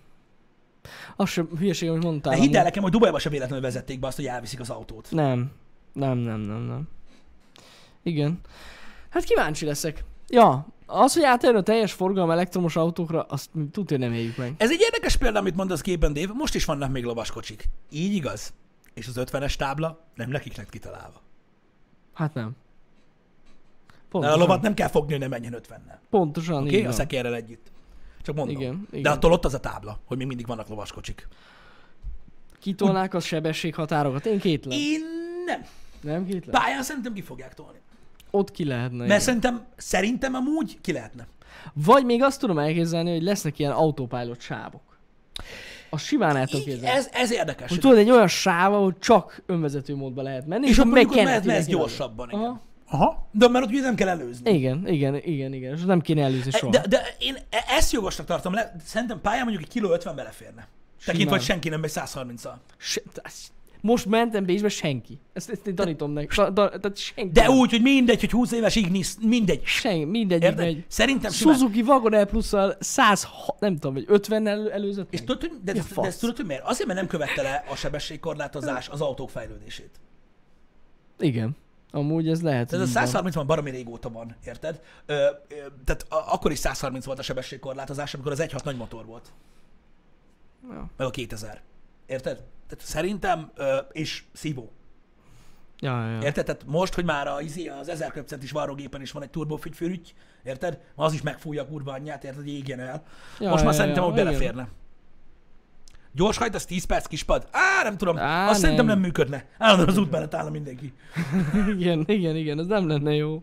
Speaker 2: Az sem hülyeség, amit mondtál.
Speaker 1: De hidd el
Speaker 2: amúgy.
Speaker 1: nekem, hogy Dubajba se véletlenül vezették be azt, hogy elviszik az autót.
Speaker 2: Nem. Nem, nem, nem, nem. Igen. Hát kíváncsi leszek. Ja, az, hogy átérő a teljes forgalom elektromos autókra, azt mi tudja nem éljük meg.
Speaker 1: Ez egy érdekes példa, amit mondasz gépen, Dave. Most is vannak még lovaskocsik. Így igaz. És az 50-es tábla nem nekik lett kitalálva.
Speaker 2: Hát nem.
Speaker 1: Mert a
Speaker 2: Pontosan.
Speaker 1: lovat nem kell fogni, hogy ne menjen 50-nel.
Speaker 2: Pontosan,
Speaker 1: Oké?
Speaker 2: így
Speaker 1: Okay? A
Speaker 2: van.
Speaker 1: szekérrel együtt. Csak mondom.
Speaker 2: Igen,
Speaker 1: De
Speaker 2: igen.
Speaker 1: attól ott az a tábla, hogy még mindig vannak lovaskocsik.
Speaker 2: Kitolnák a sebességhatárokat. Én kétlem.
Speaker 1: Én nem.
Speaker 2: Nem kétlem?
Speaker 1: Pályán szerintem ki fogják tolni.
Speaker 2: Ott ki lehetne.
Speaker 1: Mert
Speaker 2: igen.
Speaker 1: szerintem, szerintem amúgy ki lehetne.
Speaker 2: Vagy még azt tudom elképzelni, hogy lesznek ilyen autopilot sávok. A simán el tudom
Speaker 1: Így,
Speaker 2: képzelni.
Speaker 1: ez, ez érdekes.
Speaker 2: Hogy tudod, egy olyan sáv, ahol csak önvezető módba lehet menni, és,
Speaker 1: és
Speaker 2: és
Speaker 1: akkor
Speaker 2: meg
Speaker 1: mondjuk,
Speaker 2: kell
Speaker 1: hogy mehetne ez gyorsabban. Igen.
Speaker 2: Aha.
Speaker 1: Aha. De mert ott ugye nem kell előzni.
Speaker 2: Igen, igen, igen, igen. És nem kéne előzni soha.
Speaker 1: De, de én e- ezt jogosnak tartom le. Szerintem pályán mondjuk egy kiló 50 beleférne. Tekintve,
Speaker 2: Simán.
Speaker 1: hogy senki nem megy 130-al.
Speaker 2: Se, azt- most mentem Bécsbe senki. Ezt, ezt én tanítom neki. Da, da, tehát senki.
Speaker 1: De
Speaker 2: nem.
Speaker 1: úgy, hogy mindegy, hogy 20 éves Ignis, mindegy.
Speaker 2: Senki, mindegyik
Speaker 1: Érted?
Speaker 2: megy.
Speaker 1: Szerintem simán.
Speaker 2: Suzuki Wagon L plusszal 100, nem tudom, vagy 50 elő, előzött
Speaker 1: És
Speaker 2: meg.
Speaker 1: tudod, hogy, de,
Speaker 2: Mi a
Speaker 1: de, de
Speaker 2: fasz?
Speaker 1: ezt tudod, hogy miért? Azért, mert nem követte le a sebességkorlátozás az autók fejlődését.
Speaker 2: Igen. Amúgy ez lehet.
Speaker 1: Tehát
Speaker 2: hogy
Speaker 1: a
Speaker 2: így van.
Speaker 1: 130 ban baromi régóta van, érted? Ö, ö, tehát a, akkor is 130 volt a sebességkorlátozás, amikor az 1.6 nagy motor volt.
Speaker 2: Ja.
Speaker 1: Meg a 2000. Érted? Tehát szerintem, ö, és szívó.
Speaker 2: Ja, ja, ja.
Speaker 1: Érted? Tehát most, hogy már a, izé, az 1000 köbcentis varrógépen is van egy turbófügyfűrügy, érted? Az is megfújja a kurva anyját, érted, hogy égjen el.
Speaker 2: Ja,
Speaker 1: most már
Speaker 2: ja,
Speaker 1: szerintem
Speaker 2: ja,
Speaker 1: ott
Speaker 2: igen.
Speaker 1: beleférne. Gyors hajt, az 10 perc kispad. Á, nem tudom. Á,
Speaker 2: Á,
Speaker 1: azt nem. szerintem
Speaker 2: nem.
Speaker 1: nem működne. Állandóan az út mellett állna mindenki.
Speaker 2: Igen, igen, igen, ez nem lenne jó.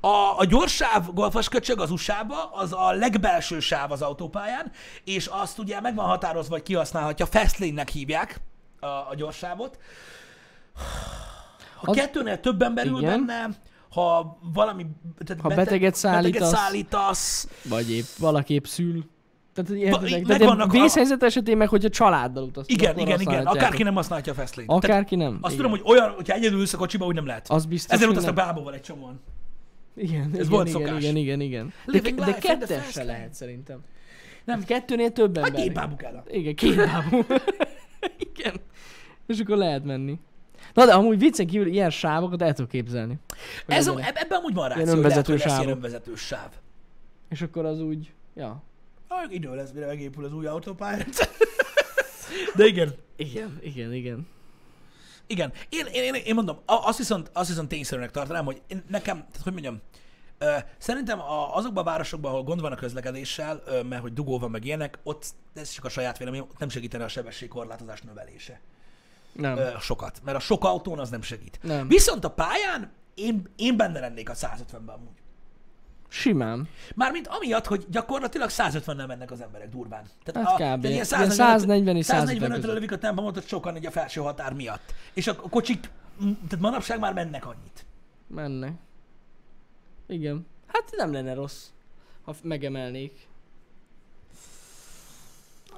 Speaker 1: A, a gyors sáv golfas köcsög az USA-ba, az a legbelső sáv az autópályán, és azt ugye meg van határozva, hogy kihasználhatja, fast lane-nek hívják a, a gyors sávot. Ha
Speaker 2: Az-
Speaker 1: kettőnél több ember ül
Speaker 2: Igen.
Speaker 1: benne, ha valami... Tehát
Speaker 2: Ha beteget szállítasz.
Speaker 1: Beteget szállítasz
Speaker 2: Vagy épp valaki épp szül. Tehát, hogy
Speaker 1: így
Speaker 2: értedek, de
Speaker 1: megvannak a-
Speaker 2: vannak vészhelyzet esetén meg, hogyha családdal utaztok.
Speaker 1: igen,
Speaker 2: akkor
Speaker 1: igen, igen.
Speaker 2: használhatjátok.
Speaker 1: Akárki nem használja a fast lane Tehát
Speaker 2: Akárki nem.
Speaker 1: azt
Speaker 2: igen.
Speaker 1: tudom, hogy olyan, hogyha egyedül ülsz a kocsiba, úgy nem lehet.
Speaker 2: Az biztos,
Speaker 1: Ezért
Speaker 2: hogy
Speaker 1: utaztak
Speaker 2: nem.
Speaker 1: bábóval egy csomóan.
Speaker 2: Igen, igen,
Speaker 1: volt
Speaker 2: igen,
Speaker 1: szokás.
Speaker 2: Igen, igen, igen. De,
Speaker 1: Living
Speaker 2: de
Speaker 1: life in the
Speaker 2: kettes
Speaker 1: fast
Speaker 2: se
Speaker 1: lane.
Speaker 2: lehet szerintem.
Speaker 1: Nem.
Speaker 2: Nem. Kettőnél több ember.
Speaker 1: Hát két bábukára.
Speaker 2: Igen, két bábú. (laughs) igen. És akkor lehet menni. Na de amúgy viccen kívül ilyen sávokat el tudok képzelni. Hogy
Speaker 1: Ez,
Speaker 2: legyenek.
Speaker 1: eb- ebben úgy van ráció, hát,
Speaker 2: Ilyen
Speaker 1: hogy lehet,
Speaker 2: önvezető
Speaker 1: hogy lesz ilyen
Speaker 2: sávok.
Speaker 1: önvezetős sáv.
Speaker 2: És akkor az úgy, ja.
Speaker 1: Ah, idő lesz, mire megépül az új autópálya. (laughs) De igen.
Speaker 2: Igen, igen, igen.
Speaker 1: Igen. Én, én, én, én mondom, a- azt viszont, azt viszont tényszerűnek tartanám, hogy én, nekem, tehát hogy mondjam, ö, szerintem a, azokban a városokban, ahol gond van a közlekedéssel, ö, mert hogy dugó van meg ilyenek, ott ez csak a saját véleményem, ott nem segítene a sebességkorlátozás növelése.
Speaker 2: Nem.
Speaker 1: Ö, sokat. Mert a sok autón az nem segít.
Speaker 2: Nem.
Speaker 1: Viszont a pályán én, én benne lennék a 150-ben amúgy.
Speaker 2: Simán.
Speaker 1: Mármint amiatt, hogy gyakorlatilag 150-nel mennek az emberek durván. Tehát
Speaker 2: Hát
Speaker 1: a,
Speaker 2: kb.
Speaker 1: tehát ilyen
Speaker 2: Ilyen
Speaker 1: 140
Speaker 2: 140 és 150
Speaker 1: 145-re
Speaker 2: között.
Speaker 1: lövik a tempomatot sokan egy a felső határ miatt. És a a kocsik, m- tehát manapság már mennek annyit.
Speaker 2: Mennek. Igen. Hát Hát nem lenne rossz, ha f- megemelnék.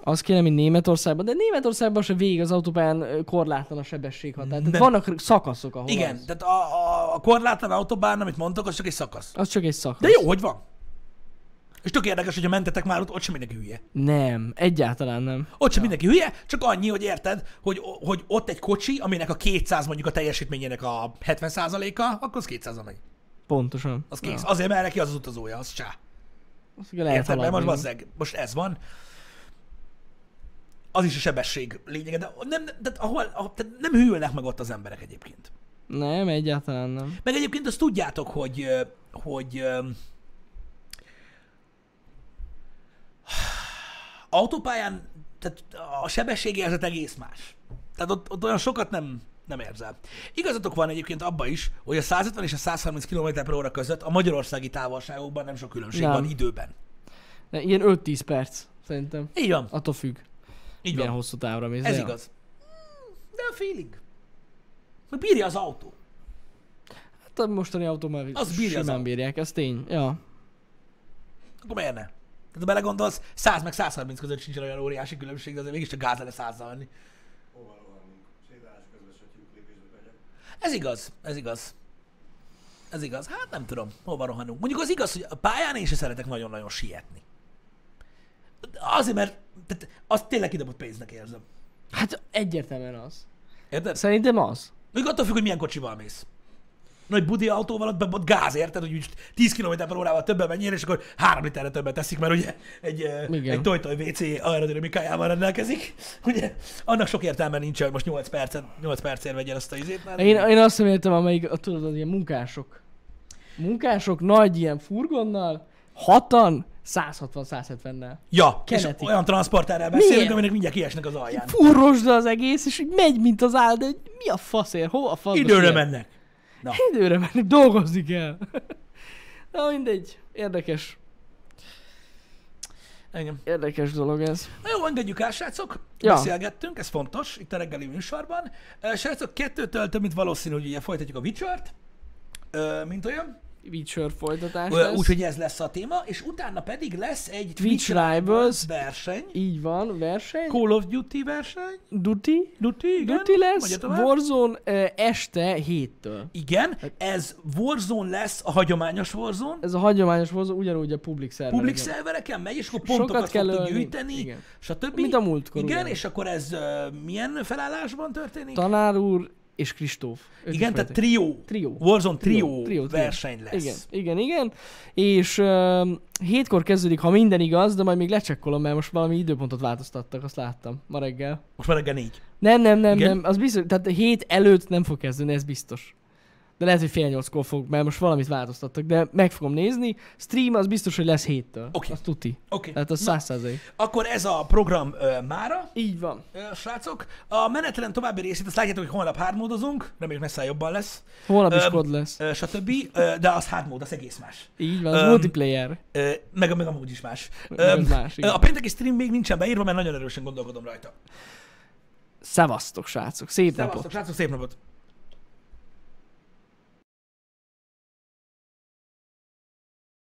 Speaker 2: Az kéne, mint Németországban, de Németországban se végig az autópályán ö, korlátlan a sebességhatár. Tehát
Speaker 1: Nem.
Speaker 2: vannak r- szakaszok, ahol
Speaker 1: Igen,
Speaker 2: Az.
Speaker 1: tehát a, a, a korlátlan autóbán, amit mondtok, az csak egy szakasz.
Speaker 2: az csak egy szakasz.
Speaker 1: De jó, hogy van. És tök érdekes, hogyha mentetek már ott, ott sem mindenki hülye.
Speaker 2: Nem, egyáltalán nem.
Speaker 1: Ott sem mindenki hülye, csak annyi, hogy érted, hogy, hogy ott egy kocsi, aminek a 200 mondjuk a teljesítményének a 70%-a, akkor az 200 megy.
Speaker 2: Pontosan.
Speaker 1: Az kész. Ja. Azért, mert neki az az utazója, az csá.
Speaker 2: Azt ugye lehet
Speaker 1: Érted? Mert most
Speaker 2: haladni.
Speaker 1: bazzeg, most ez van. Az is a sebesség lényege, de nem, tehát ahol, ahol, tehát nem hűlnek meg ott az emberek egyébként.
Speaker 2: Nem, egyáltalán nem.
Speaker 1: Meg egyébként azt tudjátok, hogy, ö, hogy ö, autópályán tehát a sebességérzet egész más. Tehát ott, ott olyan sokat nem, nem érzel. Igazatok van egyébként abba is, hogy a 150 és a 130 km per óra között a magyarországi távolságokban nem sok különbség
Speaker 2: Nem.
Speaker 1: van időben.
Speaker 2: De ilyen 5-10 perc, szerintem.
Speaker 1: Így van,
Speaker 2: Attól függ,
Speaker 1: így
Speaker 2: milyen
Speaker 1: van.
Speaker 2: hosszú távra mész.
Speaker 1: Ez
Speaker 2: de ja.
Speaker 1: igaz. Mm, De a feeling. Meg bírja az autó.
Speaker 2: Hát a mostani autó már
Speaker 1: Az bírja az
Speaker 2: simán
Speaker 1: autó.
Speaker 2: bírják, ez tény. Ja.
Speaker 1: Akkor miért ne? Tehát ha belegondolsz, 100 meg 130 között sincs olyan óriási különbség, de azért mégiscsak gáz lenne 100 menni.
Speaker 3: Hova rohanunk? Sétálás közben se tyúk lépésbe megyek.
Speaker 1: Ez igaz, ez igaz. Ez igaz. Hát nem tudom, hova rohanunk. Mondjuk az igaz, hogy a pályán én se szeretek nagyon-nagyon sietni. Azért, mert tehát azt tényleg kidobott pénznek érzem.
Speaker 2: Hát egyértelműen az.
Speaker 1: Érted?
Speaker 2: Szerintem az.
Speaker 1: Még attól függ, hogy milyen kocsival mész. Nagy budi autóval ott bebot gáz, érted, hogy úgy 10 km per órával többen menjél, és akkor 3 literre többet teszik, mert ugye egy, ö,
Speaker 2: Igen.
Speaker 1: egy toj-toj WC aerodinamikájával rendelkezik. Ugye, annak sok értelme nincs, hogy most 8 percet, 8 percért vegyél azt a izét. Mert...
Speaker 2: Én, én azt reméltem, amelyik, a, tudod, az ilyen munkások. Munkások nagy ilyen furgonnal, hatan, 160-170-nel.
Speaker 1: Ja, és
Speaker 2: Kenetik.
Speaker 1: olyan transporterrel
Speaker 2: Miért?
Speaker 1: beszélünk, aminek mindjárt kiesnek az alján.
Speaker 2: Furrosd az egész, és így megy, mint az áll, de hogy mi a faszért, hova a faszba
Speaker 1: Időre
Speaker 2: siet?
Speaker 1: mennek.
Speaker 2: Időre menni, dolgozni kell. (laughs) Na mindegy, érdekes,
Speaker 1: Engem.
Speaker 2: érdekes dolog ez.
Speaker 1: Na jó, engedjük el, srácok.
Speaker 2: Ja.
Speaker 1: Ja. Beszélgettünk, ez fontos, itt a reggeli műsorban. Ö, Srácok, kettőtől több, mint valószínű, hogy ugye folytatjuk a Witcher-t, ö, mint olyan.
Speaker 2: Witcher folytatás
Speaker 1: Ö,
Speaker 2: lesz.
Speaker 1: Úgyhogy ez lesz a téma, és utána pedig lesz egy
Speaker 2: Twitch Rivals.
Speaker 1: verseny.
Speaker 2: Így van, verseny.
Speaker 1: Call of Duty verseny.
Speaker 2: Duty.
Speaker 1: Duty, igen.
Speaker 2: Duty lesz,
Speaker 1: Mondja tovább.
Speaker 2: Warzone ö, este héttől.
Speaker 1: Igen, ez Warzone lesz, a hagyományos Warzone.
Speaker 2: Hát- Ez a hagyományos Warzone ugyanúgy a public szerver.
Speaker 1: Public szervereken megy, és akkor pontokat
Speaker 2: Sokat kell
Speaker 1: fogtok
Speaker 2: ölni.
Speaker 1: gyűjteni,
Speaker 2: Igen.
Speaker 1: stb.
Speaker 2: Mint a múltkor,
Speaker 1: Igen,
Speaker 2: ugyanúgy.
Speaker 1: és akkor ez ö, milyen felállásban történik?
Speaker 2: Tanár úr és Kristóf. Ők
Speaker 1: igen,
Speaker 2: is
Speaker 1: tehát
Speaker 2: voltak.
Speaker 1: trió.
Speaker 2: Trió.
Speaker 1: Warzone trió,
Speaker 2: Trió, trió, trió.
Speaker 1: verseny lesz.
Speaker 2: Igen, igen, igen. És um, hétkor kezdődik, ha minden igaz, de majd még lecsekkolom, mert most valami időpontot változtattak, azt láttam ma reggel.
Speaker 1: Most már reggel négy.
Speaker 2: Nem, nem, nem,
Speaker 1: Igen?
Speaker 2: nem, az biztos, tehát hét előtt nem fog kezdeni, ez biztos. De lehet, hogy fél nyolckor fog, mert most valamit változtattak, de meg fogom nézni. Stream az biztos, hogy lesz héttől.
Speaker 1: Oké.
Speaker 2: Az tuti.
Speaker 1: Oké.
Speaker 2: Tehát az száz százalék.
Speaker 1: Akkor ez a program ö, mára.
Speaker 2: Így van.
Speaker 1: Ö, srácok, a menetelen további részét azt látjátok, hogy holnap hardmódozunk, reméljük messze jobban lesz,
Speaker 2: Holnap is
Speaker 1: Öm,
Speaker 2: kod lesz.
Speaker 1: ö, stb. Ö, De az hardmód, az egész más.
Speaker 2: Így van, az
Speaker 1: öm,
Speaker 2: multiplayer.
Speaker 1: Ö, Meg, meg amúgy is más.
Speaker 2: Meg
Speaker 1: Ö,
Speaker 2: az más, igen.
Speaker 1: A pénteki stream még nincsen beírva, mert nagyon erősen gondolkodom rajta.
Speaker 2: Szevasztok, srácok. Szép napot.
Speaker 1: Szevasztok, srácok, szép napot!